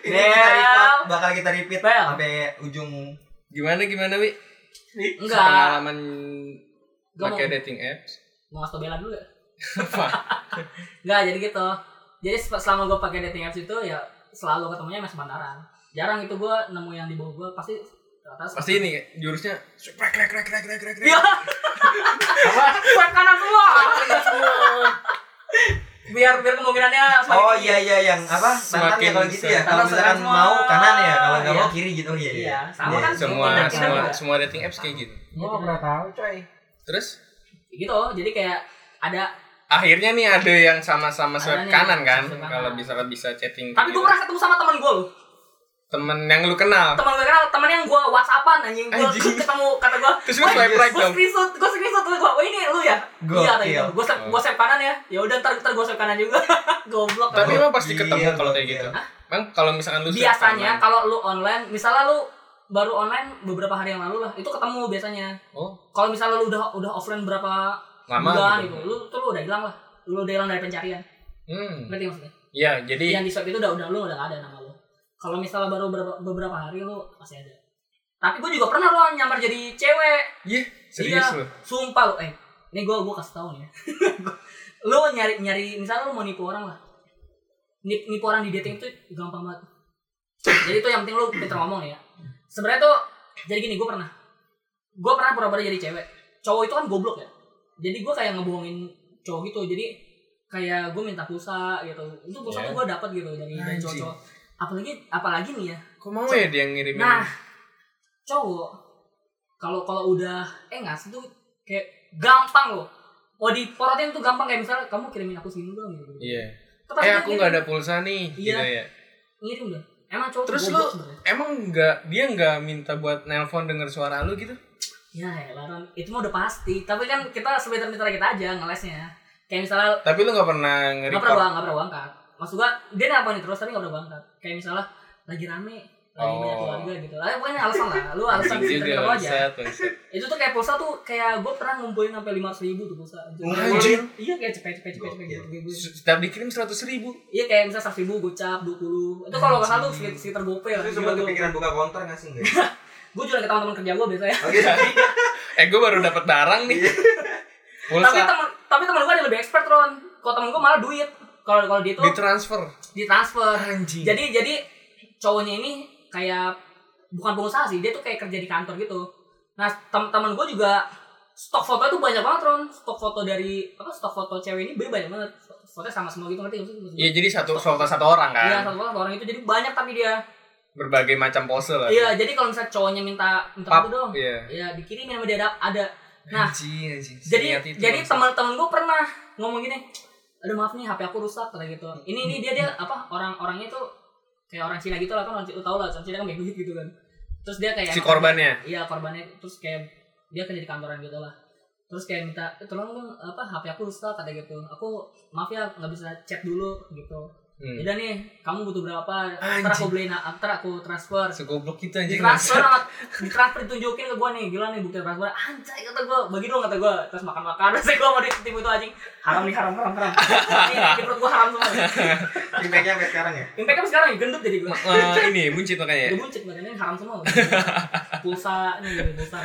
Speaker 3: ini kita repeat,
Speaker 4: Bel.
Speaker 3: bakal kita repeat
Speaker 4: Bel.
Speaker 3: sampai ujung
Speaker 2: Gimana gimana, Wi?
Speaker 4: enggak
Speaker 2: Pengalaman
Speaker 4: Gua mau-
Speaker 2: pakai dating apps.
Speaker 4: mau ngasih tau bela dulu ya
Speaker 2: Apa?
Speaker 4: <laughs> enggak jadi gitu jadi se- selama gue pakai dating apps itu ya selalu ketemunya sama sepantaran jarang itu gue nemu yang di bawah gue pasti rata-rata
Speaker 2: Pasti ini jurusnya krek krek krek krek krek krek.
Speaker 4: Iya. buat kanan semua biar biar kemungkinannya semakin
Speaker 3: oh
Speaker 4: tinggi.
Speaker 3: iya iya yang apa mantan ya
Speaker 2: Semakin
Speaker 3: kalau gitu ya
Speaker 2: semakin
Speaker 3: kalau misalkan
Speaker 4: sekarang semua.
Speaker 3: mau kanan ya kalau nggak
Speaker 4: Iya.
Speaker 3: mau kiri gitu oh iya iya
Speaker 4: Iya, sama kan.
Speaker 2: Semua
Speaker 4: Kita- kita
Speaker 2: semua
Speaker 4: juga.
Speaker 2: semua dating apps kayak gitu.
Speaker 4: Iya,
Speaker 6: Gua nggak pernah tahu, coy.
Speaker 2: Terus
Speaker 4: gitu jadi kayak ada
Speaker 2: akhirnya nih ada yang sama-sama
Speaker 4: Ada
Speaker 2: swipe
Speaker 4: nih,
Speaker 2: kanan kan
Speaker 4: swipe kanan.
Speaker 2: kalau bisa bisa chatting
Speaker 4: tapi gue
Speaker 2: gitu.
Speaker 4: pernah ketemu sama temen gue loh
Speaker 2: temen yang lu kenal
Speaker 4: teman gue kenal temen yang gue whatsappan anjing gue
Speaker 2: Anjing.
Speaker 4: ketemu kata gue
Speaker 2: Terus lu swipe right
Speaker 4: gue
Speaker 2: dong.
Speaker 4: screenshot gue screenshot gue oh ini lu ya
Speaker 3: Gokil.
Speaker 4: iya tadi gue swipe gue swipe kanan ya ya udah ntar ntar gue swipe kanan juga <laughs> goblok
Speaker 2: tapi
Speaker 4: Lu.
Speaker 2: emang pasti
Speaker 3: Gokil,
Speaker 2: ketemu kalau kayak gitu
Speaker 3: gokil.
Speaker 2: bang kalau misalkan lu swipe kanan,
Speaker 4: biasanya kalau lu online misalnya lu baru online beberapa hari yang lalu lah itu ketemu biasanya
Speaker 2: oh
Speaker 4: kalau misalnya lu udah udah offline berapa
Speaker 2: lama
Speaker 4: bulan
Speaker 2: gitu
Speaker 4: gitu. lu tuh lu udah hilang lah lu udah hilang dari pencarian
Speaker 2: hmm
Speaker 4: ngerti maksudnya
Speaker 2: ya jadi
Speaker 4: yang di swipe itu udah udah lu udah gak ada nama lu kalau misalnya baru beberapa, beberapa hari lu masih ada tapi gue juga pernah loh nyamar jadi cewek
Speaker 2: iya serius
Speaker 4: Iya.
Speaker 2: lu
Speaker 4: Sumpah lu, eh, ini gue gue kasih tau nih. ya. <laughs> lu nyari nyari misalnya lu mau nipu orang lah. Nip, nipu orang di dating itu gampang banget. Jadi itu yang penting lu pinter ngomong nih ya. Sebenarnya tuh jadi gini gue pernah. Gue pernah pura-pura jadi cewek. Cowok itu kan goblok ya. Jadi gue kayak ngebohongin cowok gitu. Jadi kayak gue minta pulsa gitu. Itu pulsa tuh gue dapat gitu dari dari
Speaker 2: Iya. Anjing.
Speaker 4: cowok-cowok. Apalagi apalagi nih ya
Speaker 2: kok mau ya dia ngirimin
Speaker 4: Nah, cowok kalau kalau udah engas itu kayak gampang loh. Mau diporotin tuh gampang kayak misalnya kamu kirimin aku segini dong gitu.
Speaker 2: iya
Speaker 4: Itu pasti
Speaker 2: eh
Speaker 4: dia
Speaker 2: aku nggak ada pulsa nih
Speaker 4: Iya.
Speaker 2: gitu ya
Speaker 4: Ngirim deh. Emang cowok
Speaker 2: Terus
Speaker 4: goblok
Speaker 2: lu-
Speaker 4: sebenarnya.
Speaker 2: emang nggak dia nggak minta buat nelpon denger suara lu gitu
Speaker 4: Ya elah Ron, itu mah udah pasti. Tapi kan kita sebiter-biter kita aja ngelesnya. Kayak misalnya
Speaker 2: tapi lu nggak pernah
Speaker 4: nggak pernah
Speaker 2: nge-record
Speaker 4: bang, nggak pernah bangkat. Maksud gua dia nelponin terus tapi nggak pernah bangkat. Kayak misalnya lagi rame, lagi banyak
Speaker 2: Oh.
Speaker 4: keluarga gitu. Lah pokoknya alasan lah.
Speaker 2: <laughs>
Speaker 4: Lu alasan
Speaker 2: Anjing
Speaker 4: kita
Speaker 2: Iya juga
Speaker 4: aja.
Speaker 2: bangsat, bangsat.
Speaker 4: itu tuh kayak pulsa tuh kayak gue pernah ngumpulin sampai lima ratus ribu tuh pulsa
Speaker 2: Anjing.
Speaker 4: iya kayak cepet cepet cepet cepet gitu gitu.
Speaker 2: setiap dikirim seratus ribu
Speaker 4: iya kayak misalnya seratus ribu gocap dua puluh itu kalau nggak salah tuh sekitar, sekitar gope lah
Speaker 3: Terus sempat kepikiran buka konter nggak sih enggak?
Speaker 4: gue jual ke teman-teman kerja gue biasanya
Speaker 3: Oke,
Speaker 2: Oh,
Speaker 4: <laughs>
Speaker 2: eh gue baru dapat barang nih pulsa
Speaker 4: Iya. tapi teman tapi teman gue ada lebih expert Ron kalau temen gue malah duit kalau kalau dia tuh
Speaker 2: ditransfer
Speaker 4: ditransfer
Speaker 2: anjing
Speaker 4: jadi jadi cowoknya ini kayak bukan pengusaha sih dia tuh kayak kerja di kantor gitu nah teman-teman gue juga stok foto itu banyak banget Ron stok foto dari apa stok foto cewek ini banyak banget fotonya sama semua gitu ngerti nggak sih?
Speaker 2: Iya jadi satu soal satu orang kan.
Speaker 4: Iya, satu orang, satu orang itu jadi banyak tapi dia.
Speaker 2: berbagai macam pose lah.
Speaker 4: Iya, jadi kalau misalnya cowoknya minta minta
Speaker 2: Pap,
Speaker 4: aku dong.
Speaker 2: Iya.
Speaker 4: Iya, dikirimin sama dia ada ada. Nah,
Speaker 2: Anjing, anjing.
Speaker 4: jadi
Speaker 2: Niat itu,
Speaker 4: jadi
Speaker 2: bangsa.
Speaker 4: teman-teman gue pernah ngomong gini aduh maaf nih HP aku rusak kata gitu ini ini dia dia apa orang orangnya tuh kayak orang Cina gitu lah kan orang Cina tau lah orang Cina kan banyak duit gitu kan terus dia kayak
Speaker 2: si korbannya.
Speaker 4: iya korbannya terus kayak dia kerja di kantoran gitu lah terus kayak minta "Eh, tolong dong apa HP aku rusak kata gitu aku maaf ya nggak bisa chat dulu gitu
Speaker 2: Hmm.
Speaker 4: udah nih kamu butuh berapa ntar
Speaker 2: Anjing.
Speaker 4: aku beliin ntar aku transfer
Speaker 2: Segoblok kita anjing. <laughs>
Speaker 4: Iya. ditransfer amat ditransfer ditunjukin ke gue nih gila nih bukti transfer anjay kata gue bagi dong kata gue terus makan makan <laughs> terus gue mau ditipu itu anjing haram nih haram haram haram Ini di perut gue haram semua
Speaker 3: Impactnya sampai sekarang ya.
Speaker 4: impactnya sekarang ya, gendut jadi gue
Speaker 2: Eh, ini buncit makanya.
Speaker 4: gue buncit badannya haram semua pulsa nih gitu, pulsa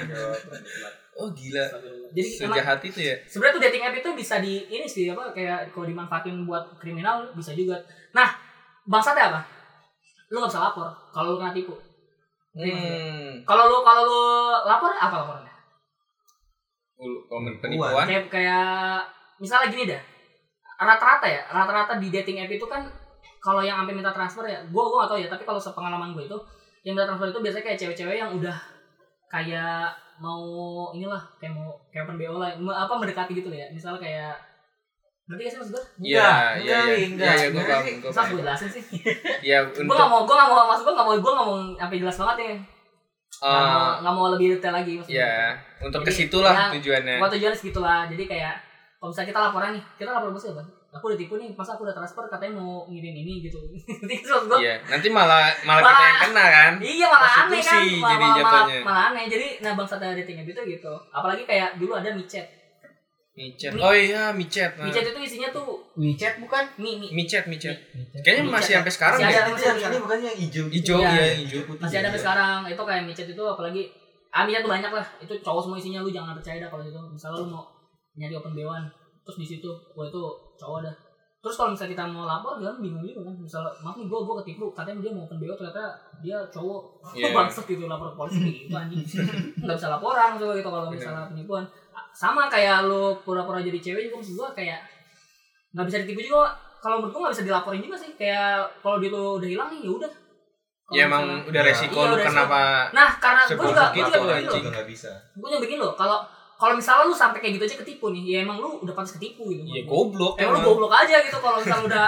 Speaker 2: Oh gila.
Speaker 4: jadi emang
Speaker 2: Sejahat itu ya.
Speaker 4: sebenarnya tuh dating app itu bisa di ini sih apa kayak kalau dimanfaatin buat kriminal bisa juga nah bangsatnya apa lu gak bisa lapor kalau lu kena tipu
Speaker 2: Hmm.
Speaker 4: kalau lu kalau lu lapor apa laporannya
Speaker 2: Ulu- Komen penipuan.
Speaker 4: kayak kayak misalnya gini dah rata-rata ya rata-rata di dating app itu kan kalau yang sampai minta transfer ya gue gue gak tau ya tapi kalau sepengalaman gue itu yang minta transfer itu biasanya kayak cewek-cewek yang udah kayak mau inilah kayak mau kayak open bo lah me- apa mendekati gitu loh ya misalnya kayak berarti gak sih maksud gue
Speaker 2: Iya, iya,
Speaker 5: Enggak,
Speaker 2: iya. Iya,
Speaker 5: enggak,
Speaker 2: iya, gue
Speaker 5: enggak.
Speaker 2: paham, gue
Speaker 4: masa gue
Speaker 2: paham.
Speaker 4: jelasin sih
Speaker 2: Iya,
Speaker 4: gue gak
Speaker 2: untuk
Speaker 4: mau gue gak mau maksud gue gak mau gue gak mau sampai jelas banget ya nggak mau
Speaker 2: eh,
Speaker 4: nggak mau lebih detail lagi maksud
Speaker 2: ya,
Speaker 4: gue.
Speaker 2: untuk
Speaker 4: Jadi,
Speaker 2: ke situ lah
Speaker 4: ya,
Speaker 2: tujuannya.
Speaker 4: Gua tujuannya segitulah. Jadi kayak kalau misalnya kita laporan nih, kita lapor bos ya, Bang. Aku udah tipu nih, masa aku udah transfer katanya mau ngirim ini gitu. <laughs> Nanti terus gua
Speaker 2: Iya, nanti malah malah kita
Speaker 4: Malah-
Speaker 2: yang kena kan.
Speaker 4: Iya malah aneh kan,
Speaker 2: Prostitusi
Speaker 4: malah,
Speaker 2: jadi
Speaker 4: malah, malah,
Speaker 2: jatuhnya.
Speaker 4: malah aneh. Jadi nah bangsa dating app itu gitu. Apalagi kayak dulu ada micet.
Speaker 2: Micet. Oh iya, micet. Nah.
Speaker 4: Micet itu isinya tuh
Speaker 6: WeChat bukan?
Speaker 4: mie mie.
Speaker 2: Micet, micet. Kayaknya
Speaker 4: Micet,
Speaker 2: masih
Speaker 4: ya?
Speaker 2: sampai sekarang
Speaker 4: Masih
Speaker 2: ya.
Speaker 4: ada.
Speaker 3: Itu yang ini bukan yang hijau.
Speaker 2: Hijau,
Speaker 4: Iya.
Speaker 2: iya, hijau.
Speaker 4: Masih ada sampai sekarang. Itu kayak micet itu apalagi ah micet tuh banyak lah. Itu cowok semua isinya lu jangan percaya dah kalau itu. Misalnya lu mau nyari open dewan terus di situ gua itu cowok dah. Terus kalau misalnya kita mau lapor kan bingung juga kan. Misalnya maaf nih gua gua ketipu katanya dia mau open dewan ternyata dia cowok.
Speaker 2: Iya.
Speaker 4: Yeah. <laughs> Bangsat gitu lapor ke polisi gitu anjing. Enggak bisa laporan juga gitu kalau
Speaker 2: Iya.
Speaker 4: misalnya penipuan. Sama kayak lu pura-pura jadi cewek juga maksud gua kayak nggak bisa ditipu juga kalau menurut gua nggak bisa dilaporin juga sih kayak kalau dia tuh udah hilang nih ya udah Kalau
Speaker 2: Ya emang
Speaker 4: misalnya-
Speaker 2: udah
Speaker 3: Iya,
Speaker 2: resiko
Speaker 4: iya,
Speaker 2: lu
Speaker 4: udah
Speaker 2: kenapa
Speaker 4: Nah, karena gue
Speaker 2: Sebuah
Speaker 4: juga gue
Speaker 2: sakit
Speaker 4: juga
Speaker 2: atau
Speaker 4: begini loh.
Speaker 2: anjing.
Speaker 3: nggak bisa.
Speaker 4: Gue juga begini loh. Kalau kalau misalnya lu sampai kayak gitu aja ketipu nih, ya emang lu udah pantas ketipu gitu.
Speaker 2: ya goblok
Speaker 4: emang lu
Speaker 2: emang.
Speaker 4: goblok aja gitu kalau misalnya
Speaker 2: <laughs>
Speaker 4: udah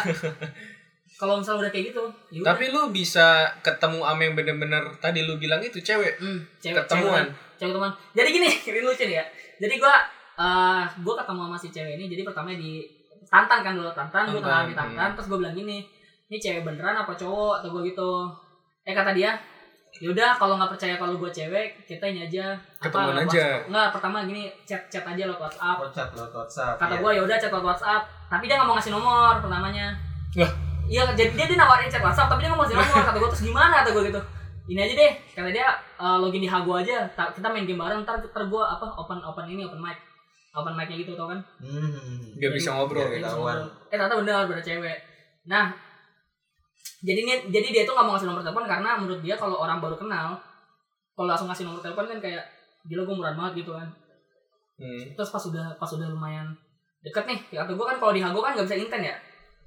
Speaker 4: kalau misalnya udah kayak gitu. Ya udah.
Speaker 2: Tapi lu bisa ketemu ama yang bener-bener tadi lu bilang itu cewek.
Speaker 4: Hmm, cewek
Speaker 2: Ketemuan.
Speaker 4: cewek, cewek teman. Jadi gini, <laughs> ini lucu nih ya. Jadi gue eh gue ketemu sama si cewek ini. Jadi pertama di tantan kan dulu tantan,
Speaker 2: Tantan,
Speaker 4: gue
Speaker 2: iya.
Speaker 4: kenal di tantan. Terus gue bilang gini, ini cewek beneran apa cowok atau gue gitu. Eh kata dia, yaudah kalau nggak percaya kalau gue cewek, kita ini aja. Apa,
Speaker 2: Ketemuan aja."
Speaker 4: WhatsApp." Nggak pertama gini, chat chat aja lo WhatsApp.
Speaker 3: WhatsApp lo WhatsApp. iya.
Speaker 4: Kata gue yaudah chat lewat WhatsApp. Tapi dia nggak mau ngasih nomor pertamanya.
Speaker 2: Lah.
Speaker 4: Iya, jadi dia, dia nawarin chat WhatsApp, tapi dia nggak mau ngasih nomor. Kata gue terus gimana? Kata gue gitu ini aja deh kata dia "Eh, login di hago aja Ta- kita main game bareng ntar ntar gue apa open open ini open mic open mic-nya gitu tau kan
Speaker 3: Hmm.
Speaker 2: Biar bisa ngobrol.
Speaker 3: Iya. ketahuan.
Speaker 4: eh ternyata bener bener cewek nah jadi ini jadi dia tuh nggak mau ngasih nomor telepon karena menurut dia kalau orang baru kenal kalau langsung ngasih nomor telepon kan kayak gila gue murah banget gitu kan
Speaker 2: Hmm.
Speaker 4: terus pas udah pas udah lumayan deket nih ya kata gue kan kalau di hago kan nggak bisa intent ya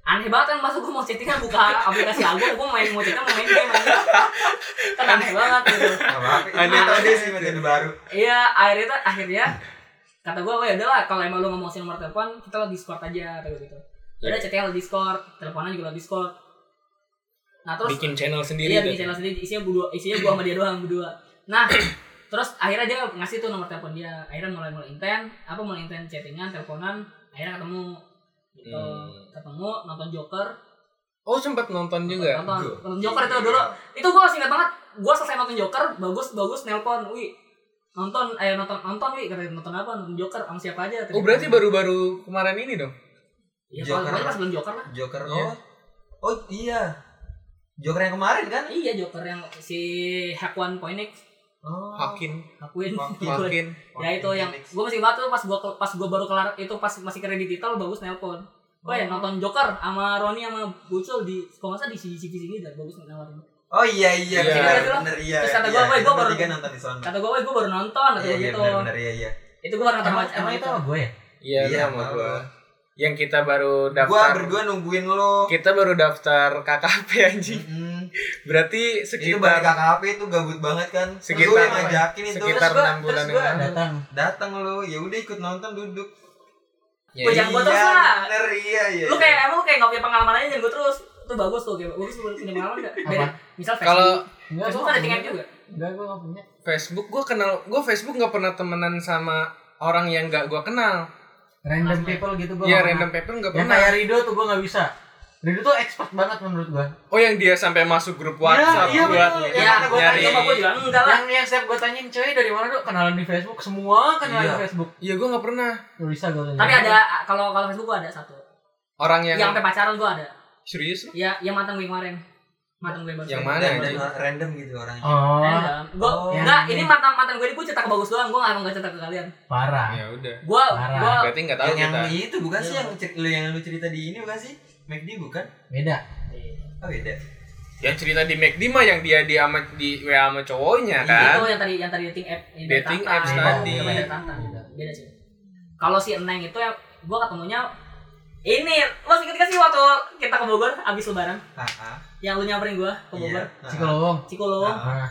Speaker 4: aneh banget kan masa gue mau chattingan buka aplikasi hago gue main mau chattingan mau main game anjing. kan aneh banget gitu
Speaker 3: Nggak apa-apa. <laughs> Ini
Speaker 4: Aneh.
Speaker 3: tadi sih metode baru.
Speaker 4: Iya, akhirnya tuh- akhirnya kata gue, ya udahlah kalau emang lu nggak mau ngasih nomor telepon, kita lo Discord aja atau gitu. Udah chatnya lo Discord, teleponan juga lo Discord. Nah terus
Speaker 2: Bikin channel sendiri.
Speaker 4: iya
Speaker 2: tuh.
Speaker 4: bikin channel sendiri, isinya berdua, isinya gua sama dia doang berdua. Nah <clears throat> terus akhirnya dia ngasih tuh nomor telepon dia, akhirnya mulai mulai intent, apa mulai intent chattingan, teleponan, akhirnya ketemu gitu,
Speaker 2: Hmm.
Speaker 4: ketemu nonton Joker,
Speaker 2: Oh sempat nonton juga.
Speaker 4: nonton,
Speaker 3: Bro.
Speaker 4: nonton Joker itu dulu itu gue masih ingat banget gue selesai nonton Joker bagus bagus nelpon wi nonton eh nonton nonton wi kata nonton apa nonton Joker sama siapa aja
Speaker 2: Oh berarti baru-baru kemarin ini dong?
Speaker 4: ya, kalau
Speaker 3: Joker.
Speaker 4: pokoknya pas belum Joker lah
Speaker 3: Joker.
Speaker 2: Iya.
Speaker 3: Oh. Oh iya. Joker yang kemarin kan?
Speaker 4: iya Joker yang si Hakwan Phoenix
Speaker 3: Oh.
Speaker 2: Hakin,
Speaker 4: Hakuin <laughs> gitu
Speaker 2: makin.
Speaker 4: ya itu yang gue masih ingat tuh pas gue pas gue baru kelar itu pas masih kredit title bagus nelpon Gue ya nonton Joker sama Roni sama Bucul di kalau nggak salah di sini sini sini dah bagus nawarin.
Speaker 3: Oh iya iya.
Speaker 2: Iya.
Speaker 3: Benar
Speaker 4: Terus
Speaker 3: benar iya.
Speaker 4: terus
Speaker 3: iya,
Speaker 4: kata gua, "Woy,
Speaker 3: kita
Speaker 4: gua baru-
Speaker 3: bertiga nonton di sana.
Speaker 4: Kata gue, gue baru nonton atau
Speaker 3: Iya iya
Speaker 4: gitu.
Speaker 3: benar benar iya iya.
Speaker 4: Itu gue baru nonton gitu.
Speaker 6: Emang,
Speaker 4: sama-
Speaker 6: emang
Speaker 4: sama
Speaker 6: itu
Speaker 4: itu.
Speaker 6: sama gue ya?
Speaker 2: Iya,
Speaker 3: Iya,
Speaker 2: sama
Speaker 3: sama
Speaker 2: gua.
Speaker 3: gua.
Speaker 2: yang kita baru
Speaker 3: Gua
Speaker 2: daftar
Speaker 3: berdua nungguin lo.
Speaker 2: kita baru daftar KKP anjing
Speaker 3: Mm-mm.
Speaker 2: berarti
Speaker 3: Itu
Speaker 2: sekitar
Speaker 3: balik KKP itu gabut banget kan.
Speaker 2: Sekitar-
Speaker 3: lu yang ngajakin itu.
Speaker 2: sekitar
Speaker 4: Terus gua-
Speaker 2: enam bulan
Speaker 4: terus
Speaker 2: yang
Speaker 4: gua-
Speaker 2: lalu
Speaker 6: datang
Speaker 3: Datang lo, ya udah ikut nonton duduk.
Speaker 2: Ya,
Speaker 4: Gua
Speaker 2: iya.
Speaker 4: jangan gua terus lah.
Speaker 3: bener, iya, iya.
Speaker 4: Lu kayak emang lu kayak nggak punya pengalaman aja jangan gue terus. Itu bagus tuh, kayak bagus lu punya pengalaman nggak?
Speaker 6: Apa?
Speaker 4: Beda- Misal Facebook.
Speaker 2: kalau
Speaker 6: enggak
Speaker 4: Facebook
Speaker 6: gua
Speaker 4: kan ada
Speaker 6: nggak
Speaker 4: tingkat
Speaker 6: punya.
Speaker 4: juga.
Speaker 6: enggak gua nggak punya
Speaker 2: Facebook gue kenal gue Facebook nggak pernah temenan sama orang yang nggak gue kenal
Speaker 6: random
Speaker 4: Langsung.
Speaker 6: people gitu gua
Speaker 2: ya
Speaker 6: nggak
Speaker 2: random people nggak
Speaker 6: pernah. yang
Speaker 2: pernah
Speaker 6: kayak Rido tuh gua nggak bisa Rido tuh expert banget menurut gua
Speaker 2: oh yang dia sampai masuk grup WhatsApp
Speaker 6: iya,
Speaker 2: buat
Speaker 6: betul.
Speaker 4: Ya,
Speaker 6: Yang
Speaker 4: gua tanya
Speaker 2: nyari
Speaker 4: sama gua juga enggak lah.
Speaker 6: yang yang setiap gua tanyain cewek dari mana tuh kenalan di Facebook semua kenalan
Speaker 3: Iya.
Speaker 6: di Facebook
Speaker 2: iya gue nggak pernah
Speaker 6: gak bisa gua
Speaker 5: Ya.
Speaker 6: tanya
Speaker 4: Tapi ada kalau kalau Facebook gua ada satu.
Speaker 2: orang yang,
Speaker 4: Yang sampai pacaran gua ada.
Speaker 2: serius lu?
Speaker 4: Ya, yang mantan gue kemarin. Mantan gue baru.
Speaker 2: yang
Speaker 3: Dan
Speaker 2: mana anjing?
Speaker 3: random- random gitu orangnya.
Speaker 6: oh
Speaker 4: Random. Iya. Gua
Speaker 3: Oh.
Speaker 4: enggak, ini mantan mantan gue ini gue cerita ke bagus doang, gua emang gak cerita ke kalian.
Speaker 6: parah
Speaker 5: Iya.
Speaker 2: ya udah
Speaker 4: Gua
Speaker 6: Parah.
Speaker 4: gua
Speaker 2: berarti nggak tahu
Speaker 3: yang yang
Speaker 2: kita
Speaker 3: itu bukan sih
Speaker 4: Iya.
Speaker 3: yang cer- lu yang lu cerita di ini bukan sih? McD bukan?
Speaker 6: beda
Speaker 3: Oh beda.
Speaker 2: yang cerita di McD mah yang dia di ama di WA sama
Speaker 4: Iya.
Speaker 2: cowoknya kan
Speaker 4: itu yang tadi yang tadi dating app yang dari
Speaker 2: Dating
Speaker 4: Tantan.
Speaker 2: apps
Speaker 4: Oh,
Speaker 2: tadi.
Speaker 4: bukan dari Tantan. Beda sih. Kalau si Eneng itu yang gua ketemunya ini lo inget gak sih waktu kita ke Bogor abis lebaran
Speaker 3: Heeh.
Speaker 4: yang lu nyamperin gua ke
Speaker 3: Ah, Iya. Ah,
Speaker 4: Bogor
Speaker 3: ah.
Speaker 6: psikolog
Speaker 4: Cikolowong
Speaker 6: ah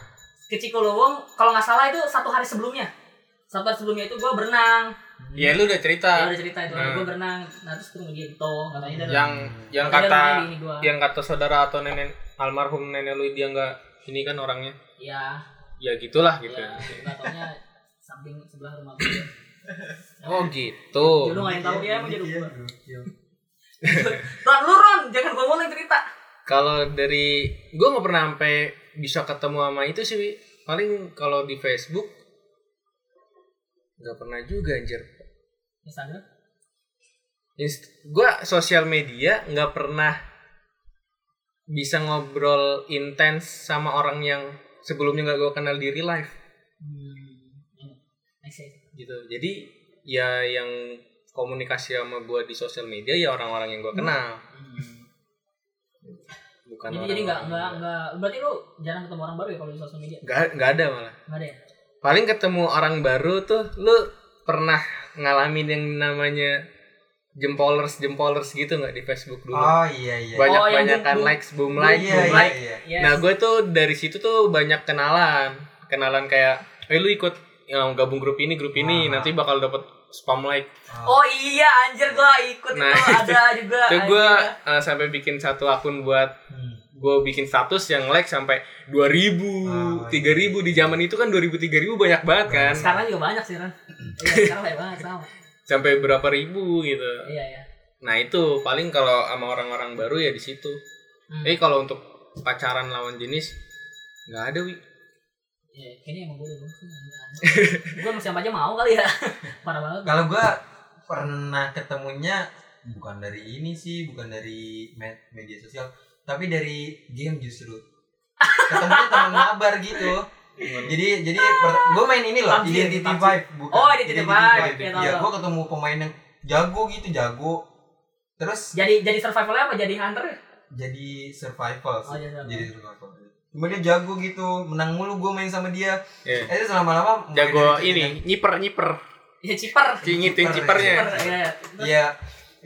Speaker 4: ke Cikolowong kalau nggak salah itu satu hari sebelumnya satu hari sebelumnya itu gua berenang
Speaker 2: ya lu udah cerita
Speaker 4: ya udah cerita itu
Speaker 2: Hmm.
Speaker 4: gua berenang nah terus ketemu dia gitu katanya dia
Speaker 2: yang yang
Speaker 4: katanya dia
Speaker 2: kata
Speaker 4: rumahnya di ini gua
Speaker 2: yang kata saudara atau nenek almarhum nenek lu dia nggak ini kan orangnya
Speaker 4: ya
Speaker 2: ya gitulah gitu
Speaker 4: ya nggak taunya samping sebelah rumah gue
Speaker 2: oh gitu
Speaker 4: dulu nggak yang tahu dia emang jadi
Speaker 3: Iya,
Speaker 4: gua
Speaker 3: gokil.
Speaker 4: Ron lu Ron jangan gua mulai cerita
Speaker 2: kalau dari gue nggak pernah sampai bisa ketemu sama itu sih Wi. paling kalau di Facebook nggak pernah juga anjir
Speaker 4: Instagram
Speaker 2: gue sosial media nggak pernah bisa ngobrol intens sama orang yang sebelumnya nggak gue kenal di real life
Speaker 4: hmm. Next ya.
Speaker 2: gitu jadi ya yang komunikasi sama gue di sosial media ya orang-orang yang gue kenal bukan
Speaker 4: Hmm. Jadi
Speaker 2: orang
Speaker 4: jadi nggak nggak nggak berarti lu jarang ketemu orang baru ya kalau di sosial media
Speaker 2: nggak nggak ada malah
Speaker 4: nggak ada ya
Speaker 2: paling ketemu orang baru tuh lu pernah ngalamin yang namanya jempolers jempolers gitu nggak di Facebook dulu
Speaker 3: Oh iya iya.
Speaker 2: banyak
Speaker 4: Oh, yang
Speaker 2: banyakan
Speaker 4: boom, boom.
Speaker 2: likes boom like
Speaker 3: iya,
Speaker 2: boom
Speaker 3: iya,
Speaker 2: like
Speaker 3: iya.
Speaker 4: Yes.
Speaker 2: nah gue tuh dari situ tuh banyak kenalan kenalan kayak eh lu ikut ya, gabung grup ini grup ini
Speaker 3: Ah.
Speaker 2: nanti bakal dapet spam like
Speaker 4: Oh iya anjir gua ikut
Speaker 2: Nah,
Speaker 4: itu ada juga.
Speaker 2: tuh gue eh,
Speaker 4: anjir.
Speaker 2: sampai bikin satu akun buat
Speaker 3: Hmm.
Speaker 2: gue bikin status yang like sampai 2000
Speaker 3: Ah, iya.
Speaker 2: 3000 di zaman itu kan 2000 3000 banyak banget kan
Speaker 4: sekarang juga banyak sih Ran. Iya, sekarang banyak banget sama.
Speaker 2: sampai berapa ribu gitu
Speaker 4: Iya ya.
Speaker 2: Nah itu paling kalau sama orang-orang baru ya di situ.
Speaker 4: Hmm.
Speaker 2: Eh kalau untuk pacaran lawan jenis nggak ada wi.
Speaker 4: Iya, kayaknya emang gue udah bosan. Gue masih sama aja mau kali ya. <laughs> Parah banget.
Speaker 3: Kalau gua pernah ketemunya bukan dari ini sih, bukan dari med- media sosial, tapi dari game justru. Ketemunya teman mabar gitu. Jadi jadi per- gua main ini loh,
Speaker 4: PUBG,
Speaker 3: Identity
Speaker 4: PUBG.
Speaker 3: Vibe bukan.
Speaker 4: Oh, Identity Vibe, iya, tahu,
Speaker 3: Ya,
Speaker 4: tahu.
Speaker 3: gua ketemu pemain yang jago gitu, jago. Terus
Speaker 4: Jadi jadi survivalnya apa jadi hunter? ya?
Speaker 3: jadi survival sih.
Speaker 4: Oh, jadi survival.
Speaker 3: jadi survival. Cuma dia jago gitu, menang mulu gua main sama dia.
Speaker 2: Iya.
Speaker 3: Eh terus lama-lama
Speaker 2: Jago
Speaker 3: mulai dari
Speaker 2: ini nyiper nyiper.
Speaker 4: Ya ciper.
Speaker 2: Cingitin
Speaker 3: Nyiper,
Speaker 2: cipernya.
Speaker 4: Ciper. Iya.
Speaker 3: Iya,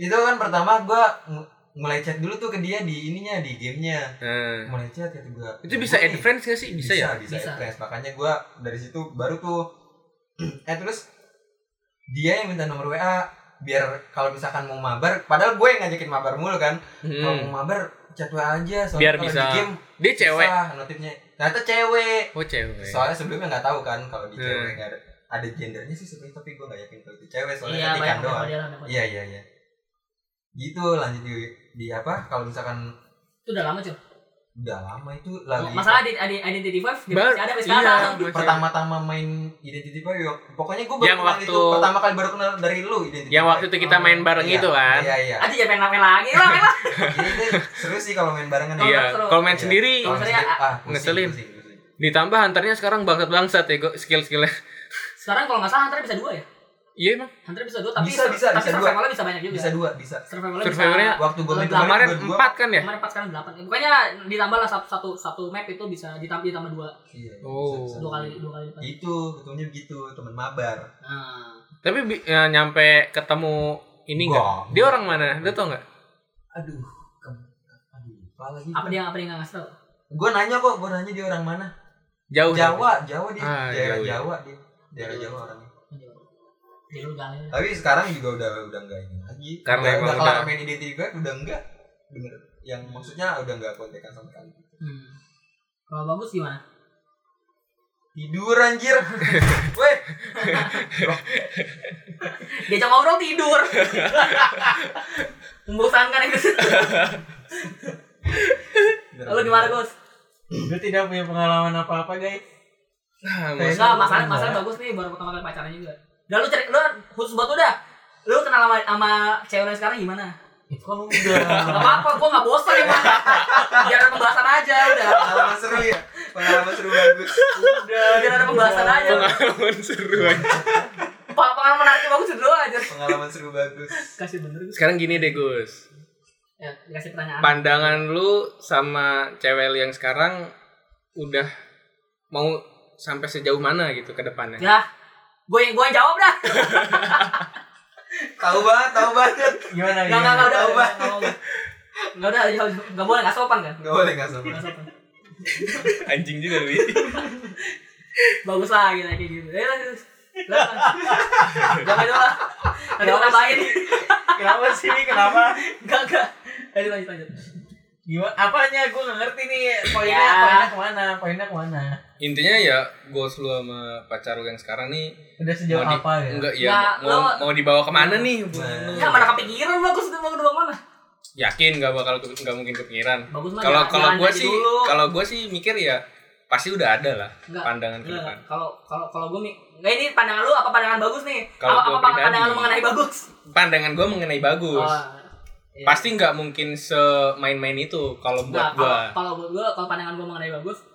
Speaker 3: itu kan pertama gua ng- mulai chat dulu tuh ke dia di ininya di gamenya
Speaker 2: Nah,
Speaker 3: mulai chat ya gua
Speaker 2: itu bisa
Speaker 3: Gua nih,
Speaker 2: advance gak sih? Bisa, ya.
Speaker 3: bisa,
Speaker 4: Bisa.
Speaker 3: advance makanya gua dari situ baru tuh <clears throat> eh terus dia yang minta nomor wa biar kalau misalkan mau mabar padahal gue yang ngajakin mabar mulu kan kalau
Speaker 2: Hmm.
Speaker 3: mau mabar chat wa aja soalnya
Speaker 2: Biar
Speaker 3: kalau
Speaker 2: bisa.
Speaker 3: di game
Speaker 2: Dia cewek.
Speaker 3: susah notifnya ternyata cewek
Speaker 2: Oh cewek.
Speaker 3: soalnya sebelumnya nggak tahu kan kalau di
Speaker 2: Hmm.
Speaker 3: cewek nggak ada ada gendernya sih sebenarnya tapi gue nggak yakin kalau itu cewek soalnya
Speaker 4: Iya,
Speaker 3: ketikan
Speaker 4: banyak
Speaker 3: doang
Speaker 4: banyak dia
Speaker 3: Iya iya iya. Gitu lanjut di, di apa? Kalau misalkan
Speaker 4: Itu udah lama,
Speaker 3: Iya,
Speaker 4: cuy.
Speaker 3: udah lama itu lagi
Speaker 2: Oh,
Speaker 4: Masalah di di identity five dia
Speaker 2: Baru-
Speaker 4: masih ada sampai
Speaker 2: iya,
Speaker 4: sekarang.
Speaker 2: masih-
Speaker 3: pertama-tama main identity Boy, yo- pokoknya gue baru
Speaker 2: Yang
Speaker 3: kenal
Speaker 2: waktu-
Speaker 3: itu pertama kali baru kenal dari lu identity
Speaker 2: Yang
Speaker 3: Boy.
Speaker 2: waktu itu kita main bareng
Speaker 3: Iya,
Speaker 2: itu kan.
Speaker 3: Iya iya.
Speaker 4: Aduh jangan main-main lagi lah, main lah.
Speaker 3: Jadi itu seru sih kalau main barengan.
Speaker 4: Iya.
Speaker 2: Kalau main
Speaker 3: Iya.
Speaker 2: sendiri
Speaker 3: Kalau
Speaker 4: Maksudnya,
Speaker 3: sendiri, ah, pusing,
Speaker 2: ngeselin.
Speaker 3: pusing, pusing.
Speaker 2: ditambah hantarnya sekarang bangsat-bangsat ya gua- skill-skillnya.
Speaker 4: Sekarang kalau nggak salah hunter bisa dua ya.
Speaker 2: Iya emang.
Speaker 4: Hunter bisa dua tapi
Speaker 3: Bisa, bisa,
Speaker 4: tapi
Speaker 3: bisa dua.
Speaker 4: survivalnya bisa banyak juga.
Speaker 3: Bisa dua bisa.
Speaker 4: Survivalnya
Speaker 2: Survivalnya ya?
Speaker 4: bisa
Speaker 3: Waktu gue
Speaker 4: Kalau
Speaker 3: main
Speaker 4: Kemarin
Speaker 2: Iya. Kemarin
Speaker 3: gua dua.
Speaker 2: empat kan ya?
Speaker 4: Kemarin empat sekarang delapan. Pokoknya ditambah lah satu, satu satu map itu bisa ditambah ditambah dua
Speaker 3: Iya, bisa,
Speaker 2: Oh.
Speaker 3: bisa.
Speaker 4: dua kali dua kali lipat.
Speaker 3: Iya. Itu ketemunya begitu teman mabar.
Speaker 4: Nah,
Speaker 2: Tapi bi- ya, nyampe ketemu ini enggak?
Speaker 3: Gua.
Speaker 2: Dia orang mana? Lu tau enggak?
Speaker 3: Aduh, ke- aduh, lupa lagi.
Speaker 4: Apa dia apa dia nggak ngasih tau?
Speaker 3: Gue nanya kok, gue nanya dia orang mana?
Speaker 2: Jauh.
Speaker 3: Jawa, Jawa dia,
Speaker 2: Ah,
Speaker 3: daerah
Speaker 2: Jawa,
Speaker 3: Jawa,
Speaker 2: iya.
Speaker 3: dia, daerah Jawa orangnya.
Speaker 4: Dia lu galak.
Speaker 3: Tapi sekarang juga udah udah enggak ini lagi.
Speaker 2: Karena
Speaker 3: udah,
Speaker 2: emang
Speaker 3: udah, kalau
Speaker 2: udah-
Speaker 3: main identitas udah enggak. Bener. Yang maksudnya udah enggak kontekan sama sekali.
Speaker 4: Hmm. Kalau bagus gimana?
Speaker 3: Tidur anjir. Weh,
Speaker 4: Diajak ngobrol
Speaker 2: <laughs>
Speaker 4: tidur. Membosankan itu. Lu gimana, Gus?
Speaker 5: Gue tidak punya pengalaman apa-apa guys
Speaker 2: Nah,
Speaker 5: Kayak-
Speaker 2: mas-
Speaker 4: Enggak, masalah masalah bagus nih baru pertama kali pacaran juga. Dan lu cari lu khusus buat lu dah. Lu kenal sama, sama cewek lu sekarang gimana?
Speaker 5: Itu <laughs> kan udah
Speaker 4: Gak apa-apa, gua gak <laughs> bosan emang Biar ada pembahasan aja udah
Speaker 3: pengalaman seru ya. Pengalaman seru bagus.
Speaker 5: Udah
Speaker 4: Biar ada pembahasan aja
Speaker 2: pengalaman seru aja.
Speaker 4: Pa- Pengalaman menariknya bagus dulu aja
Speaker 3: Pengalaman seru bagus.
Speaker 4: Kasih bener Gus
Speaker 2: Sekarang gini deh, Gus.
Speaker 4: Ya, kasih pertanyaan
Speaker 2: Pandangan lu sama cewek lu yang sekarang udah mau sampai sejauh mana gitu ke depannya?
Speaker 4: Ya, gue yang, gua yang jawab dah
Speaker 3: Tahu banget, tahu banget.
Speaker 5: Gimana
Speaker 4: Gak, gak, gak, udah
Speaker 3: Tahu,
Speaker 4: udah,
Speaker 3: Bang.
Speaker 4: nggak mau. Nggak udah, jawab Gak boleh, gak sopan kan
Speaker 3: Enggak boleh enggak sopan.
Speaker 4: Nggak sopan.
Speaker 2: Anjing juga lu.
Speaker 4: Bagus lah gitu, kayak gitu Ya, lah, Gus. Lah, Jangan dulu lah Nanti gue tambahin
Speaker 5: Kenapa sih ini kenapa
Speaker 4: Gak, gak Lanjut, lanjut, lanjut
Speaker 5: Gimana apanya gue gak ngerti nih Poinnya
Speaker 4: Ya.
Speaker 5: poinnya kemana Poinnya kemana
Speaker 2: Intinya ya goals lu sama pacar lu yang sekarang nih
Speaker 5: Udah sejauh
Speaker 2: mau di-
Speaker 5: apa ya
Speaker 2: Enggak, ya,
Speaker 4: Nah,
Speaker 2: mau,
Speaker 4: lu-
Speaker 2: mau dibawa kemana nih? hubungan lu?
Speaker 4: Ya, mana kepikiran lu, Gus Mau kedua mana
Speaker 2: Yakin nggak bakal ke- nggak mungkin kepikiran.
Speaker 4: Bagus mah
Speaker 2: Kalau
Speaker 4: jalan-
Speaker 2: kalau
Speaker 4: jalan
Speaker 2: gua
Speaker 4: aja
Speaker 2: sih
Speaker 4: dulu.
Speaker 2: kalau gua sih mikir ya pasti udah ada lah
Speaker 4: Nggak.
Speaker 2: pandangan ke
Speaker 4: Enggak,
Speaker 2: depan.
Speaker 4: kalau kalau kalau gue nggak ini pandangan lu apa pandangan bagus nih?
Speaker 2: Kalau
Speaker 4: apa,
Speaker 2: gua
Speaker 4: apa
Speaker 2: pribadi.
Speaker 4: pandangan lu mengenai bagus?
Speaker 2: Pandangan gua mengenai bagus.
Speaker 4: Oh, iya.
Speaker 2: Pasti nggak mungkin semain-main itu kalau buat
Speaker 4: Nggak, <laughs> kalau
Speaker 2: gua.
Speaker 4: kalau buat gua kalau pandangan gua mengenai bagus,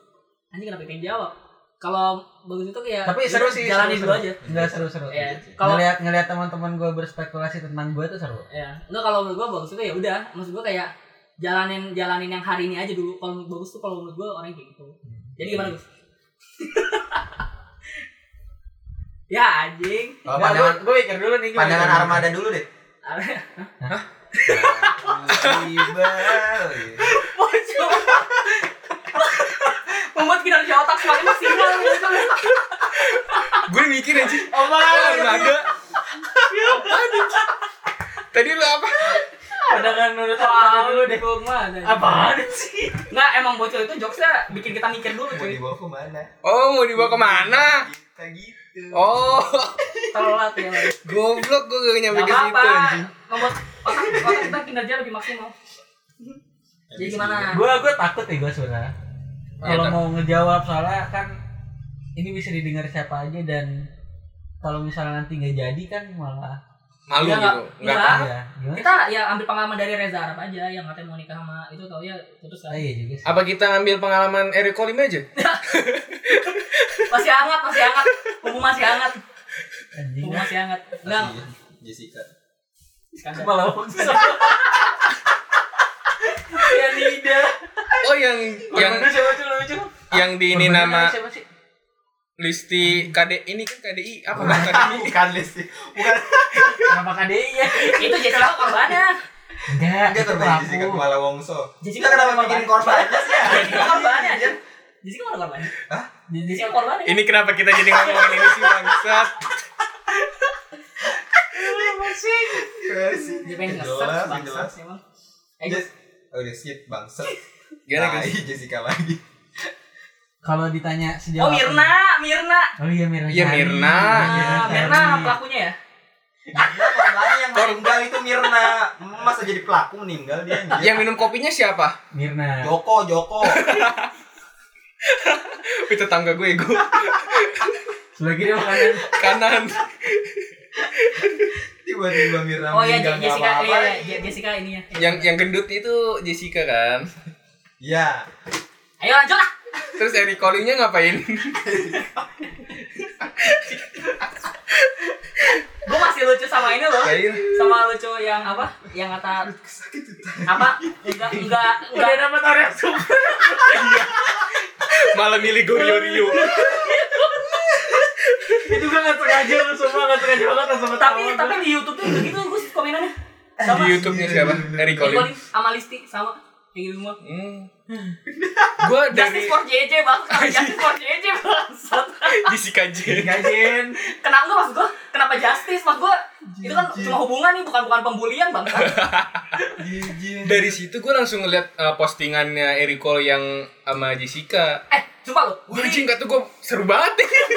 Speaker 4: anjing kenapa pengen jawab? Kalau bagus itu kayak
Speaker 5: Tapi seru Iya sih,
Speaker 4: jalanin
Speaker 5: seru,
Speaker 4: dulu
Speaker 5: seru.
Speaker 4: aja.
Speaker 5: Enggak seru-seru
Speaker 4: Iya.
Speaker 5: Kalau
Speaker 4: Kalau
Speaker 5: ngeliat ngeliat teman-teman gue berspekulasi tentang gue tuh seru.
Speaker 4: ya, enggak kalau menurut gua bagus itu ya udah, maksud gua kayak jalanin jalanin yang hari ini aja dulu. Kalau menurut bagus tuh kalau menurut gua orang yang kayak gitu. Jadi gimana, Gus? <laughs> ya anjing.
Speaker 3: Kalau pandangan
Speaker 5: gue mikir dulu nih. gimana.
Speaker 3: pandangan armada dulu deh. Tiba.
Speaker 4: Bocor. <laughs> Membuat kinerja otak semakin maksimal gitu.
Speaker 2: Gue mikir aja
Speaker 5: Oh, Apaan?
Speaker 2: ada. Tadi lu apa?
Speaker 4: kan
Speaker 5: Pandangan menurut
Speaker 4: Apaan
Speaker 5: armada dulu deh.
Speaker 4: Bung, mana?
Speaker 5: Apaan sih?
Speaker 4: Nggak, emang bocor itu jokesnya bikin kita mikir dulu
Speaker 3: Mau
Speaker 4: cuy
Speaker 3: dibawa kemana?
Speaker 2: Oh, mau dibawa kemana?
Speaker 3: Kita gitu.
Speaker 2: Oh, <laughs>
Speaker 4: Telat ya
Speaker 2: goblok gua gak nyampe
Speaker 4: Gak
Speaker 2: ke situ
Speaker 4: apa-apa
Speaker 2: anjing.
Speaker 4: Membuat otak, otak kita kinerja lebih maksimal Jadi gimana?
Speaker 5: Gue gue takut nih gue sebenarnya.
Speaker 2: Iya,
Speaker 5: Kalau
Speaker 2: tak-
Speaker 5: mau ngejawab soalnya kan ini bisa didengar siapa aja dan kalau misalnya nanti nggak jadi kan malah
Speaker 2: Malu
Speaker 4: Iya,
Speaker 2: gitu.
Speaker 4: nggak-
Speaker 2: Enggak.
Speaker 4: Ah?
Speaker 5: ya gimana?
Speaker 4: Kita ya ambil pengalaman dari Reza Arab aja Yang katanya mau nikah sama itu tau ya putus
Speaker 5: Ah,
Speaker 4: kan
Speaker 5: iya juga sih.
Speaker 2: Apa kita ngambil pengalaman Eric Colim aja?
Speaker 4: Masih hangat, masih hangat Hubung masih hangat
Speaker 5: Anjing.
Speaker 4: Hubung masih hangat Enggak
Speaker 3: Kasih Iya, Jessica.
Speaker 4: Skandal.
Speaker 5: Malah
Speaker 4: Ya tidak
Speaker 2: Oh, yang yang
Speaker 5: siapa sih lucu?
Speaker 2: yang di ini nama
Speaker 5: siapa sih?
Speaker 2: Listi KD ini kan KDI apa bukan KDI?
Speaker 3: Bukan list Bukan.
Speaker 5: Kenapa KDI ya?
Speaker 4: Itu Jessica korbannya
Speaker 5: Enggak,
Speaker 3: Dia
Speaker 5: itu
Speaker 3: terbaik Jessica
Speaker 5: aku.
Speaker 3: Kumala Wongso.
Speaker 4: Jessica
Speaker 3: Kita kenapa
Speaker 4: Kumala
Speaker 3: bikin
Speaker 4: Wongso.
Speaker 3: korbannya sih?
Speaker 4: Jessica korbannya aja Jessica mana korbannya?
Speaker 5: Jadi
Speaker 4: Jessica korbannya
Speaker 2: Ini kenapa kita jadi ngomongin ini sih bangsat?
Speaker 4: <laughs> Dia pengen nge-search
Speaker 3: Jelas, jelas.
Speaker 4: bangsat emang Eh,
Speaker 3: Jess- Oh, uudah skip bangset.
Speaker 4: <laughs>
Speaker 2: Gimana, Gus?
Speaker 3: Tai, Jessica lagi.
Speaker 5: kalau ditanya sejauh
Speaker 4: Oh
Speaker 5: apa-
Speaker 4: Mirna, Mirna.
Speaker 5: Oh iya Mirna.
Speaker 2: Iya,
Speaker 5: Syari.
Speaker 2: Mirna.
Speaker 4: Ah,
Speaker 5: Syari.
Speaker 4: Mirna pelakunya ya?
Speaker 3: Dia korbannya yang meninggal itu Mirna. Masa jadi pelaku meninggal dia.
Speaker 2: Yang minum kopinya siapa?
Speaker 5: Mirna.
Speaker 3: Joko, Joko.
Speaker 2: Itu tangga gue, gue
Speaker 5: Sebelah kiri apa kanan?
Speaker 2: kanan.
Speaker 3: <laughs> Tiba-tiba Mirna
Speaker 4: Oh iya
Speaker 3: meninggal nggak
Speaker 4: Jessica,
Speaker 3: apa-apa.
Speaker 4: iya, iya Jessica ini ya.
Speaker 2: Yang yang gendut itu Jessica kan.
Speaker 3: Iya.
Speaker 4: Ayo lanjut lah.
Speaker 2: Terus Eric Colimnya ngapain? <laughs>
Speaker 4: Gue masih lucu sama ini loh.
Speaker 2: Cair.
Speaker 4: Sama lucu yang apa? Yang kata apa? Enggak, enggak,
Speaker 5: Udah
Speaker 4: enggak.
Speaker 5: dapat orang super.
Speaker 2: Malah milih Gorio Rio.
Speaker 5: Itu gue nggak sengaja lu semua nggak sengaja banget sama
Speaker 4: Tapi tapi di YouTube tuh gitu gitu gue komenannya
Speaker 2: Di YouTube-nya siapa? Dari Colin.
Speaker 4: Colin sama Listi sama kayak gitu semua.
Speaker 2: Hmm. Gue dari
Speaker 4: Justice for JJ bang, Justice for JJ bangsat.
Speaker 2: Jessica J.
Speaker 5: Gajen.
Speaker 4: Kenapa enggak maksud gua? Kenapa Justice? Maksud gua itu kan cuma hubungan nih, bukan bukan pembulian bang.
Speaker 2: Dari situ gue langsung ngeliat eh, postingannya Eric Cole yang sama Jessica.
Speaker 4: Eh, sumpah lu.
Speaker 2: Wah, anjing kata gue seru banget <laughs> Iya. nih.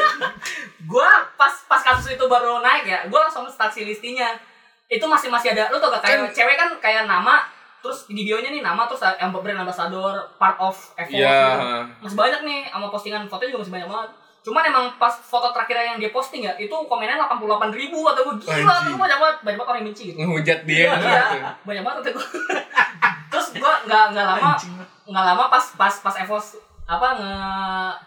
Speaker 4: Gua pas pas kasus itu baru naik ya, gua langsung start si listinya. Itu masih masih ada, lu tau gak kayak
Speaker 2: Kan-
Speaker 4: cewek kan kayak nama terus di bio-nya nih nama terus yang brand ambassador part of Evo
Speaker 2: Iya.
Speaker 4: gitu. masih banyak nih sama postingan fotonya juga masih banyak banget cuman emang pas foto terakhir yang dia posting ya itu komennya 88 ribu atau gue gila kata
Speaker 2: Anjing.
Speaker 4: gue banyak banget banyak banget orang yang benci gitu
Speaker 2: Ngehujat dia. Gitu.
Speaker 4: Iya, banyak banget kata gue <laughs> terus gue nggak nggak lama nggak lama pas pas pas evos apa nge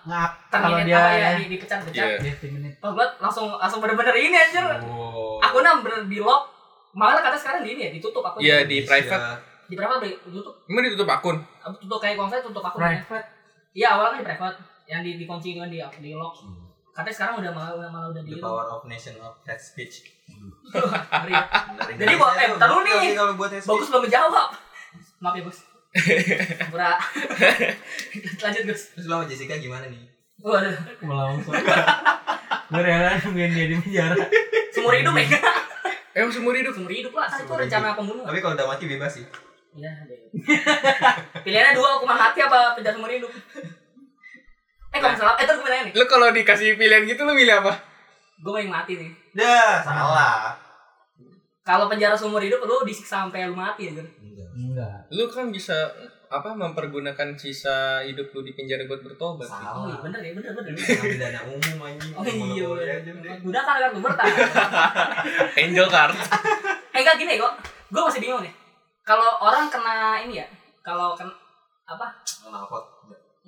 Speaker 5: Ngap kalau
Speaker 4: terminate
Speaker 5: dia
Speaker 4: apa ya
Speaker 5: ya.
Speaker 4: di, dipecat
Speaker 2: Iya.
Speaker 4: pecat
Speaker 5: Dia feminine.
Speaker 4: pas gue langsung langsung bener-bener ini anjir
Speaker 2: Wow.
Speaker 4: aku bener bener di lock malah kata sekarang di ini ya ditutup aku
Speaker 2: Iya di private.
Speaker 4: di berapa di- ditutup
Speaker 2: Emang ditutup akun?
Speaker 4: tutup kayak konser tutup aku
Speaker 5: Private.
Speaker 4: Iya awalnya kan di private yang di dikunci itu kan di di lock. Katanya sekarang udah malah udah malah udah di
Speaker 3: The power of nation of hate speech.
Speaker 4: Ngeri ya. Jadi,
Speaker 3: buat
Speaker 4: Bo- eh, bentar dulu nih.
Speaker 3: Kalau buat hate
Speaker 4: Bagus
Speaker 3: speech.
Speaker 4: belum menjawab. Maaf ya bos. <laughs> Pura. Lanjut Gus.
Speaker 3: Terus lo sama Jessica gimana nih?
Speaker 4: Waduh.
Speaker 5: Melawan <laughs> Gue rela nungguin ya, dia di penjara.
Speaker 4: Seumur hidup ya. <laughs>
Speaker 2: Emang seumur Eh, hidup?
Speaker 4: Seumur hidup lah. Kan itu
Speaker 3: Seumur
Speaker 4: rencana pembunuhan.
Speaker 3: Tapi kalau udah mati bebas sih.
Speaker 4: Iya. deh. <laughs> Pilihannya dua hukuman mati apa penjara seumur hidup. Eh kalau salah, eh terus gue nanya nih.
Speaker 2: Lu kalau dikasih pilihan gitu lu milih apa?
Speaker 4: Gue mau yang mati nih.
Speaker 3: Dah, salah.
Speaker 4: Kalau penjara seumur hidup lu disiksa sampai lu mati ya Gus.
Speaker 3: Enggak.
Speaker 5: Enggak.
Speaker 2: Lu kan bisa apa mempergunakan sisa hidup lu di penjara buat bertobat.
Speaker 4: Oh iya
Speaker 3: Salah.
Speaker 4: bener ya bener bener.
Speaker 3: Ambil dana umum anjing.
Speaker 4: Oh iya.
Speaker 3: Boleh-boleh aja,
Speaker 4: bener. kan,
Speaker 3: udah.
Speaker 4: Gunakan kartu bertahan.
Speaker 2: <laughs> Angel card.
Speaker 4: Eh enggak gini kok. Gue masih bingung nih. Kalau orang kena ini ya, kalau kena apa?
Speaker 3: Kenapa?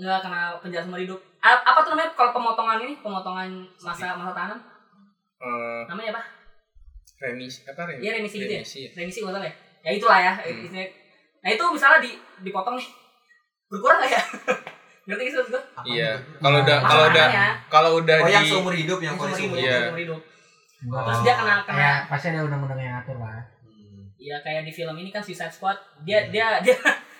Speaker 4: Enggak kena penjara seumur hidup. A- apa tuh namanya kalau pemotongan ini? Pemotongan masa masa tanam.
Speaker 2: Eh,
Speaker 4: Namanya apa?
Speaker 2: remisi apa remisi?
Speaker 4: Iya, remisi gitu ya?
Speaker 2: Remisi
Speaker 4: Remisi nggak salah ya? Ya itulah ya.
Speaker 2: Hmm.
Speaker 4: istilahnya. Nah itu misalnya di dipotong nih. Berkurang nggak ya? <laughs> Ngerti nggak sih maksud gue?
Speaker 3: Apa
Speaker 2: Iya.
Speaker 3: itu?
Speaker 2: Kalau udah
Speaker 4: Nah,
Speaker 2: kalau udah
Speaker 4: Masalahnya,
Speaker 2: kalau udah
Speaker 3: Oh
Speaker 2: di
Speaker 3: yang seumur hidup yang
Speaker 4: yang
Speaker 3: paling
Speaker 4: seumur
Speaker 3: seumur
Speaker 4: hidup,
Speaker 2: Iya.
Speaker 3: hidup.
Speaker 4: yang seumur hidup.
Speaker 5: Enggak.
Speaker 4: Terus dia kena kena
Speaker 6: Kayak pasti ada undang-undang yang ngatur lah.
Speaker 3: Hmm.
Speaker 4: ya kayak di film ini kan Suicide Squad.
Speaker 2: Hmm.
Speaker 4: Dia dia dia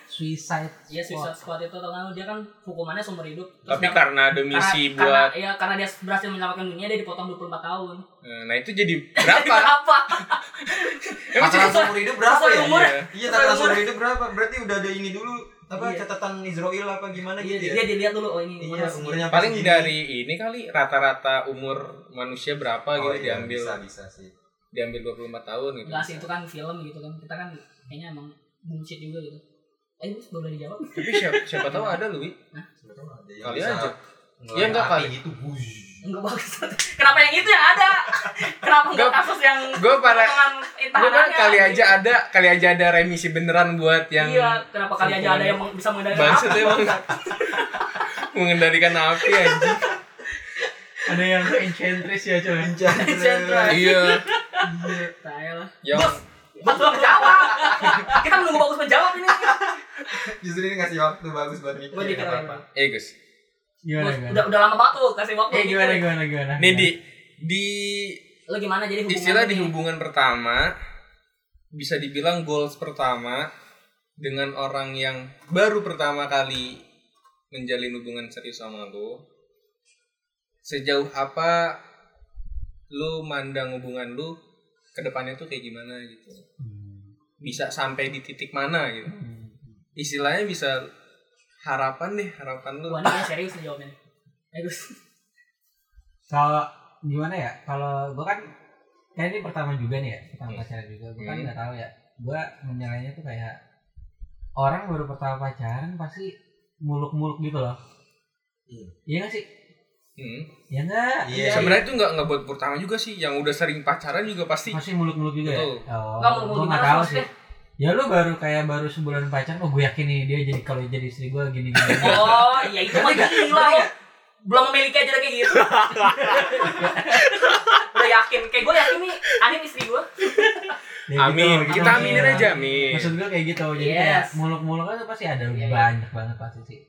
Speaker 5: Suicide.
Speaker 4: dia Iya, Suicide Squad itu tau nggak lu, dia kan hukumannya seumur hidup. Terus
Speaker 2: tapi
Speaker 4: dia-
Speaker 2: karena ada misi
Speaker 4: karena,
Speaker 2: buat
Speaker 4: karena, ya, karena dia berhasil menyelamatkan dunia dia dipotong 24 tahun.
Speaker 2: eh, nah itu jadi
Speaker 4: <laughs>
Speaker 2: berapa?
Speaker 4: Kenapa?
Speaker 2: Emang
Speaker 3: Takaran
Speaker 2: jadi-
Speaker 3: seumur hidup berapa
Speaker 4: Sesuai
Speaker 3: ya?
Speaker 4: umur ya?
Speaker 3: Iya,
Speaker 4: Sesuai
Speaker 3: takaran
Speaker 4: umur.
Speaker 3: seumur hidup berapa? Berarti udah ada ini dulu apa
Speaker 4: Iya.
Speaker 3: catatan Israel apa gimana
Speaker 4: Iya,
Speaker 3: gitu ya?
Speaker 4: dia dilihat dulu oh ini
Speaker 3: Iya,
Speaker 4: umurnya.
Speaker 3: umurnya
Speaker 2: paling
Speaker 3: segini.
Speaker 2: dari ini kali rata-rata umur manusia berapa
Speaker 3: Oh,
Speaker 2: gitu
Speaker 3: iya,
Speaker 2: diambil
Speaker 3: bisa bisa sih.
Speaker 2: diambil 24 tahun gitu.
Speaker 4: Enggak sih itu kan film gitu kan. Kita kan kayaknya emang bullshit juga gitu. Eh, itu boleh dijawab.
Speaker 2: Tapi siapa, siapa tahu ada lu. Wi.
Speaker 3: Sebetulnya ada yang
Speaker 2: Kali
Speaker 3: Ya, bisa
Speaker 2: aja.
Speaker 3: ngeluarin
Speaker 2: Iya, enggak
Speaker 3: api
Speaker 2: kali.
Speaker 3: gitu. Wush. <laughs>
Speaker 4: Enggak bagus. <laughs> Kenapa yang itu yang ada? Kenapa enggak
Speaker 2: Gua-
Speaker 4: kasus yang
Speaker 2: Gue para
Speaker 4: potongan
Speaker 2: gue kan
Speaker 4: tahanannya?
Speaker 2: kali aja ada kali aja ada remisi beneran buat yang
Speaker 4: Iya, kenapa kali aja ada yang bisa mengendalikan
Speaker 2: Bangsat ya?
Speaker 4: <laughs> api,
Speaker 2: emang.
Speaker 4: bangsat?
Speaker 2: mengendalikan api aja.
Speaker 4: <laughs>
Speaker 5: Ada yang enchantress ya coy.
Speaker 4: Central.
Speaker 2: iya.
Speaker 4: Tai lah.
Speaker 2: Yang
Speaker 4: Bagus menjawab. Kita kan menunggu bagus menjawab ini.
Speaker 3: Justru ini ngasih waktu bagus buat mikir.
Speaker 4: Buat mikir,
Speaker 3: nggak Iya, apa-apa.
Speaker 2: eh Gus.
Speaker 5: Gimana gimana?
Speaker 4: Udah udah lama banget tuh kasih waktu.
Speaker 5: Eh
Speaker 4: gitu.
Speaker 5: gimana gimana gimana?
Speaker 2: Nih di di
Speaker 4: Lo gimana jadi hubungan?
Speaker 2: istilah di
Speaker 4: ini?
Speaker 2: hubungan pertama bisa dibilang goals pertama dengan orang yang baru pertama kali menjalin hubungan serius sama lo sejauh apa lo mandang hubungan lo ke depannya tuh kayak gimana gitu bisa sampai di titik mana gitu istilahnya bisa harapan deh harapan lo
Speaker 4: Wah, ini kayaknya serius nih jawabnya. Eh, Gus.
Speaker 5: Kalau gimana ya? Kalau gua kan kayak ini pertama juga nih ya, pertama
Speaker 4: Iya.
Speaker 2: Hmm.
Speaker 5: pacaran juga. Gua kan
Speaker 2: Hmm.
Speaker 5: nggak tahu ya. Gua menilainya tuh kayak orang baru pertama pacaran pasti muluk-muluk gitu loh.
Speaker 3: Iya.
Speaker 5: Iya nggak sih?
Speaker 2: Hmm.
Speaker 5: Ya enggak.
Speaker 3: Iya.
Speaker 2: sebenarnya itu nggak nggak buat pertama juga sih yang udah sering pacaran juga pasti
Speaker 5: Masih muluk-muluk juga ya?
Speaker 2: Betul.
Speaker 5: Oh,
Speaker 4: Nggak, muluk-muluk
Speaker 5: gua nggak
Speaker 4: gimana
Speaker 5: tahu
Speaker 4: maksudnya?
Speaker 5: sih. Ya lu baru kayak baru sebulan pacaran, oh gue yakin nih dia jadi kalau jadi istri gue
Speaker 2: <laughs>
Speaker 5: gini gini.
Speaker 4: Oh, iya itu mah gila lo. Belum memiliki aja udah kayak gitu. udah yakin. Kayak gue yakin nih, Anin istri gue.
Speaker 5: Ya
Speaker 2: amin
Speaker 5: gitu,
Speaker 2: kita
Speaker 5: maksudnya.
Speaker 2: aminin aja amin
Speaker 5: Maksud gue kayak gitu, jadi
Speaker 4: Yes.
Speaker 5: kayak muluk-muluk kan pasti ada
Speaker 4: Iya, iya.
Speaker 5: banyak banget pasti sih.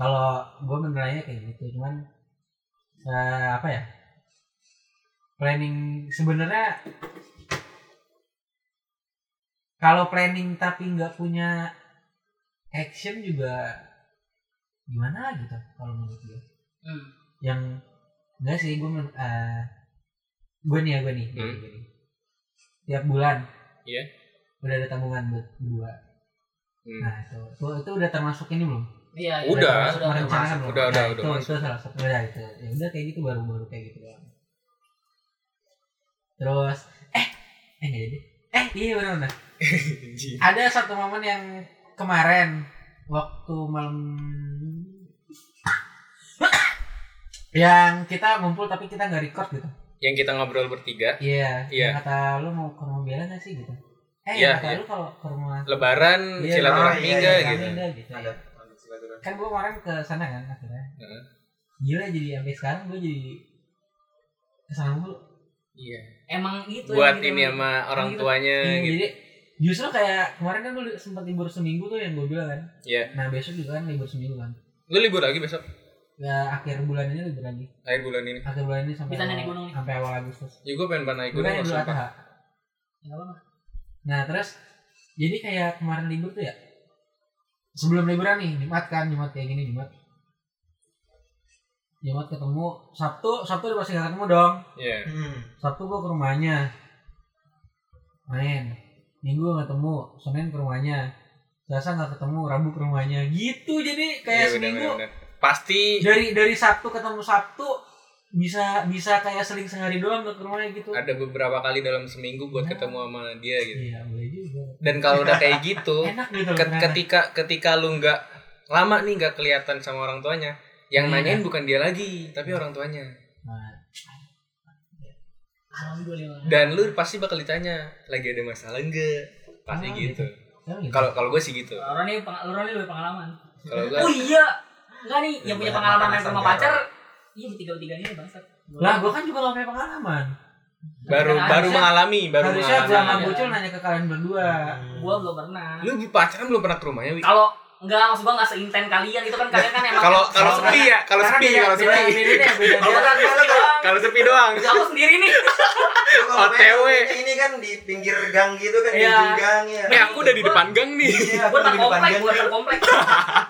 Speaker 5: Kalau gue menilainya kayak gitu, cuman eh, apa ya? Planning sebenarnya kalau planning tapi nggak punya action juga gimana gitu kalau menurut gue
Speaker 4: Hmm.
Speaker 5: yang enggak sih gue men, eh, gue nih ya gue nih, gue nih,
Speaker 2: Hmm.
Speaker 5: gue nih. tiap bulan
Speaker 2: Iya.
Speaker 5: udah ada tabungan buat dua
Speaker 2: Hmm.
Speaker 5: nah itu, itu itu udah termasuk ini belum
Speaker 4: Iya, iya.
Speaker 2: Udah.
Speaker 5: termasuk merencanakan belum?
Speaker 2: Udah, udah,
Speaker 5: Nah,
Speaker 2: udah
Speaker 5: itu,
Speaker 2: masuk.
Speaker 5: itu salah satu udah itu ya udah kayak gitu baru baru kayak gitu doang terus eh eh nggak jadi eh iya benar benar ada satu momen yang kemarin waktu malam <coughs> yang kita ngumpul tapi kita nggak record gitu
Speaker 2: <laughs> yang kita ngobrol bertiga
Speaker 5: iya
Speaker 2: Iya.
Speaker 5: yang kata lu mau ke rumah Bella nggak sih gitu eh
Speaker 2: Iya,
Speaker 5: yang kata
Speaker 2: iya.
Speaker 5: lu kalau ke rumah
Speaker 2: lebaran
Speaker 5: Iya,
Speaker 2: silaturahmi
Speaker 3: oh, iya,
Speaker 2: enggak
Speaker 3: iya,
Speaker 2: gitu
Speaker 5: kami nggak gitu
Speaker 3: ada ada silaturahmi.
Speaker 5: kan gue kemarin ke sana kan akhirnya
Speaker 2: Heeh.
Speaker 5: gila jadi sampai sekarang gue jadi kesana mulu
Speaker 2: iya
Speaker 4: Emang gitu.
Speaker 2: buat
Speaker 4: emang gitu,
Speaker 2: ini
Speaker 4: emang
Speaker 2: sama orang
Speaker 4: gitu.
Speaker 2: tuanya
Speaker 5: Iya,
Speaker 2: gitu
Speaker 5: jadi justru kayak kemarin kan gue sempat libur seminggu tuh yang gue bilang kan
Speaker 2: Iya.
Speaker 5: nah besok juga kan libur seminggu kan
Speaker 2: lu libur lagi besok
Speaker 5: ya akhir bulan ini libur lagi
Speaker 2: akhir bulan ini
Speaker 5: akhir bulan ini sampai
Speaker 4: Bisa naik
Speaker 5: awal-
Speaker 4: gunung nih.
Speaker 5: sampai awal Agustus
Speaker 2: ya gue pengen banget naik
Speaker 5: gue
Speaker 2: gunung
Speaker 5: kan
Speaker 2: loh,
Speaker 5: Idul
Speaker 2: sumpah.
Speaker 5: Adha
Speaker 4: Nggak apa-apa.
Speaker 5: nah terus jadi kayak kemarin libur tuh ya sebelum liburan nih Jumat kan Jumat kayak gini Jumat Jumat ketemu Sabtu Sabtu udah pasti gak ketemu dong
Speaker 2: iya
Speaker 3: Hmm.
Speaker 5: Sabtu gue ke rumahnya main Minggu nggak ketemu Senin ke rumahnya Selasa nggak ketemu Rabu ke rumahnya gitu jadi kayak
Speaker 2: Iya, benar,
Speaker 5: seminggu
Speaker 2: benar, benar. pasti
Speaker 5: dari dari Sabtu ketemu Sabtu bisa bisa kayak seling sehari doang nggak ke rumahnya gitu
Speaker 2: ada beberapa kali dalam seminggu buat
Speaker 5: Nah.
Speaker 2: ketemu sama dia gitu
Speaker 5: iya boleh juga
Speaker 2: dan kalau udah kayak
Speaker 5: <laughs>
Speaker 2: gitu
Speaker 5: enak gitu loh
Speaker 2: Ket- ketika ketika lu nggak lama nih nggak kelihatan sama orang tuanya yang
Speaker 5: Iya.
Speaker 2: nanyain bukan dia lagi tapi orang tuanya
Speaker 5: Nah,
Speaker 4: Alhamdulillah.
Speaker 2: dan lu pasti bakal ditanya lagi ada masalah enggak pasti
Speaker 5: Ah,
Speaker 2: gitu
Speaker 5: kalau
Speaker 2: kalau kalau gue sih gitu
Speaker 4: Orang ini, peng- orang ini lebih pengalaman.
Speaker 2: kalau gue
Speaker 4: Oh iya. Enggak nih, yang punya
Speaker 3: Banyak
Speaker 4: pengalaman
Speaker 3: makanan
Speaker 4: main rumah
Speaker 3: sampai
Speaker 4: pacar. Iya, bertiga-bertiga ini bangsat.
Speaker 5: lah gue kan juga gak punya pengalaman
Speaker 2: baru
Speaker 4: Harusnya-
Speaker 2: baru mengalami baru
Speaker 5: kan,
Speaker 2: Hmm.
Speaker 5: harusnya jangan
Speaker 2: mengalami
Speaker 4: gua-
Speaker 5: bocor nanya ke kalian berdua
Speaker 4: Gua belum pernah.
Speaker 2: lu pacaran belum pernah ke rumahnya wi
Speaker 4: Kalau enggak maksud gua enggak seinten kalian itu kan kalian kan emang
Speaker 2: kalau kalau sepi ya kalau
Speaker 5: Karena
Speaker 2: sepi
Speaker 5: beda-
Speaker 2: kalau
Speaker 5: beda-
Speaker 2: sepi
Speaker 5: bedanya beda-
Speaker 4: Kalau kan kalian doang.
Speaker 2: kalau sepi doang
Speaker 4: Aku sendiri nih.
Speaker 3: Lu kalau
Speaker 2: OTW.
Speaker 3: pengen, ini kan di pinggir gang gitu kan di
Speaker 4: Iya.
Speaker 3: ujung gang ya.
Speaker 2: nih aku udah di depan gang nih
Speaker 3: Iya, aku
Speaker 4: Gua
Speaker 3: di
Speaker 4: depan
Speaker 3: depan
Speaker 4: komplek,
Speaker 3: gang.
Speaker 4: gua depan komplek.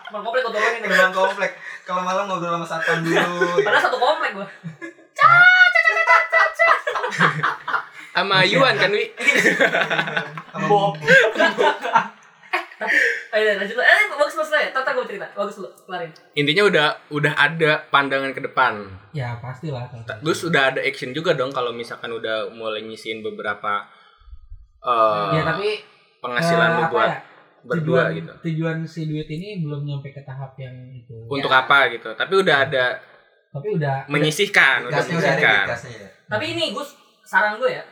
Speaker 4: Depan komplek gua tolongin nih.
Speaker 3: Gerbang komplek. Kalau malam ngobrol sama satpam
Speaker 4: <laughs>
Speaker 3: dulu.
Speaker 4: Padahal satu komplek gua.
Speaker 2: sama
Speaker 5: Iya.
Speaker 2: Yuan kan wi
Speaker 3: Sama
Speaker 5: Bob.
Speaker 4: Eh, lanjut lu. Eh, bagus bagus ya. Tata gua cerita. Bagus lu. Kelarin.
Speaker 2: intinya udah udah ada pandangan ke depan
Speaker 5: ya pasti lah
Speaker 2: Terus udah ada action juga dong kalau misalkan udah mulai nyisiin beberapa eh,
Speaker 5: ya tapi
Speaker 2: penghasilan
Speaker 5: eh,
Speaker 2: lu
Speaker 5: apa
Speaker 2: buat
Speaker 5: ya,
Speaker 2: berdua
Speaker 5: tujuan, ya.
Speaker 2: gitu.
Speaker 5: Tujuan si duit ini belum nyampe ke tahap yang itu.
Speaker 2: Untuk apa gitu. Tapi udah ada
Speaker 5: Tapi udah
Speaker 2: menyisihkan, Nah, udah
Speaker 3: Kasnya udah ada
Speaker 2: menyisihkan.
Speaker 3: kasnya ya.
Speaker 4: Tapi ini gue saran gue ya,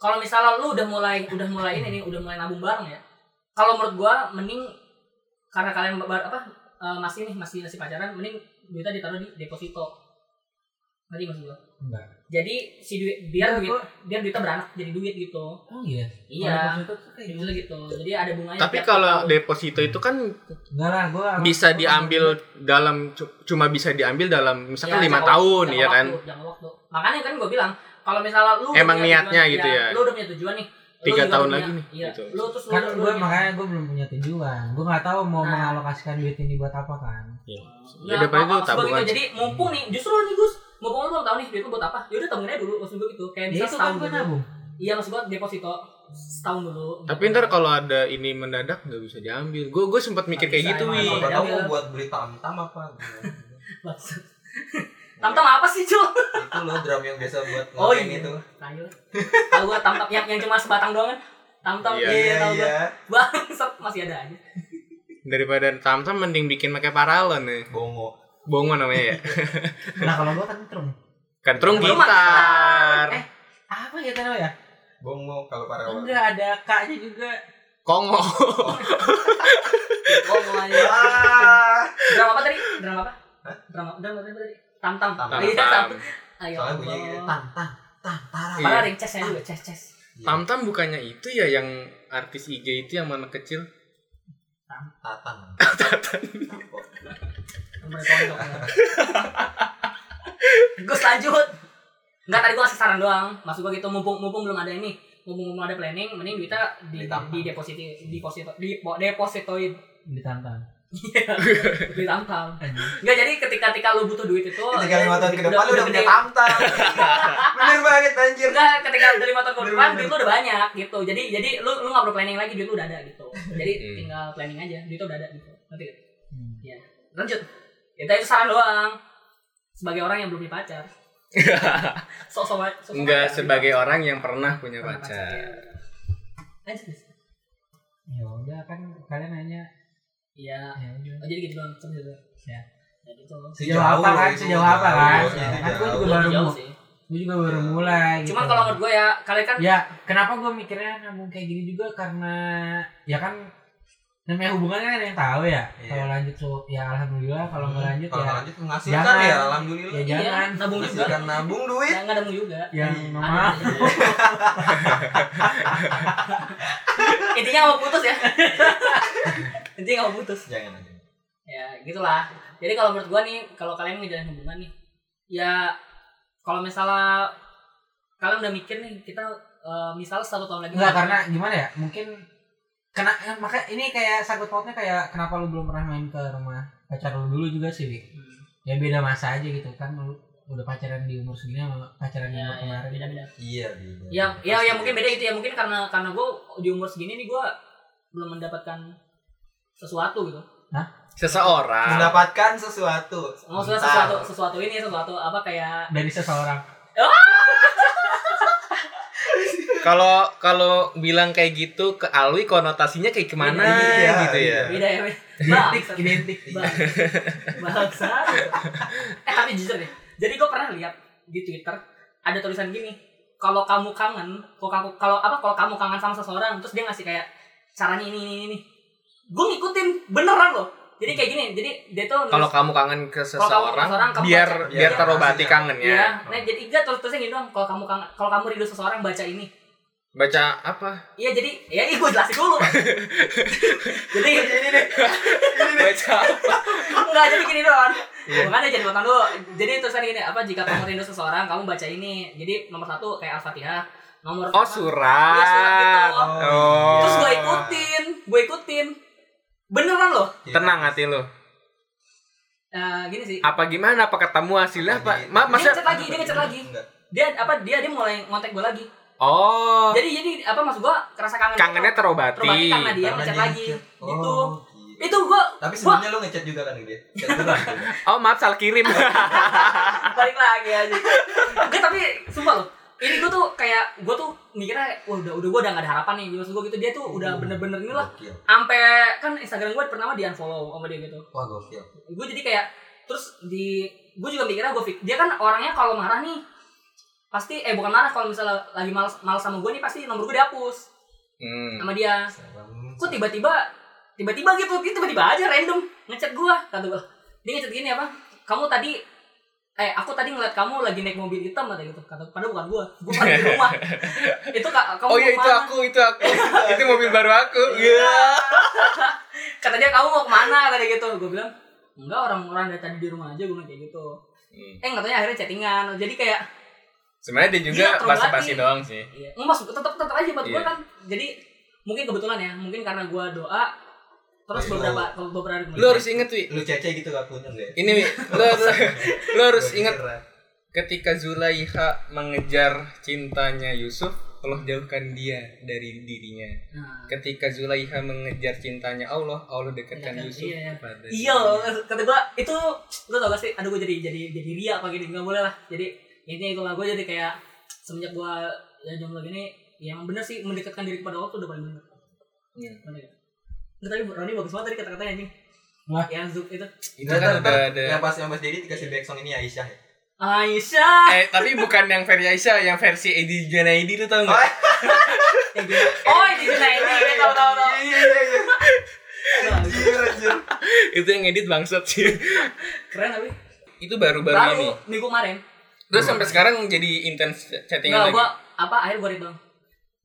Speaker 4: kalau misalnya lu udah mulai udah mulai ini nih, udah mulai nabung bareng ya. Kalau menurut gue mending karena kalian bar, apa eh, masih nih masih masih pacaran, mending duitnya ditaruh di deposito. Tadi maksud gue.
Speaker 5: Enggak.
Speaker 4: Jadi si duit biar
Speaker 5: Enggak,
Speaker 4: duit biar duitnya beranak jadi duit gitu.
Speaker 5: Oh iya.
Speaker 4: Iya.
Speaker 5: Kalau deposito tuh kayak gitu.
Speaker 4: Gitu gitu. Jadi ada bunganya.
Speaker 2: Tapi
Speaker 5: Iya.
Speaker 4: tiap
Speaker 2: kalau
Speaker 4: tahun.
Speaker 2: deposito itu kan
Speaker 5: Enggak lah, gua
Speaker 2: bisa diambil dalam cu- cuma bisa diambil dalam misalkan
Speaker 4: Ya,
Speaker 2: lima
Speaker 4: jangka
Speaker 2: tahun
Speaker 4: jangka
Speaker 2: ya kan.
Speaker 4: waktu, jangka waktu. Makanya kan gue bilang kalau misalnya lu
Speaker 2: Emang
Speaker 4: punya
Speaker 2: niatnya
Speaker 4: tujuan- iya,
Speaker 2: gitu ya.
Speaker 4: Lu udah punya tujuan nih. lu
Speaker 2: Tiga
Speaker 4: juga
Speaker 2: tahun
Speaker 4: punya-
Speaker 2: lagi nih,
Speaker 4: Iya.
Speaker 2: gitu.
Speaker 4: Lu terus lu-
Speaker 5: kan
Speaker 4: lu
Speaker 5: gue
Speaker 4: punya-
Speaker 5: makanya gue belum punya tujuan gue nggak tahu mau
Speaker 4: Nah.
Speaker 5: mengalokasikan duit ini buat apa kan
Speaker 4: Iya,
Speaker 2: Ya, udah paling itu
Speaker 4: maksud gua
Speaker 2: tabungan.
Speaker 4: gitu. Jadi mumpung nih, justru nih Gus, mumpung lu belum tahu nih duit lu buat apa. Ya udah tabungannya dulu maksud gue gitu. Kayak
Speaker 5: ya
Speaker 4: bisa
Speaker 5: itu kan
Speaker 4: setahun
Speaker 5: gue
Speaker 4: dulu.
Speaker 5: nabung
Speaker 4: Iya maksud gua deposito setahun dulu.
Speaker 2: Tapi ntar kalau ada ini mendadak nggak bisa diambil. Gue gue sempat mikir
Speaker 4: Nggak bisa,
Speaker 2: kayak gitu
Speaker 4: emang
Speaker 2: wi.
Speaker 4: nggak
Speaker 3: Apa
Speaker 4: Iya.
Speaker 3: tahu mau Nah, buat beli tam-tam apa gitu.
Speaker 4: Maksud- <laughs> Tamtam apa sih, Cul?
Speaker 3: itu loh drum yang biasa buat
Speaker 4: Oh,
Speaker 3: ngopeng
Speaker 4: iya.
Speaker 3: itu.
Speaker 4: Tahu Tahu gua tamtam yang yang cuma sebatang doang kan. Tamtam
Speaker 2: Iya,
Speaker 4: iya tahu gua.
Speaker 3: iya.
Speaker 4: Bangsat masih ada aja.
Speaker 2: Daripada tamtam mending bikin pakai paralon ya.
Speaker 3: Bongo.
Speaker 2: Bongo
Speaker 4: <laughs>
Speaker 2: namanya ya.
Speaker 5: <laughs> nah kalau gue kentrum
Speaker 2: Kentrung
Speaker 4: Kentrung
Speaker 2: gitar.
Speaker 5: eh apa ya tadi ya
Speaker 3: Bongo kalau para orang.
Speaker 5: enggak ada kaknya juga
Speaker 4: Oh,
Speaker 2: Kongo.
Speaker 4: Bongo
Speaker 3: Ya.
Speaker 4: aja.
Speaker 3: Wah.
Speaker 4: Drama apa tadi? Drama apa? Drama drama apa tadi? Tamtam.
Speaker 3: Tamtam.
Speaker 4: Iya,
Speaker 2: Tamtam.
Speaker 4: tamtam. Ayo.
Speaker 3: Soalnya bunyinya gitu.
Speaker 4: Allah.
Speaker 3: Tang tang tang tarang.
Speaker 2: Iya.
Speaker 4: Padahal ada yang ces ya dulu, ces ces.
Speaker 2: Tamtam bukannya itu ya yang artis IG itu yang anak kecil.
Speaker 3: Tatang.
Speaker 4: Gus lanjut. Enggak tadi gua ngasih saran doang. Maksud gua gitu mumpung mumpung belum ada ini. ngomong-ngomong ada planning mending duitnya di
Speaker 3: Ditampang.
Speaker 4: di deposito deposito di
Speaker 3: <laughs>
Speaker 4: depositoin
Speaker 5: ditantang
Speaker 4: ditantang nggak jadi ketika ketika lu butuh duit itu
Speaker 3: Ketika lima tahun ke depan lu udah punya
Speaker 4: Oh, iya, gede. <laughs>
Speaker 3: tamtang. Bener banget anjir.
Speaker 4: Enggak, ketika dari motor ke
Speaker 3: Bener,
Speaker 4: depan
Speaker 3: bener.
Speaker 4: duit lu udah banyak gitu. Jadi jadi lu lu enggak perlu planning lagi, duit lu udah ada
Speaker 3: <laughs>
Speaker 4: gitu. Jadi
Speaker 2: Hmm.
Speaker 4: tinggal planning aja, duit udah ada gitu. Nanti
Speaker 5: Hmm.
Speaker 4: ya. Lanjut. Kita itu saran doang. Sebagai orang yang belum punya
Speaker 2: <laughs>
Speaker 4: pacar. Sok-sok sok
Speaker 2: Enggak sebagai orang yang pernah punya
Speaker 4: iya.
Speaker 2: pacar.
Speaker 4: Lanjut. Mas.
Speaker 5: ya udah kan kalian nanya
Speaker 4: Iya.
Speaker 5: ya udah
Speaker 4: Oh, jadi gitu doang sama gitu.
Speaker 5: Ya.
Speaker 4: Ya gitu.
Speaker 5: Sejauh apa kan?
Speaker 3: itu
Speaker 5: Sejauh apa
Speaker 3: jauh,
Speaker 5: kan?
Speaker 3: itu
Speaker 5: Ya,
Speaker 3: jauh.
Speaker 5: kan gua juga
Speaker 4: Belum
Speaker 5: baru
Speaker 4: jauh
Speaker 5: mu-
Speaker 4: sih.
Speaker 5: gue juga baru mulai gitu.
Speaker 4: Cuman kalau menurut gue ya, kalian kan
Speaker 5: ya kenapa gue mikirnya nabung kayak gini juga karena ya kan namanya hubungan kan ada yang tahu ya
Speaker 3: Iya. Hmm,
Speaker 5: kalau lanjut tuh ya alhamdulillah kalau nggak lanjut
Speaker 3: Kalau
Speaker 5: ya
Speaker 3: nggak lanjut menghasilkan
Speaker 5: Jangan.
Speaker 3: ya
Speaker 5: ya
Speaker 3: alhamdulillah.
Speaker 4: iya,
Speaker 5: jangan
Speaker 4: nabung juga.
Speaker 3: Menghasilkan nabung duit.
Speaker 4: Ya, Enggak nabung juga.
Speaker 5: yang
Speaker 3: Iya.
Speaker 5: mama <laughs>
Speaker 4: Intinya nggak mau putus ya. <laughs> Intinya nggak mau putus.
Speaker 3: Jangan aja.
Speaker 4: ya gitulah jadi kalau menurut gua nih kalau kalian ngejalin hubungan nih ya kalau misalnya kalian udah mikir nih kita eh, misalnya satu tahun lagi
Speaker 5: Enggak karena gimana ya? Mungkin kena eh, maka ini kayak sakut pautnya kayak kenapa lu belum pernah main ke rumah pacar lu dulu juga sih, Wi.
Speaker 4: Hmm.
Speaker 5: Ya beda masa aja gitu kan lu udah pacaran di umur segini sama pacaran di
Speaker 4: ya,
Speaker 5: umur
Speaker 4: ya,
Speaker 5: kemarin.
Speaker 4: beda beda
Speaker 3: Iya, beda.
Speaker 4: ya ya
Speaker 3: Pasti.
Speaker 4: ya mungkin beda gitu ya mungkin karena karena gua di umur segini nih gua belum mendapatkan sesuatu gitu
Speaker 2: Seseorang
Speaker 3: mendapatkan sesuatu.
Speaker 4: maksudnya
Speaker 3: Bentar.
Speaker 4: sesuatu
Speaker 2: Oh,
Speaker 4: sesuatu ini sesuatu apa kayak
Speaker 5: Dari seseorang.
Speaker 2: kalau kalau bilang kayak gitu ke Alwi konotasinya kayak kemana
Speaker 3: Iya,
Speaker 2: gitu ya.
Speaker 4: beda ya beda. Bangsat.
Speaker 5: Identik.
Speaker 4: Bangsat. Bangsat. Iya. <laughs> eh tapi jujur deh jadi gue pernah lihat di twitter ada tulisan gini kalau kamu kangen kalau kamu kalau apa kalau kamu kangen sama seseorang terus dia ngasih kayak caranya ini ini ini, ini gue ngikutin beneran loh jadi kayak gini jadi dia tuh nulis-
Speaker 2: Kalau kamu kangen ke
Speaker 4: Kalau kamu
Speaker 2: seseorang,
Speaker 4: seseorang, kamu
Speaker 2: biar
Speaker 4: baca-
Speaker 2: biar
Speaker 3: Iya,
Speaker 2: terobati ya.
Speaker 3: iya.
Speaker 2: kangennya.
Speaker 4: Iya, nah jadi enggak terus terusan gitu doang. Kalau kamu kangen, kalau kamu rindu seseorang baca ini.
Speaker 2: Baca
Speaker 4: <laughs>
Speaker 2: apa?
Speaker 4: Iya jadi, ya gue jelasin dulu. <laughs> jadi ini nih.
Speaker 2: Baca apa?
Speaker 4: Enggak, jadi gini doang.
Speaker 2: Iya.
Speaker 4: Makanya jadi potong dulu. Jadi tulisan gini, apa jika kamu rindu seseorang, kamu baca ini. Jadi nomor satu kayak Al-Fatihah. Nomor
Speaker 2: Oh,
Speaker 4: Iya, surat
Speaker 2: surat.
Speaker 4: gitu.
Speaker 2: Oh.
Speaker 4: Terus gue
Speaker 3: iya.
Speaker 4: ikutin, gue ikutin. Beneran loh.
Speaker 3: Iya.
Speaker 2: Tenang hati lu.
Speaker 4: Eh, gini sih.
Speaker 2: Apa gimana? Apa ketemu hasilnya
Speaker 4: Iya.
Speaker 2: apa? Ma
Speaker 4: Dia
Speaker 2: masa
Speaker 4: ngechat lagi, dia ngechat lagi.
Speaker 3: Enggak.
Speaker 4: Dia apa dia dia mulai ngontek gue lagi.
Speaker 2: Oh,
Speaker 4: Jadi jadi apa maksud gue kerasa kangen.
Speaker 2: kangennya
Speaker 4: gitu. terobati
Speaker 2: terobati.
Speaker 4: karena dia
Speaker 3: Karena
Speaker 4: ngechat
Speaker 3: dia
Speaker 4: lagi.
Speaker 3: ngechat.
Speaker 4: Gitu.
Speaker 3: Oh, gila.
Speaker 4: Itu gue
Speaker 3: Tapi
Speaker 4: gua
Speaker 3: sebelumnya lu ngechat juga kan ke dia? Chat duluan.
Speaker 4: <laughs>
Speaker 2: Oh, maaf salah kirim.
Speaker 4: Iya. balik lagi aja. Enggak tapi sumpah loh. Ini gue tuh kayak gue tuh mikirnya wah udah udah gue udah gak ada harapan nih. Maksud gue gitu dia tuh
Speaker 2: Oh.
Speaker 4: udah bener-bener inilah
Speaker 3: Gokil.
Speaker 4: sampai kan Instagram gue pertama di unfollow sama dia gitu
Speaker 3: Wah, gokil.
Speaker 4: gue jadi kayak terus di gue juga mikirnya gue dia kan orangnya kalau marah nih pasti eh bukan marah kalau misalnya lagi males, males sama gue nih pasti nomor gue dihapus
Speaker 2: <laughs> Hmm.
Speaker 4: sama dia
Speaker 3: Serem.
Speaker 4: kok tiba-tiba tiba-tiba gitu dia tiba-tiba aja random ngechat gue kata gue dia ngechat gini apa kamu tadi eh aku tadi ngeliat kamu lagi naik mobil hitam kata gitu kata padahal bukan gue gue lagi di
Speaker 2: <laughs>
Speaker 4: rumah itu ka- kamu
Speaker 2: Oh iya itu
Speaker 4: kemana?
Speaker 2: aku, itu aku. itu mobil baru aku. Iya.
Speaker 4: Iya. Kata dia kamu mau kemana tadi gitu. Gue bilang enggak orang-orang dari tadi di rumah aja gue bilang kayak gitu. Eh nggak taunya akhirnya chattingan. Jadi kayak
Speaker 2: Hmm. Sebenarnya dia juga
Speaker 4: Iya, terobati.
Speaker 2: basa-basi doang sih.
Speaker 4: ya, masuk tetap tetap aja buat
Speaker 2: Iya.
Speaker 4: gue kan. Jadi mungkin kebetulan ya, mungkin karena gue doa terus
Speaker 3: Iya.
Speaker 4: beberapa beberapa hari
Speaker 2: Lu harus inget, Wi.
Speaker 3: Lu cece gitu gak punya enggak ya?
Speaker 2: Ini Wi, lu, lu- lu harus
Speaker 3: Gua
Speaker 2: inget
Speaker 3: kira.
Speaker 2: ketika Zulaiha mengejar cintanya Yusuf, Allah jauhkan dia dari dirinya.
Speaker 4: Nah,
Speaker 2: Ketika Zulaiha mengejar cintanya Allah, Allah dekatkan
Speaker 4: Dekatkan,
Speaker 2: Yusuf
Speaker 4: iya.
Speaker 2: kepada
Speaker 4: Iya,
Speaker 2: dirinya.
Speaker 4: kata gua itu lu tau gak sih? Aduh gua jadi jadi jadi ria apa gini nggak boleh lah. Jadi intinya itu lah gua jadi kayak semenjak gua ya jomblo gini, ya emang bener sih mendekatkan diri kepada Allah tuh udah paling bener. Iya. Nggak tadi Roni bagus banget tadi kata-katanya anjing.
Speaker 5: Wah.
Speaker 4: Yang Zuk itu
Speaker 2: Itu kan
Speaker 3: Ntar, ntar,
Speaker 2: udah ada.
Speaker 3: Yang pas yang pas Dedi dikasih back song ini Aisyah ya.
Speaker 4: Aisyah.
Speaker 2: Eh, tapi bukan yang versi Aisyah, yang versi Edi Junaidi lu tau nggak?
Speaker 4: Eh, gila. Oh, ini gila ini ini tahu tahu tahu.
Speaker 3: Iya iya iya. Anjir anjir.
Speaker 2: Itu yang edit bangsat sih.
Speaker 4: Keren tapi.
Speaker 2: Itu baru-baru ini.
Speaker 4: Baru minggu kemarin.
Speaker 2: Terus sampai sekarang jadi intens chattingan
Speaker 4: Enggak,
Speaker 2: lagi.
Speaker 4: gua apa akhirnya gua bilang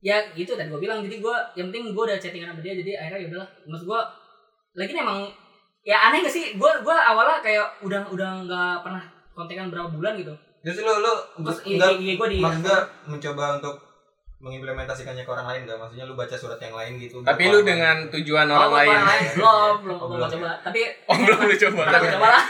Speaker 4: ya gitu tadi gua bilang jadi gua yang penting gua udah chattingan sama dia jadi akhirnya ya udahlah maksud gua lagi nih emang ya aneh gak sih gua gua awalnya kayak udah udah nggak pernah kontekan berapa bulan gitu
Speaker 3: Terus lu lu
Speaker 4: terus
Speaker 3: enggak
Speaker 4: IG, IG gua di
Speaker 3: maksud gua mencoba untuk mengimplementasikannya ke orang lain nggak maksudnya lu baca surat yang lain gitu
Speaker 2: Tapi
Speaker 3: buat
Speaker 2: lu
Speaker 3: orang
Speaker 2: dengan
Speaker 3: lain.
Speaker 2: tujuan
Speaker 4: Oh,
Speaker 2: orang
Speaker 4: buat
Speaker 2: lain.
Speaker 4: orang lain belum, belum,
Speaker 3: Oh,
Speaker 4: belum
Speaker 3: belum.
Speaker 4: coba. Tapi
Speaker 2: Oh, belum lu coba.
Speaker 4: Nah, gua coba lah.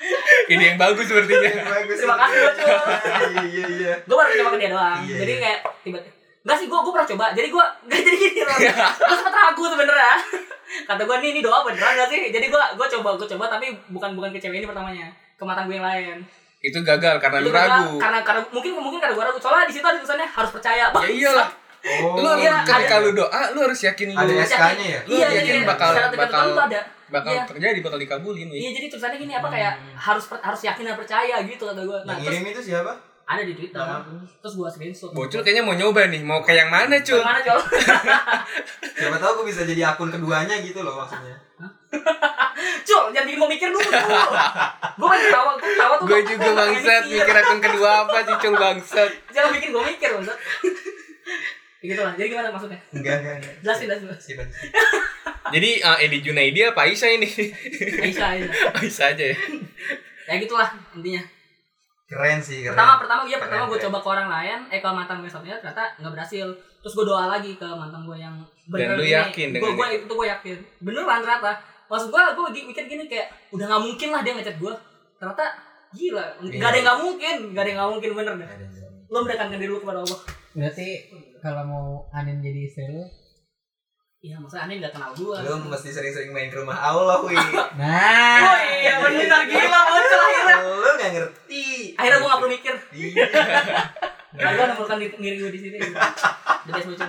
Speaker 2: <laughs> Ini yang bagus sepertinya.
Speaker 3: Bagus.
Speaker 4: Terima kasih buat lu.
Speaker 3: Iya iya iya.
Speaker 4: Gue baru coba ke dia doang.
Speaker 3: Iya,
Speaker 4: Jadi
Speaker 3: iya.
Speaker 4: kayak tiba-tiba Enggak sih, gue gue pernah coba. Jadi gue gak <laughs> jadi gini loh. Gue sempat ragu sebenernya. <laughs> Kata gue nih ini doa beneran gak sih? Jadi gue gue coba gue coba tapi bukan bukan ke cewek ini pertamanya. Ke mantan gue yang lain.
Speaker 2: Itu gagal karena
Speaker 4: Itu
Speaker 2: lu
Speaker 4: karena-
Speaker 2: ragu.
Speaker 4: Karena karena mungkin mungkin karena gue ragu. Soalnya di situ ada tulisannya harus percaya.
Speaker 2: Ya iyalah.
Speaker 3: Oh.
Speaker 2: Lu harus
Speaker 4: iya,
Speaker 2: ketika
Speaker 3: ada-
Speaker 2: lu doa, lu harus yakin lu
Speaker 3: Ada
Speaker 4: Terus
Speaker 3: SK-nya ya?
Speaker 2: Lu
Speaker 4: Iya,
Speaker 2: yakin
Speaker 4: jadi
Speaker 2: bakal-
Speaker 4: secara tekan-tekan
Speaker 2: bakal-
Speaker 4: tuh ada.
Speaker 2: bakal
Speaker 4: Iya.
Speaker 2: terjadi bakal dikabulin. Wi.
Speaker 4: Iya, jadi tulisannya gini apa kayak harus per- harus yakin dan percaya gitu kata gue. Nah,
Speaker 3: Yang
Speaker 4: terus
Speaker 3: ngirim itu siapa?
Speaker 4: ada di Twitter.
Speaker 3: Nama aku.
Speaker 4: Terus gue screenshot.
Speaker 2: Bocil kayaknya mau nyoba nih, mau ke yang mana, Cul?
Speaker 4: Gimana, Col?
Speaker 3: Siapa tahu aku bisa jadi akun keduanya gitu loh maksudnya.
Speaker 4: Cul, jangan bikin gue mikir dulu. gue pengen ketawa, gue ketawa tuh.
Speaker 2: Gue
Speaker 4: gua
Speaker 2: juga
Speaker 4: pengen
Speaker 2: bangsat, mikir akun kedua apa sih, Cul bangsat.
Speaker 4: Jangan bikin gue mikir, bangsat. Ya gitu lah. Jadi gimana maksudnya?
Speaker 3: Enggak enggak enggak.
Speaker 4: Jelasin, jelasin.
Speaker 3: Skip aja.
Speaker 2: Jadi eh, Edi Junaidi apa Aisyah ini? <laughs>
Speaker 4: Aisyah, Aisyah.
Speaker 2: Aisyah aja ya.
Speaker 4: Ya gitulah intinya.
Speaker 3: Keren sih keren.
Speaker 4: Pertama, pertama iya pertama
Speaker 3: Keren,
Speaker 4: gue
Speaker 3: keren.
Speaker 4: coba ke orang lain, eh ke mantan gue satunya ternyata nggak berhasil. Terus gue doa lagi ke mantan gue yang beneran
Speaker 2: lu
Speaker 4: ini.
Speaker 2: yakin
Speaker 4: Gua-
Speaker 2: dengan
Speaker 4: gua, itu gue yakin. Beneran ternyata. Maksud gue, gue mikir gini kayak udah nggak mungkin lah dia ngechat gue. Ternyata gila, nggak ada yang nggak mungkin, nggak ada yang nggak mungkin bener dah.
Speaker 3: Ada yang bilang.
Speaker 4: Lo mendekatkan diri lu kepada Allah.
Speaker 5: Berarti kalau mau Anin jadi istri lu.
Speaker 4: Iya, maksudnya aneh nggak kenal gue.
Speaker 3: Lu mesti sering-sering main ke rumah Allah, wih.
Speaker 4: <laughs> Oh
Speaker 5: Nah,
Speaker 4: iya, bener gila muncul akhirnya.
Speaker 3: Lu nggak ngerti.
Speaker 4: Akhirnya gue nggak perlu mikir.
Speaker 3: Iya.
Speaker 4: Nah, gue nemukan diri, diri gue di sini. The best muncul.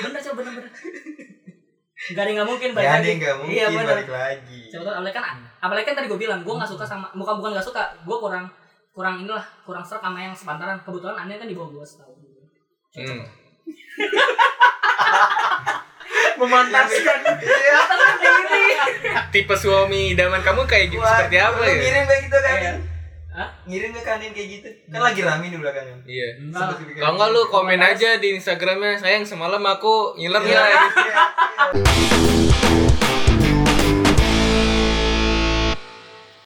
Speaker 4: Bener coba bener bener. Gak ada yang nggak mungkin
Speaker 3: Ya
Speaker 4: balik
Speaker 3: ada
Speaker 4: lagi.
Speaker 3: yang nggak mungkin
Speaker 4: Iya, bener.
Speaker 3: balik lagi.
Speaker 4: Siapa tahu apalagi kan apalagi kan tadi gue bilang gue nggak suka sama bukan bukan nggak suka gue kurang kurang inilah kurang serak sama yang sepantaran kebetulan Anda kan di bawah gue setahun
Speaker 2: Hmm.
Speaker 3: Memantaskan. Iya.
Speaker 2: Tipe suami idaman kamu kayak gitu seperti
Speaker 3: Waduh,
Speaker 2: apa
Speaker 3: lu
Speaker 2: ya?
Speaker 3: Ngirim gak gitu ke kanin?
Speaker 4: Eh. Hah? Nah.
Speaker 3: Ngirim ke kanin kayak gitu. Kan lagi rame di belakangnya.
Speaker 2: Iya.
Speaker 4: Enggak.
Speaker 3: Seperti kayak
Speaker 2: Kalau nggak lu
Speaker 3: gitu.
Speaker 2: komen aja di Instagramnya, sayang semalam aku ngiler
Speaker 3: Iya,
Speaker 2: ngiler.
Speaker 3: iya, iya.